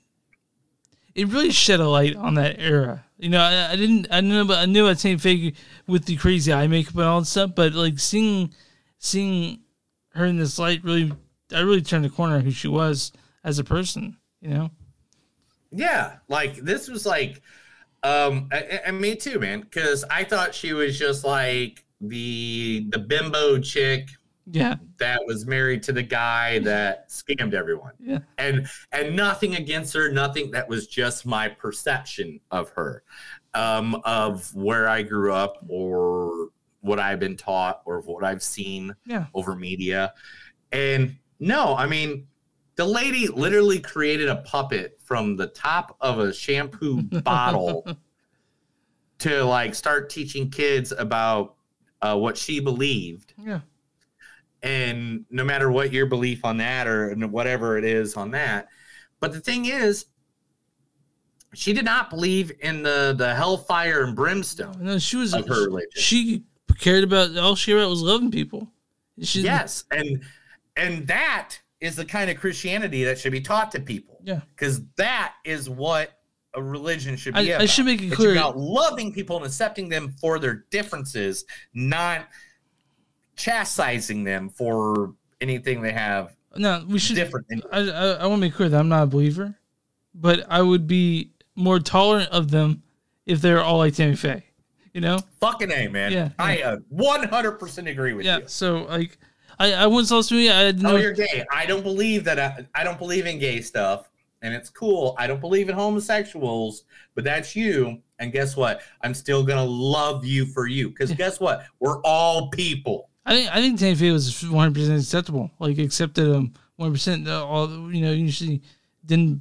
[SPEAKER 2] it really shed a light on that era. You know, I, I didn't I know but I knew I'd seen figure with the crazy eye makeup and all that stuff, but like seeing seeing her in this light really I really turned the corner on who she was as a person, you know?
[SPEAKER 1] Yeah, like this was like, um, and, and me too, man, because I thought she was just like the the bimbo chick
[SPEAKER 2] Yeah.
[SPEAKER 1] that was married to the guy that scammed everyone,
[SPEAKER 2] Yeah.
[SPEAKER 1] and and nothing against her, nothing that was just my perception of her, um, of where I grew up or what I've been taught or what I've seen
[SPEAKER 2] Yeah.
[SPEAKER 1] over media. And no, I mean, the lady literally created a puppet from the top of a shampoo bottle to like start teaching kids about uh, what she believed.
[SPEAKER 2] Yeah.
[SPEAKER 1] And no matter what your belief on that or whatever it is on that. But the thing is, she did not believe in the, the hellfire and brimstone.
[SPEAKER 2] No, she was
[SPEAKER 1] Of her religion.
[SPEAKER 2] She cared about all she cared about was loving people. She,
[SPEAKER 1] yes and and that is the kind of christianity that should be taught to people
[SPEAKER 2] Yeah.
[SPEAKER 1] because that is what a religion should
[SPEAKER 2] I-
[SPEAKER 1] be
[SPEAKER 2] I
[SPEAKER 1] about.
[SPEAKER 2] should make it
[SPEAKER 1] It's
[SPEAKER 2] clear-
[SPEAKER 1] about loving people and accepting them for their differences not chastising them for anything they have
[SPEAKER 2] No, we should
[SPEAKER 1] different than
[SPEAKER 2] I, I, I want to make clear that I'm not a believer, but I would be more tolerant of them if they're all like Tammy Faye. you know?
[SPEAKER 1] Fucking A, man.
[SPEAKER 2] Yeah,
[SPEAKER 1] I uh, 100% agree with
[SPEAKER 2] Yeah.
[SPEAKER 1] you.
[SPEAKER 2] So like, I I once saw this movie. I didn't
[SPEAKER 1] No,
[SPEAKER 2] know
[SPEAKER 1] Oh, you're gay. I don't believe that. I, I don't believe in gay stuff, and it's cool. I don't believe in homosexuals, but that's you. And guess what? I'm still gonna love you for you. Because guess what? We're all people.
[SPEAKER 2] I think I think Tanny Faye was one hundred percent acceptable. Like accepted um one hundred percent. All you know, usually didn't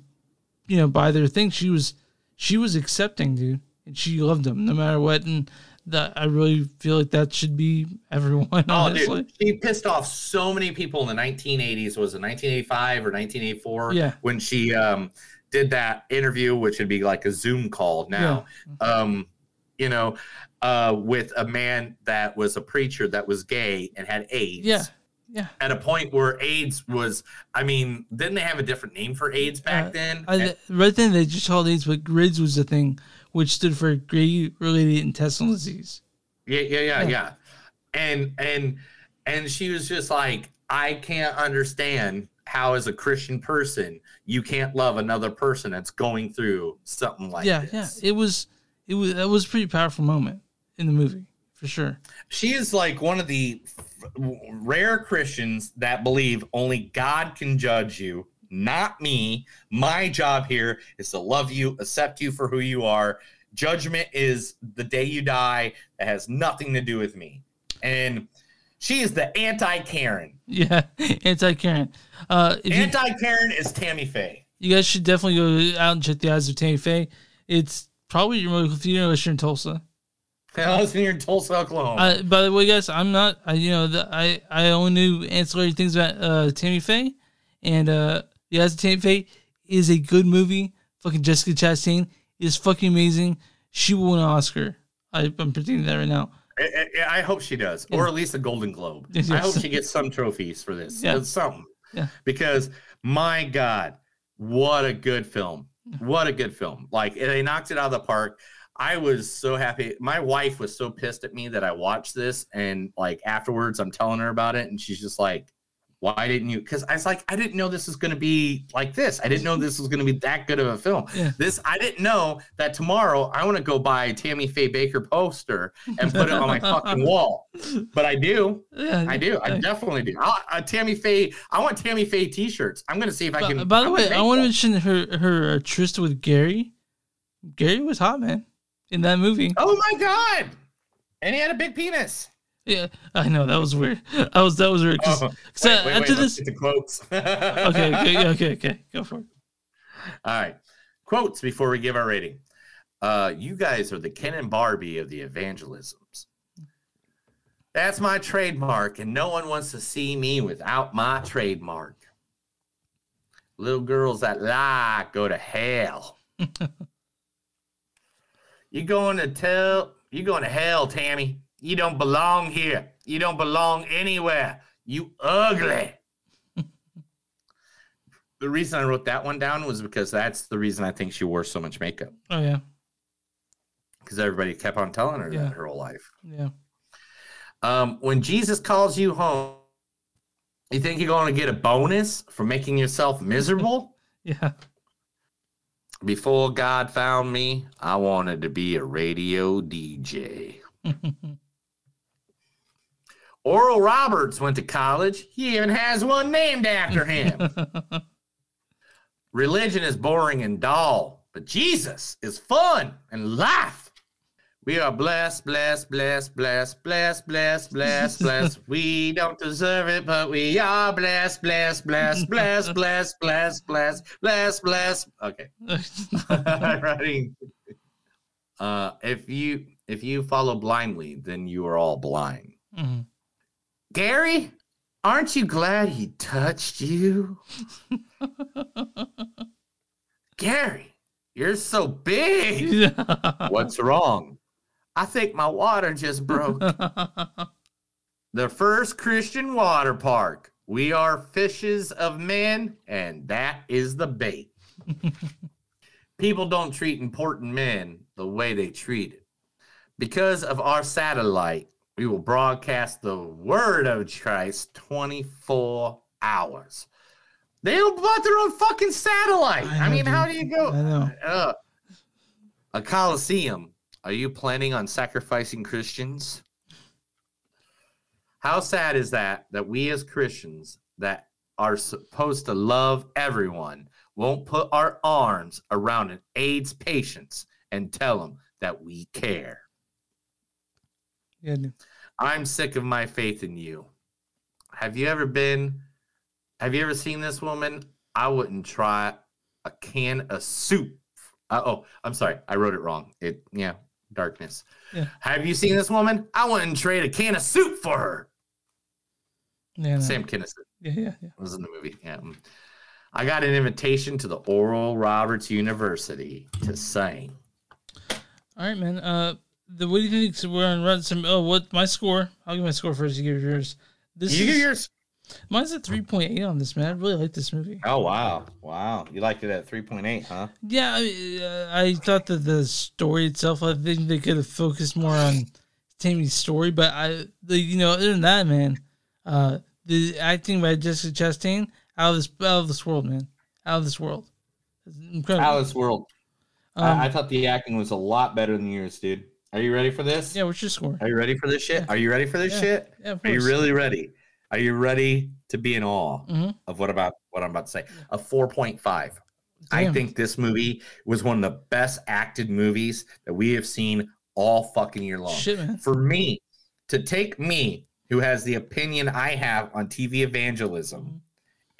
[SPEAKER 2] you know buy their thing. She was she was accepting, dude, and she loved them no matter what. And that I really feel like that should be everyone.
[SPEAKER 1] Oh,
[SPEAKER 2] Honestly,
[SPEAKER 1] dude, she pissed off so many people in the 1980s. Was it 1985 or 1984?
[SPEAKER 2] Yeah.
[SPEAKER 1] When she um, did that interview, which would be like a Zoom call now. Um, you know, uh, with a man that was a preacher that was gay and had AIDS.
[SPEAKER 2] yeah, yeah.
[SPEAKER 1] At a point where AIDS was, I mean, didn't they have a different name for AIDS back then?
[SPEAKER 2] I,
[SPEAKER 1] And-
[SPEAKER 2] right then they just called AIDS, but GRIDS was the thing, which stood for gray-related intestinal disease.
[SPEAKER 1] Yeah, yeah, yeah,
[SPEAKER 2] Yeah.
[SPEAKER 1] yeah, And and and she was just like, I can't understand how as a Christian person you can't love another person that's going through something like
[SPEAKER 2] yeah,
[SPEAKER 1] this.
[SPEAKER 2] yeah. It was it was that was a pretty powerful moment in the movie for sure.
[SPEAKER 1] She is like one of the f- rare Christians that believe only God can judge you, not me. My job here is to love you, accept you for who you are. Judgment is the day you die. That has nothing to do with me. And she is the anti Karen.
[SPEAKER 2] Yeah, anti Karen. Uh, if you-
[SPEAKER 1] Anti Karen is Tammy Faye.
[SPEAKER 2] You guys should definitely go out and check the eyes of Tammy Faye. It's probably your most funeral issue in Tulsa.
[SPEAKER 1] I was near Tulsa, Oklahoma.
[SPEAKER 2] Uh, by the way, guys, I'm not. I you know the, I I only knew ancillary things about uh, Tammy Faye, and uh, the eyes of Tammy Faye is a good movie. Fucking Jessica Chastain is fucking amazing. She will win an Oscar. I, I'm predicting that right now.
[SPEAKER 1] I, I- I hope she does, or at least a Golden Globe.
[SPEAKER 2] Yes.
[SPEAKER 1] I hope she gets some trophies for this.
[SPEAKER 2] Yeah.
[SPEAKER 1] Yeah. Something.
[SPEAKER 2] Yeah.
[SPEAKER 1] Because my God, what a good film. What a good film. Like they knocked it out of the park. I was so happy. My wife was so pissed at me that I watched this and like afterwards I'm telling her about it and she's just like, Why didn't you? Because I was like, I didn't know this was gonna be like this. I didn't know this was gonna be that good of a film. This I didn't know that tomorrow I want to go buy a Tammy Faye Baker poster and put it on my fucking wall. But I do.
[SPEAKER 2] Yeah,
[SPEAKER 1] I do. I definitely do. I, I, Tammy Faye. I want Tammy Faye T-shirts. I'm gonna see if I
[SPEAKER 2] By,
[SPEAKER 1] can.
[SPEAKER 2] by the
[SPEAKER 1] I'm
[SPEAKER 2] way,
[SPEAKER 1] gonna
[SPEAKER 2] I
[SPEAKER 1] make
[SPEAKER 2] want
[SPEAKER 1] one.
[SPEAKER 2] to mention her her uh, tryst with Gary. Gary was hot, man, in that movie.
[SPEAKER 1] Oh my god! And he had a big penis.
[SPEAKER 2] Yeah, I know that was weird. I was that was weird. 'cause-
[SPEAKER 1] Oh,
[SPEAKER 2] 'cause, uh,
[SPEAKER 1] wait, wait,
[SPEAKER 2] after
[SPEAKER 1] wait,
[SPEAKER 2] this,
[SPEAKER 1] let's get to quotes.
[SPEAKER 2] okay, okay, okay, okay, go for it.
[SPEAKER 1] All right. Quotes before we give our rating. Uh, you guys are the Ken and Barbie of the evangelisms. That's my trademark, and no one wants to see me without my trademark. Little girls that lie go to hell. you going to tell you going to hell, Tammy. You don't belong here. You don't belong anywhere. You ugly the reason I wrote that one down was because that's the reason I think she wore so much makeup
[SPEAKER 2] Oh yeah,
[SPEAKER 1] because everybody kept on telling her
[SPEAKER 2] Yeah.
[SPEAKER 1] that her whole life.
[SPEAKER 2] yeah.
[SPEAKER 1] Um, when Jesus calls you home, you think you're going to get a bonus for making yourself miserable?
[SPEAKER 2] Yeah.
[SPEAKER 1] Before God found me, I wanted to be a radio DJ. Oral Roberts went to college. He even has one named after him. Religion is boring and dull, but Jesus is fun and life. We are blessed, blessed, blessed, blessed, blessed, blessed, blessed, blessed. We don't deserve it, but we are blessed, blessed, blessed, blessed, blessed, blessed, blessed, blessed, blessed. Okay. Writing. Uh, if you if you follow blindly, then you are all blind.
[SPEAKER 2] Mhm.
[SPEAKER 1] Gary, aren't you glad he touched you? Gary, you're so big. What's wrong? I think my water just broke. the first Christian water park. We are fishes of men, and that is the bait. People don't treat important men the way they treat it. Because of our satellite, we will broadcast the word of Christ 24 hours. They don't bought their own fucking satellite. I, mean, how do you go?
[SPEAKER 2] I know.
[SPEAKER 1] Uh, a Uh, coliseum Are you planning on sacrificing Christians? How sad is that that we as Christians that are supposed to love everyone won't put our arms around an AIDS patient and tell them that we care.
[SPEAKER 2] Yeah, no.
[SPEAKER 1] I'm sick of my faith in you. Have you ever been have you ever seen this woman? I wouldn't try a can of soup. Uh, oh, I'm sorry. I wrote it wrong. It yeah, darkness.
[SPEAKER 2] Yeah.
[SPEAKER 1] Have you seen this woman? I wouldn't trade a can of soup for her.
[SPEAKER 2] Yeah, no.
[SPEAKER 1] Sam Kinison.
[SPEAKER 2] Yeah, yeah, yeah.
[SPEAKER 1] was in the movie. Yeah. mm. I got an invitation to the Oral Roberts University to sing.
[SPEAKER 2] All right, man. Uh, the what do you think? So we're on Rotten Tom- Oh, what my score? I'll give my score first. You give yours. This
[SPEAKER 1] You
[SPEAKER 2] is,
[SPEAKER 1] give yours.
[SPEAKER 2] Mine's at three point eight on this man. I really like this movie.
[SPEAKER 1] Oh wow, wow! You liked it at 3.8, huh?
[SPEAKER 2] Yeah, I, uh, I thought that the story itself. I think they could have focused more on Tammy's story, but I, the, you know, other than that, man, uh, the acting by Jessica Chastain out of this out of this world, man, out of this world, It's incredible.
[SPEAKER 1] Alice World.
[SPEAKER 2] Um,
[SPEAKER 1] I, I thought the acting was a lot better than yours, dude. Are you ready for this?
[SPEAKER 2] Yeah, what's your score?
[SPEAKER 1] Are you ready for this shit? Are you ready for this
[SPEAKER 2] Yeah.
[SPEAKER 1] shit?
[SPEAKER 2] Yeah, of
[SPEAKER 1] Are you
[SPEAKER 2] course.
[SPEAKER 1] really ready? Are you ready to be in awe
[SPEAKER 2] Mhm.
[SPEAKER 1] of what about what I'm about to say? A 4.5. I
[SPEAKER 2] Damn.
[SPEAKER 1] think this movie was one of the best acted movies that we have seen all fucking year long.
[SPEAKER 2] Shit, man.
[SPEAKER 1] For me, to take me, who has the opinion I have on TV evangelism,
[SPEAKER 2] Mm-hmm.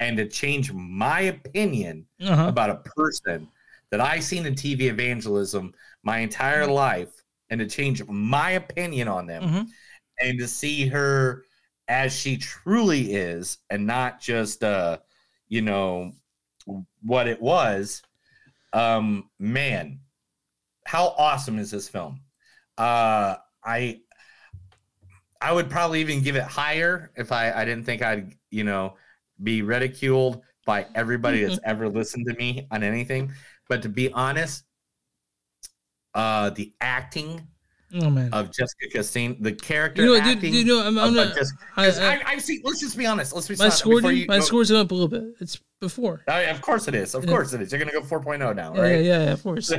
[SPEAKER 1] and to change my opinion
[SPEAKER 2] Uh-huh.
[SPEAKER 1] about a person that I seen in TV evangelism my entire life, and to change my opinion on them,
[SPEAKER 2] Mhm.
[SPEAKER 1] and to see her as she truly is, and not just uh, you know, what it was. Um, man, how awesome is this film? Uh, I I would probably even give it higher if I I didn't think I'd you know be ridiculed by everybody that's ever listened to me on anything. But to be honest, uh, the acting
[SPEAKER 2] Oh man,
[SPEAKER 1] of Jessica Chastain, the character
[SPEAKER 2] You know, dude,
[SPEAKER 1] acting,
[SPEAKER 2] you know, I'm- I'm
[SPEAKER 1] of, like,
[SPEAKER 2] not-
[SPEAKER 1] Jessica-
[SPEAKER 2] I-
[SPEAKER 1] 'cause
[SPEAKER 2] I-
[SPEAKER 1] I, have seen. Let's just be honest. Let's be
[SPEAKER 2] my
[SPEAKER 1] honest.
[SPEAKER 2] score,
[SPEAKER 1] before
[SPEAKER 2] dude,
[SPEAKER 1] you
[SPEAKER 2] my
[SPEAKER 1] go-
[SPEAKER 2] score's went up a little bit. It's before.
[SPEAKER 1] Oh, yeah, of course it is. Of
[SPEAKER 2] Yeah.
[SPEAKER 1] course it is. You're gonna go 4.0 now,
[SPEAKER 2] Yeah,
[SPEAKER 1] right?
[SPEAKER 2] yeah, yeah, of course.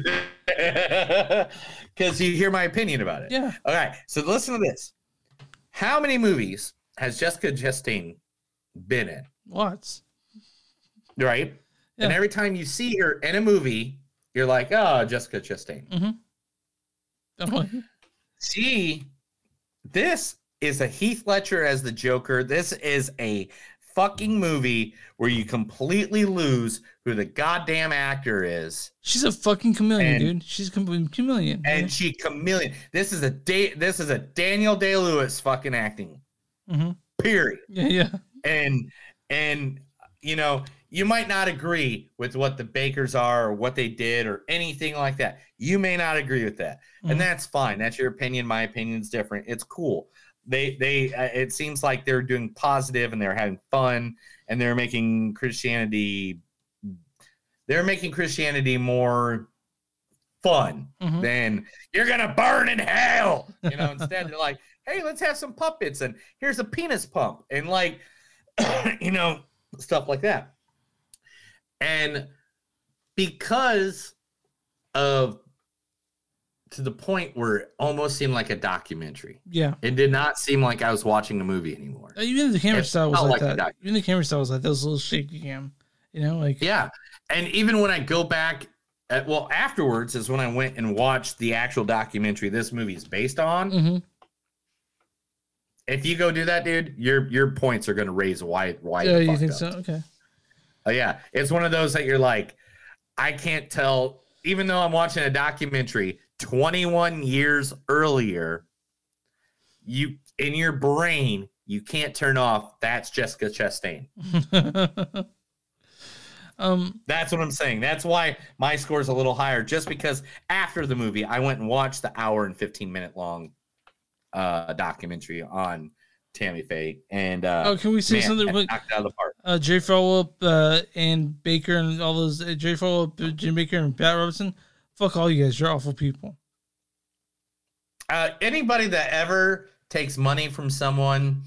[SPEAKER 1] Because you hear my opinion about it.
[SPEAKER 2] Yeah.
[SPEAKER 1] All right. So listen to this. How many movies has Jessica Chastain been in?
[SPEAKER 2] Lots.
[SPEAKER 1] Right. And
[SPEAKER 2] Yeah.
[SPEAKER 1] every time you see her in a movie, you're like, oh, Jessica Chastain.
[SPEAKER 2] I'm like,
[SPEAKER 1] She, this is a Heath Ledger as the Joker. This is a fucking movie where you completely lose who the goddamn actor is.
[SPEAKER 2] She's a fucking chameleon,
[SPEAKER 1] And-
[SPEAKER 2] dude. She's a com- chameleon.
[SPEAKER 1] and she chameleon. This is a day. This is a Daniel Day Lewis fucking acting.
[SPEAKER 2] Mhm.
[SPEAKER 1] Period.
[SPEAKER 2] Yeah, yeah.
[SPEAKER 1] And and you know you might not agree with what the Bakers are or what they did or anything like that. You may not agree with that,
[SPEAKER 2] Mhm.
[SPEAKER 1] and that's fine. That's your opinion. My opinion's different. It's cool. They they uh, it seems like they're doing positive and they're having fun and they're making Christianity. They're making Christianity more fun
[SPEAKER 2] Mhm.
[SPEAKER 1] then you're gonna burn in hell. You know, instead they're like, hey, let's have some puppets and here's a penis pump and like, you know, stuff like that. And because of to the point where it almost seemed like a documentary,
[SPEAKER 2] Yeah.
[SPEAKER 1] it did not seem like I was watching a movie anymore.
[SPEAKER 2] Uh, Even the camera
[SPEAKER 1] It
[SPEAKER 2] style was
[SPEAKER 1] felt
[SPEAKER 2] like
[SPEAKER 1] like a
[SPEAKER 2] that. Even the camera style was like that. was a little shaky cam. You know, like
[SPEAKER 1] Yeah. And even when I go back, uh well, afterwards is when I went and watched the actual documentary this movie is based on.
[SPEAKER 2] Mhm.
[SPEAKER 1] If you go do that, dude, your your points are going to raise wide wide.
[SPEAKER 2] Yeah,
[SPEAKER 1] the
[SPEAKER 2] you
[SPEAKER 1] fuck
[SPEAKER 2] think
[SPEAKER 1] up.
[SPEAKER 2] so? Okay.
[SPEAKER 1] Oh, yeah, it's one of those that you're like, I can't tell. Even though I'm watching a documentary 21 years earlier, you in your brain you can't turn off. That's Jessica Chastain.
[SPEAKER 2] um.
[SPEAKER 1] That's what I'm saying. That's why my score's a little higher, just because after the movie, I went and watched the hour and 15 minute long uh, documentary on Tammy Faye. And uh,
[SPEAKER 2] Oh, can we say
[SPEAKER 1] man,
[SPEAKER 2] something
[SPEAKER 1] that
[SPEAKER 2] quick?
[SPEAKER 1] Knocked it out of the park.
[SPEAKER 2] Uh, Jay Farwell uh, and Baker and all those uh, Jay Farwell, uh, Jim Baker and Pat Robertson. Fuck all you guys. You're awful people.
[SPEAKER 1] Uh, anybody that ever takes money from someone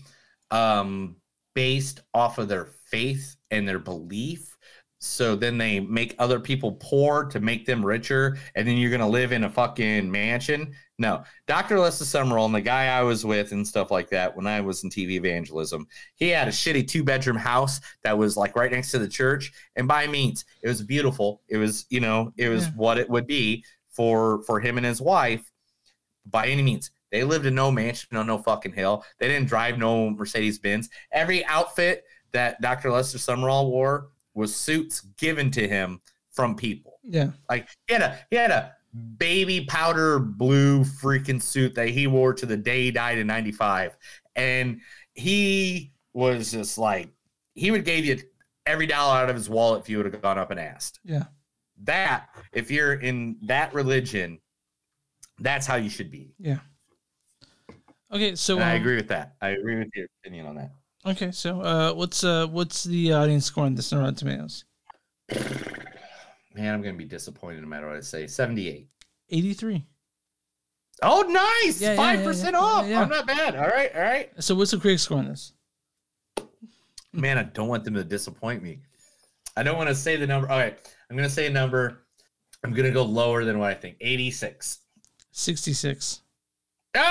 [SPEAKER 1] um, based off of their faith and their belief, So then they make other people poor to make them richer, and then you're gonna live in a fucking mansion. No, Dr. Lester Summerall and the guy I was with and stuff like that when I was in TV evangelism, he had a shitty two bedroom house that was like right next to the church. And by means, it was beautiful. It was, you know, it was what it would be for for him and his wife by any means. They lived in no mansion on no fucking hill. They didn't drive no Mercedes Benz. Every outfit that Dr. Lester Summerall wore was suits given to him from people.
[SPEAKER 2] Yeah.
[SPEAKER 1] Like he had a he had a baby powder blue freaking suit that he wore to the day he died in '95, and he was just like he would gave you every dollar out of his wallet if you would have gone up and asked.
[SPEAKER 2] Yeah.
[SPEAKER 1] That if you're in that religion, that's how you should be.
[SPEAKER 2] Yeah. Okay, so
[SPEAKER 1] And I
[SPEAKER 2] um,
[SPEAKER 1] agree with that. I agree with your opinion on that.
[SPEAKER 2] Okay, so uh, what's uh, what's the audience score on this on Rotten Tomatoes?
[SPEAKER 1] Man, I'm gonna be disappointed no matter what I say. Seventy-eight.
[SPEAKER 2] Eighty-three.
[SPEAKER 1] Oh, nice!
[SPEAKER 2] Yeah, yeah, yeah,
[SPEAKER 1] Five
[SPEAKER 2] yeah,
[SPEAKER 1] percent
[SPEAKER 2] yeah,
[SPEAKER 1] off.
[SPEAKER 2] yeah.
[SPEAKER 1] I'm not bad. All right, all right.
[SPEAKER 2] So what's the critic score on this?
[SPEAKER 1] Man, I don't want them to disappoint me. I don't want to say the number. All right, I'm gonna say a number. I'm gonna go lower than what I think. Eighty-six.
[SPEAKER 2] Sixty-six.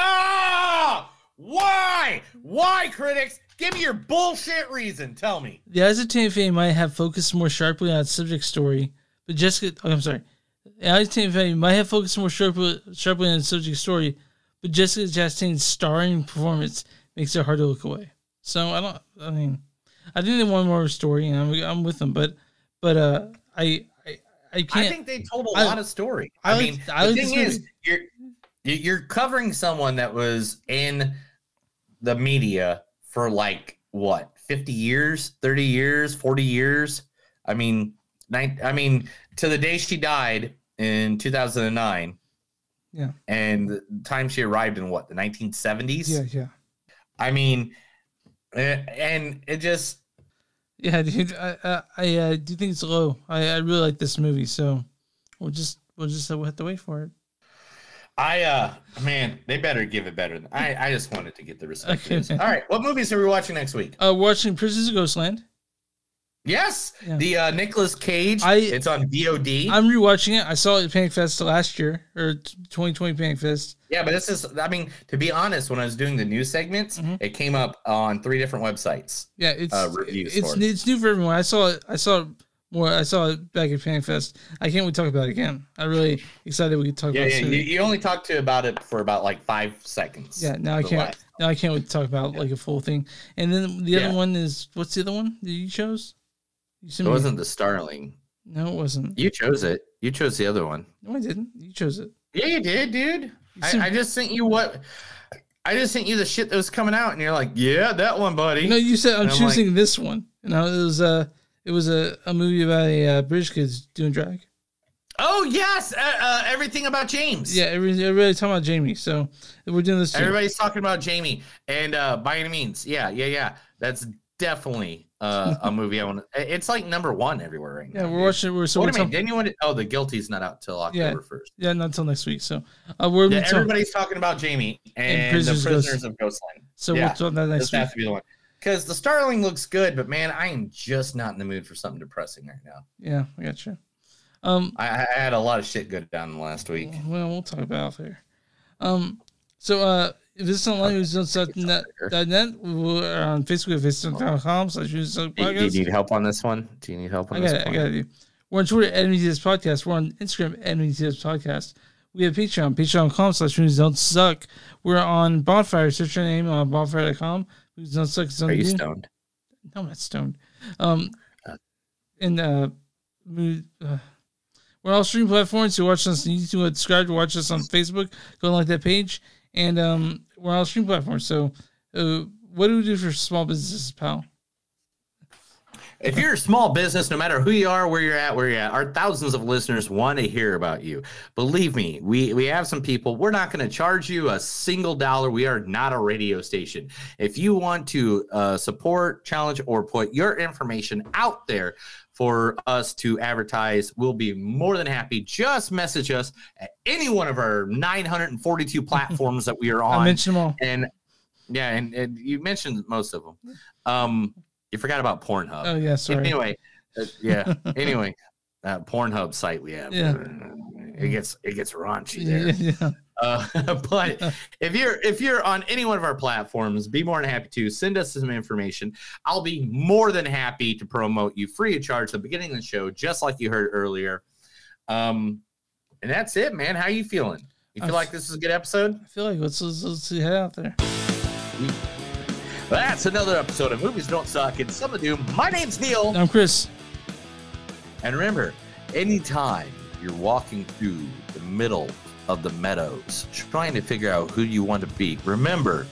[SPEAKER 1] Ah! Why? Why, critics? Give me your bullshit reason. Tell me.
[SPEAKER 2] The Eyes of Tammy Faye might have focused more sharply on its subject story, but Jessica. Oh, I'm sorry. The Eyes of Tammy Faye might have focused more sharply, sharply on its subject story, but Jessica Chastain's starring performance makes it hard to look away. So I don't. I mean, I think they want more story, and I'm, I'm with them. But but uh, I I, I can't.
[SPEAKER 1] I think they told a
[SPEAKER 2] I-
[SPEAKER 1] lot of story.
[SPEAKER 2] I
[SPEAKER 1] I,
[SPEAKER 2] like-
[SPEAKER 1] mean,
[SPEAKER 2] I
[SPEAKER 1] the
[SPEAKER 2] like this
[SPEAKER 1] thing is,
[SPEAKER 2] movie.
[SPEAKER 1] you're you- you're covering someone that was in the media for like what 50 years 30 years 40 years i mean nine, i mean to the day she died in 2009
[SPEAKER 2] Yeah.
[SPEAKER 1] and the time she arrived in what the 1970s
[SPEAKER 2] Yeah, yeah,
[SPEAKER 1] i mean eh, and it just
[SPEAKER 2] yeah, dude. I I, I uh, do think it's low. I, I really like this movie, so we'll just we'll just we'll have to wait for it.
[SPEAKER 1] I uh man, they better give it better. than- I I just wanted to get the respect. it is. All right, what movies are we watching next week?
[SPEAKER 2] Uh, watching Prisoners of Ghostland.
[SPEAKER 1] Yes, the uh Nicolas Cage. it's on VOD.
[SPEAKER 2] I'm rewatching it. I saw it at Panic Fest last year or t- 2020 Panic Fest.
[SPEAKER 1] yeah, but this is. I mean, to be honest, when I was doing the news segments,
[SPEAKER 2] Mm-hmm.
[SPEAKER 1] it came up on three different websites.
[SPEAKER 2] Yeah, it's
[SPEAKER 1] uh, reviews.
[SPEAKER 2] it's
[SPEAKER 1] for it.
[SPEAKER 2] new, it's new for everyone. I saw it. I saw it more. I saw it back at Panic Fest. I can't wait to talk about it again. I'm really excited we could talk
[SPEAKER 1] yeah,
[SPEAKER 2] about
[SPEAKER 1] yeah.
[SPEAKER 2] it. soon.
[SPEAKER 1] You, you only talked to about it for about like five seconds.
[SPEAKER 2] yeah, now I
[SPEAKER 1] The
[SPEAKER 2] can't.
[SPEAKER 1] last-
[SPEAKER 2] Now I can't wait to talk about like a full thing. And then the
[SPEAKER 1] Yeah.
[SPEAKER 2] other one is what's the other one that you chose? You
[SPEAKER 1] It
[SPEAKER 2] sent me-
[SPEAKER 1] wasn't the Starling.
[SPEAKER 2] No, it wasn't.
[SPEAKER 1] You chose it. You chose the other one.
[SPEAKER 2] No, I didn't. You chose it.
[SPEAKER 1] Yeah, you did, dude. I, I just sent you what. I just sent you the shit that was coming out, and you're like, "Yeah, that one, buddy."
[SPEAKER 2] No, you said I'm,
[SPEAKER 1] And like,
[SPEAKER 2] choosing this one. No, it was uh it was a, a movie about a uh, British kids doing drag.
[SPEAKER 1] Oh yes, uh, uh, everything about James.
[SPEAKER 2] Yeah, every- everybody's talking about Jamie, so we're doing this. Too.
[SPEAKER 1] everybody's talking about Jamie, and uh, by any means, yeah, yeah, yeah. That's definitely uh, a movie I want. to It's like number one everywhere right now.
[SPEAKER 2] yeah, we're watching. We're so
[SPEAKER 1] Wait
[SPEAKER 2] we're
[SPEAKER 1] a minute,
[SPEAKER 2] talking,
[SPEAKER 1] didn't you want to, Oh, the guilty's not out till
[SPEAKER 2] yeah,
[SPEAKER 1] October first.
[SPEAKER 2] yeah, not until next week. So uh, we're
[SPEAKER 1] Yeah,
[SPEAKER 2] talking-
[SPEAKER 1] everybody's talking about Jamie and, the
[SPEAKER 2] And Prisoners of Ghost-
[SPEAKER 1] prisoners of Ghostland.
[SPEAKER 2] So
[SPEAKER 1] yeah,
[SPEAKER 2] we'll talk about that
[SPEAKER 1] this
[SPEAKER 2] next
[SPEAKER 1] has
[SPEAKER 2] week.
[SPEAKER 1] to be the one because the Starling looks good, but man, I am just not in the mood for something depressing right now.
[SPEAKER 2] Yeah, I got you. Um,
[SPEAKER 1] I, I had a lot of shit go down last week.
[SPEAKER 2] well, we'll talk about it off air. Um, so uh, if this is online, who's on site net, dot net, we're on Facebook, facebook.com slash who's on
[SPEAKER 1] Do, do you
[SPEAKER 2] podcast.
[SPEAKER 1] need help on this one? Do you need help on
[SPEAKER 2] I
[SPEAKER 1] this
[SPEAKER 2] got it. I
[SPEAKER 1] one?
[SPEAKER 2] got it. We're on Twitter at MDTS Podcast. We're on Instagram at MDTS Podcast. We have Patreon, patreon.com slash Movies Don't Suck. We're on Bonfire. Search our name on bonfire.com. Movies Don't Suck.
[SPEAKER 1] Are you stoned?
[SPEAKER 2] No, I'm not stoned. Um, and uh, mo- uh, we're on all stream platforms. You watch us on YouTube, subscribe, watch us on Facebook, go and like that page. And um, we're on all stream platforms. So, uh, what do we do for small businesses, pal?
[SPEAKER 1] If you're a small business, no matter who you are, where you're at, where you're at, our thousands of listeners want to hear about you. Believe me, we, we have some people. We're not going to charge you a single dollar. We are not a radio station. If you want to uh, support, challenge, or put your information out there for us to advertise, we'll be more than happy. Just message us at any one of our 942 platforms that we are on.
[SPEAKER 2] mentioned them all.
[SPEAKER 1] And yeah, and, and you mentioned most of them. Um, you forgot about Pornhub.
[SPEAKER 2] Oh, yeah, sorry.
[SPEAKER 1] Anyway, Uh, yeah. Anyway, that Pornhub site we have.
[SPEAKER 2] Yeah.
[SPEAKER 1] It gets it gets raunchy there. Uh, but if you're if you're on any one of our platforms, be more than happy to send us some information. I'll be more than happy to promote you free of charge at the beginning of the show, just like you heard earlier. Um, and that's it, man. How you feeling? You feel like this is a good episode?
[SPEAKER 2] I feel like let's let's, let's head out there.
[SPEAKER 1] That's another episode of Movies Don't Suck and Some of Do. My name's Neil.
[SPEAKER 2] I'm Chris.
[SPEAKER 1] And remember, anytime you're walking through the middle of the meadows, trying to figure out who you want to be, remember,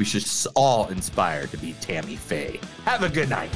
[SPEAKER 1] we should all inspire to be Tammy Faye. Have a good night.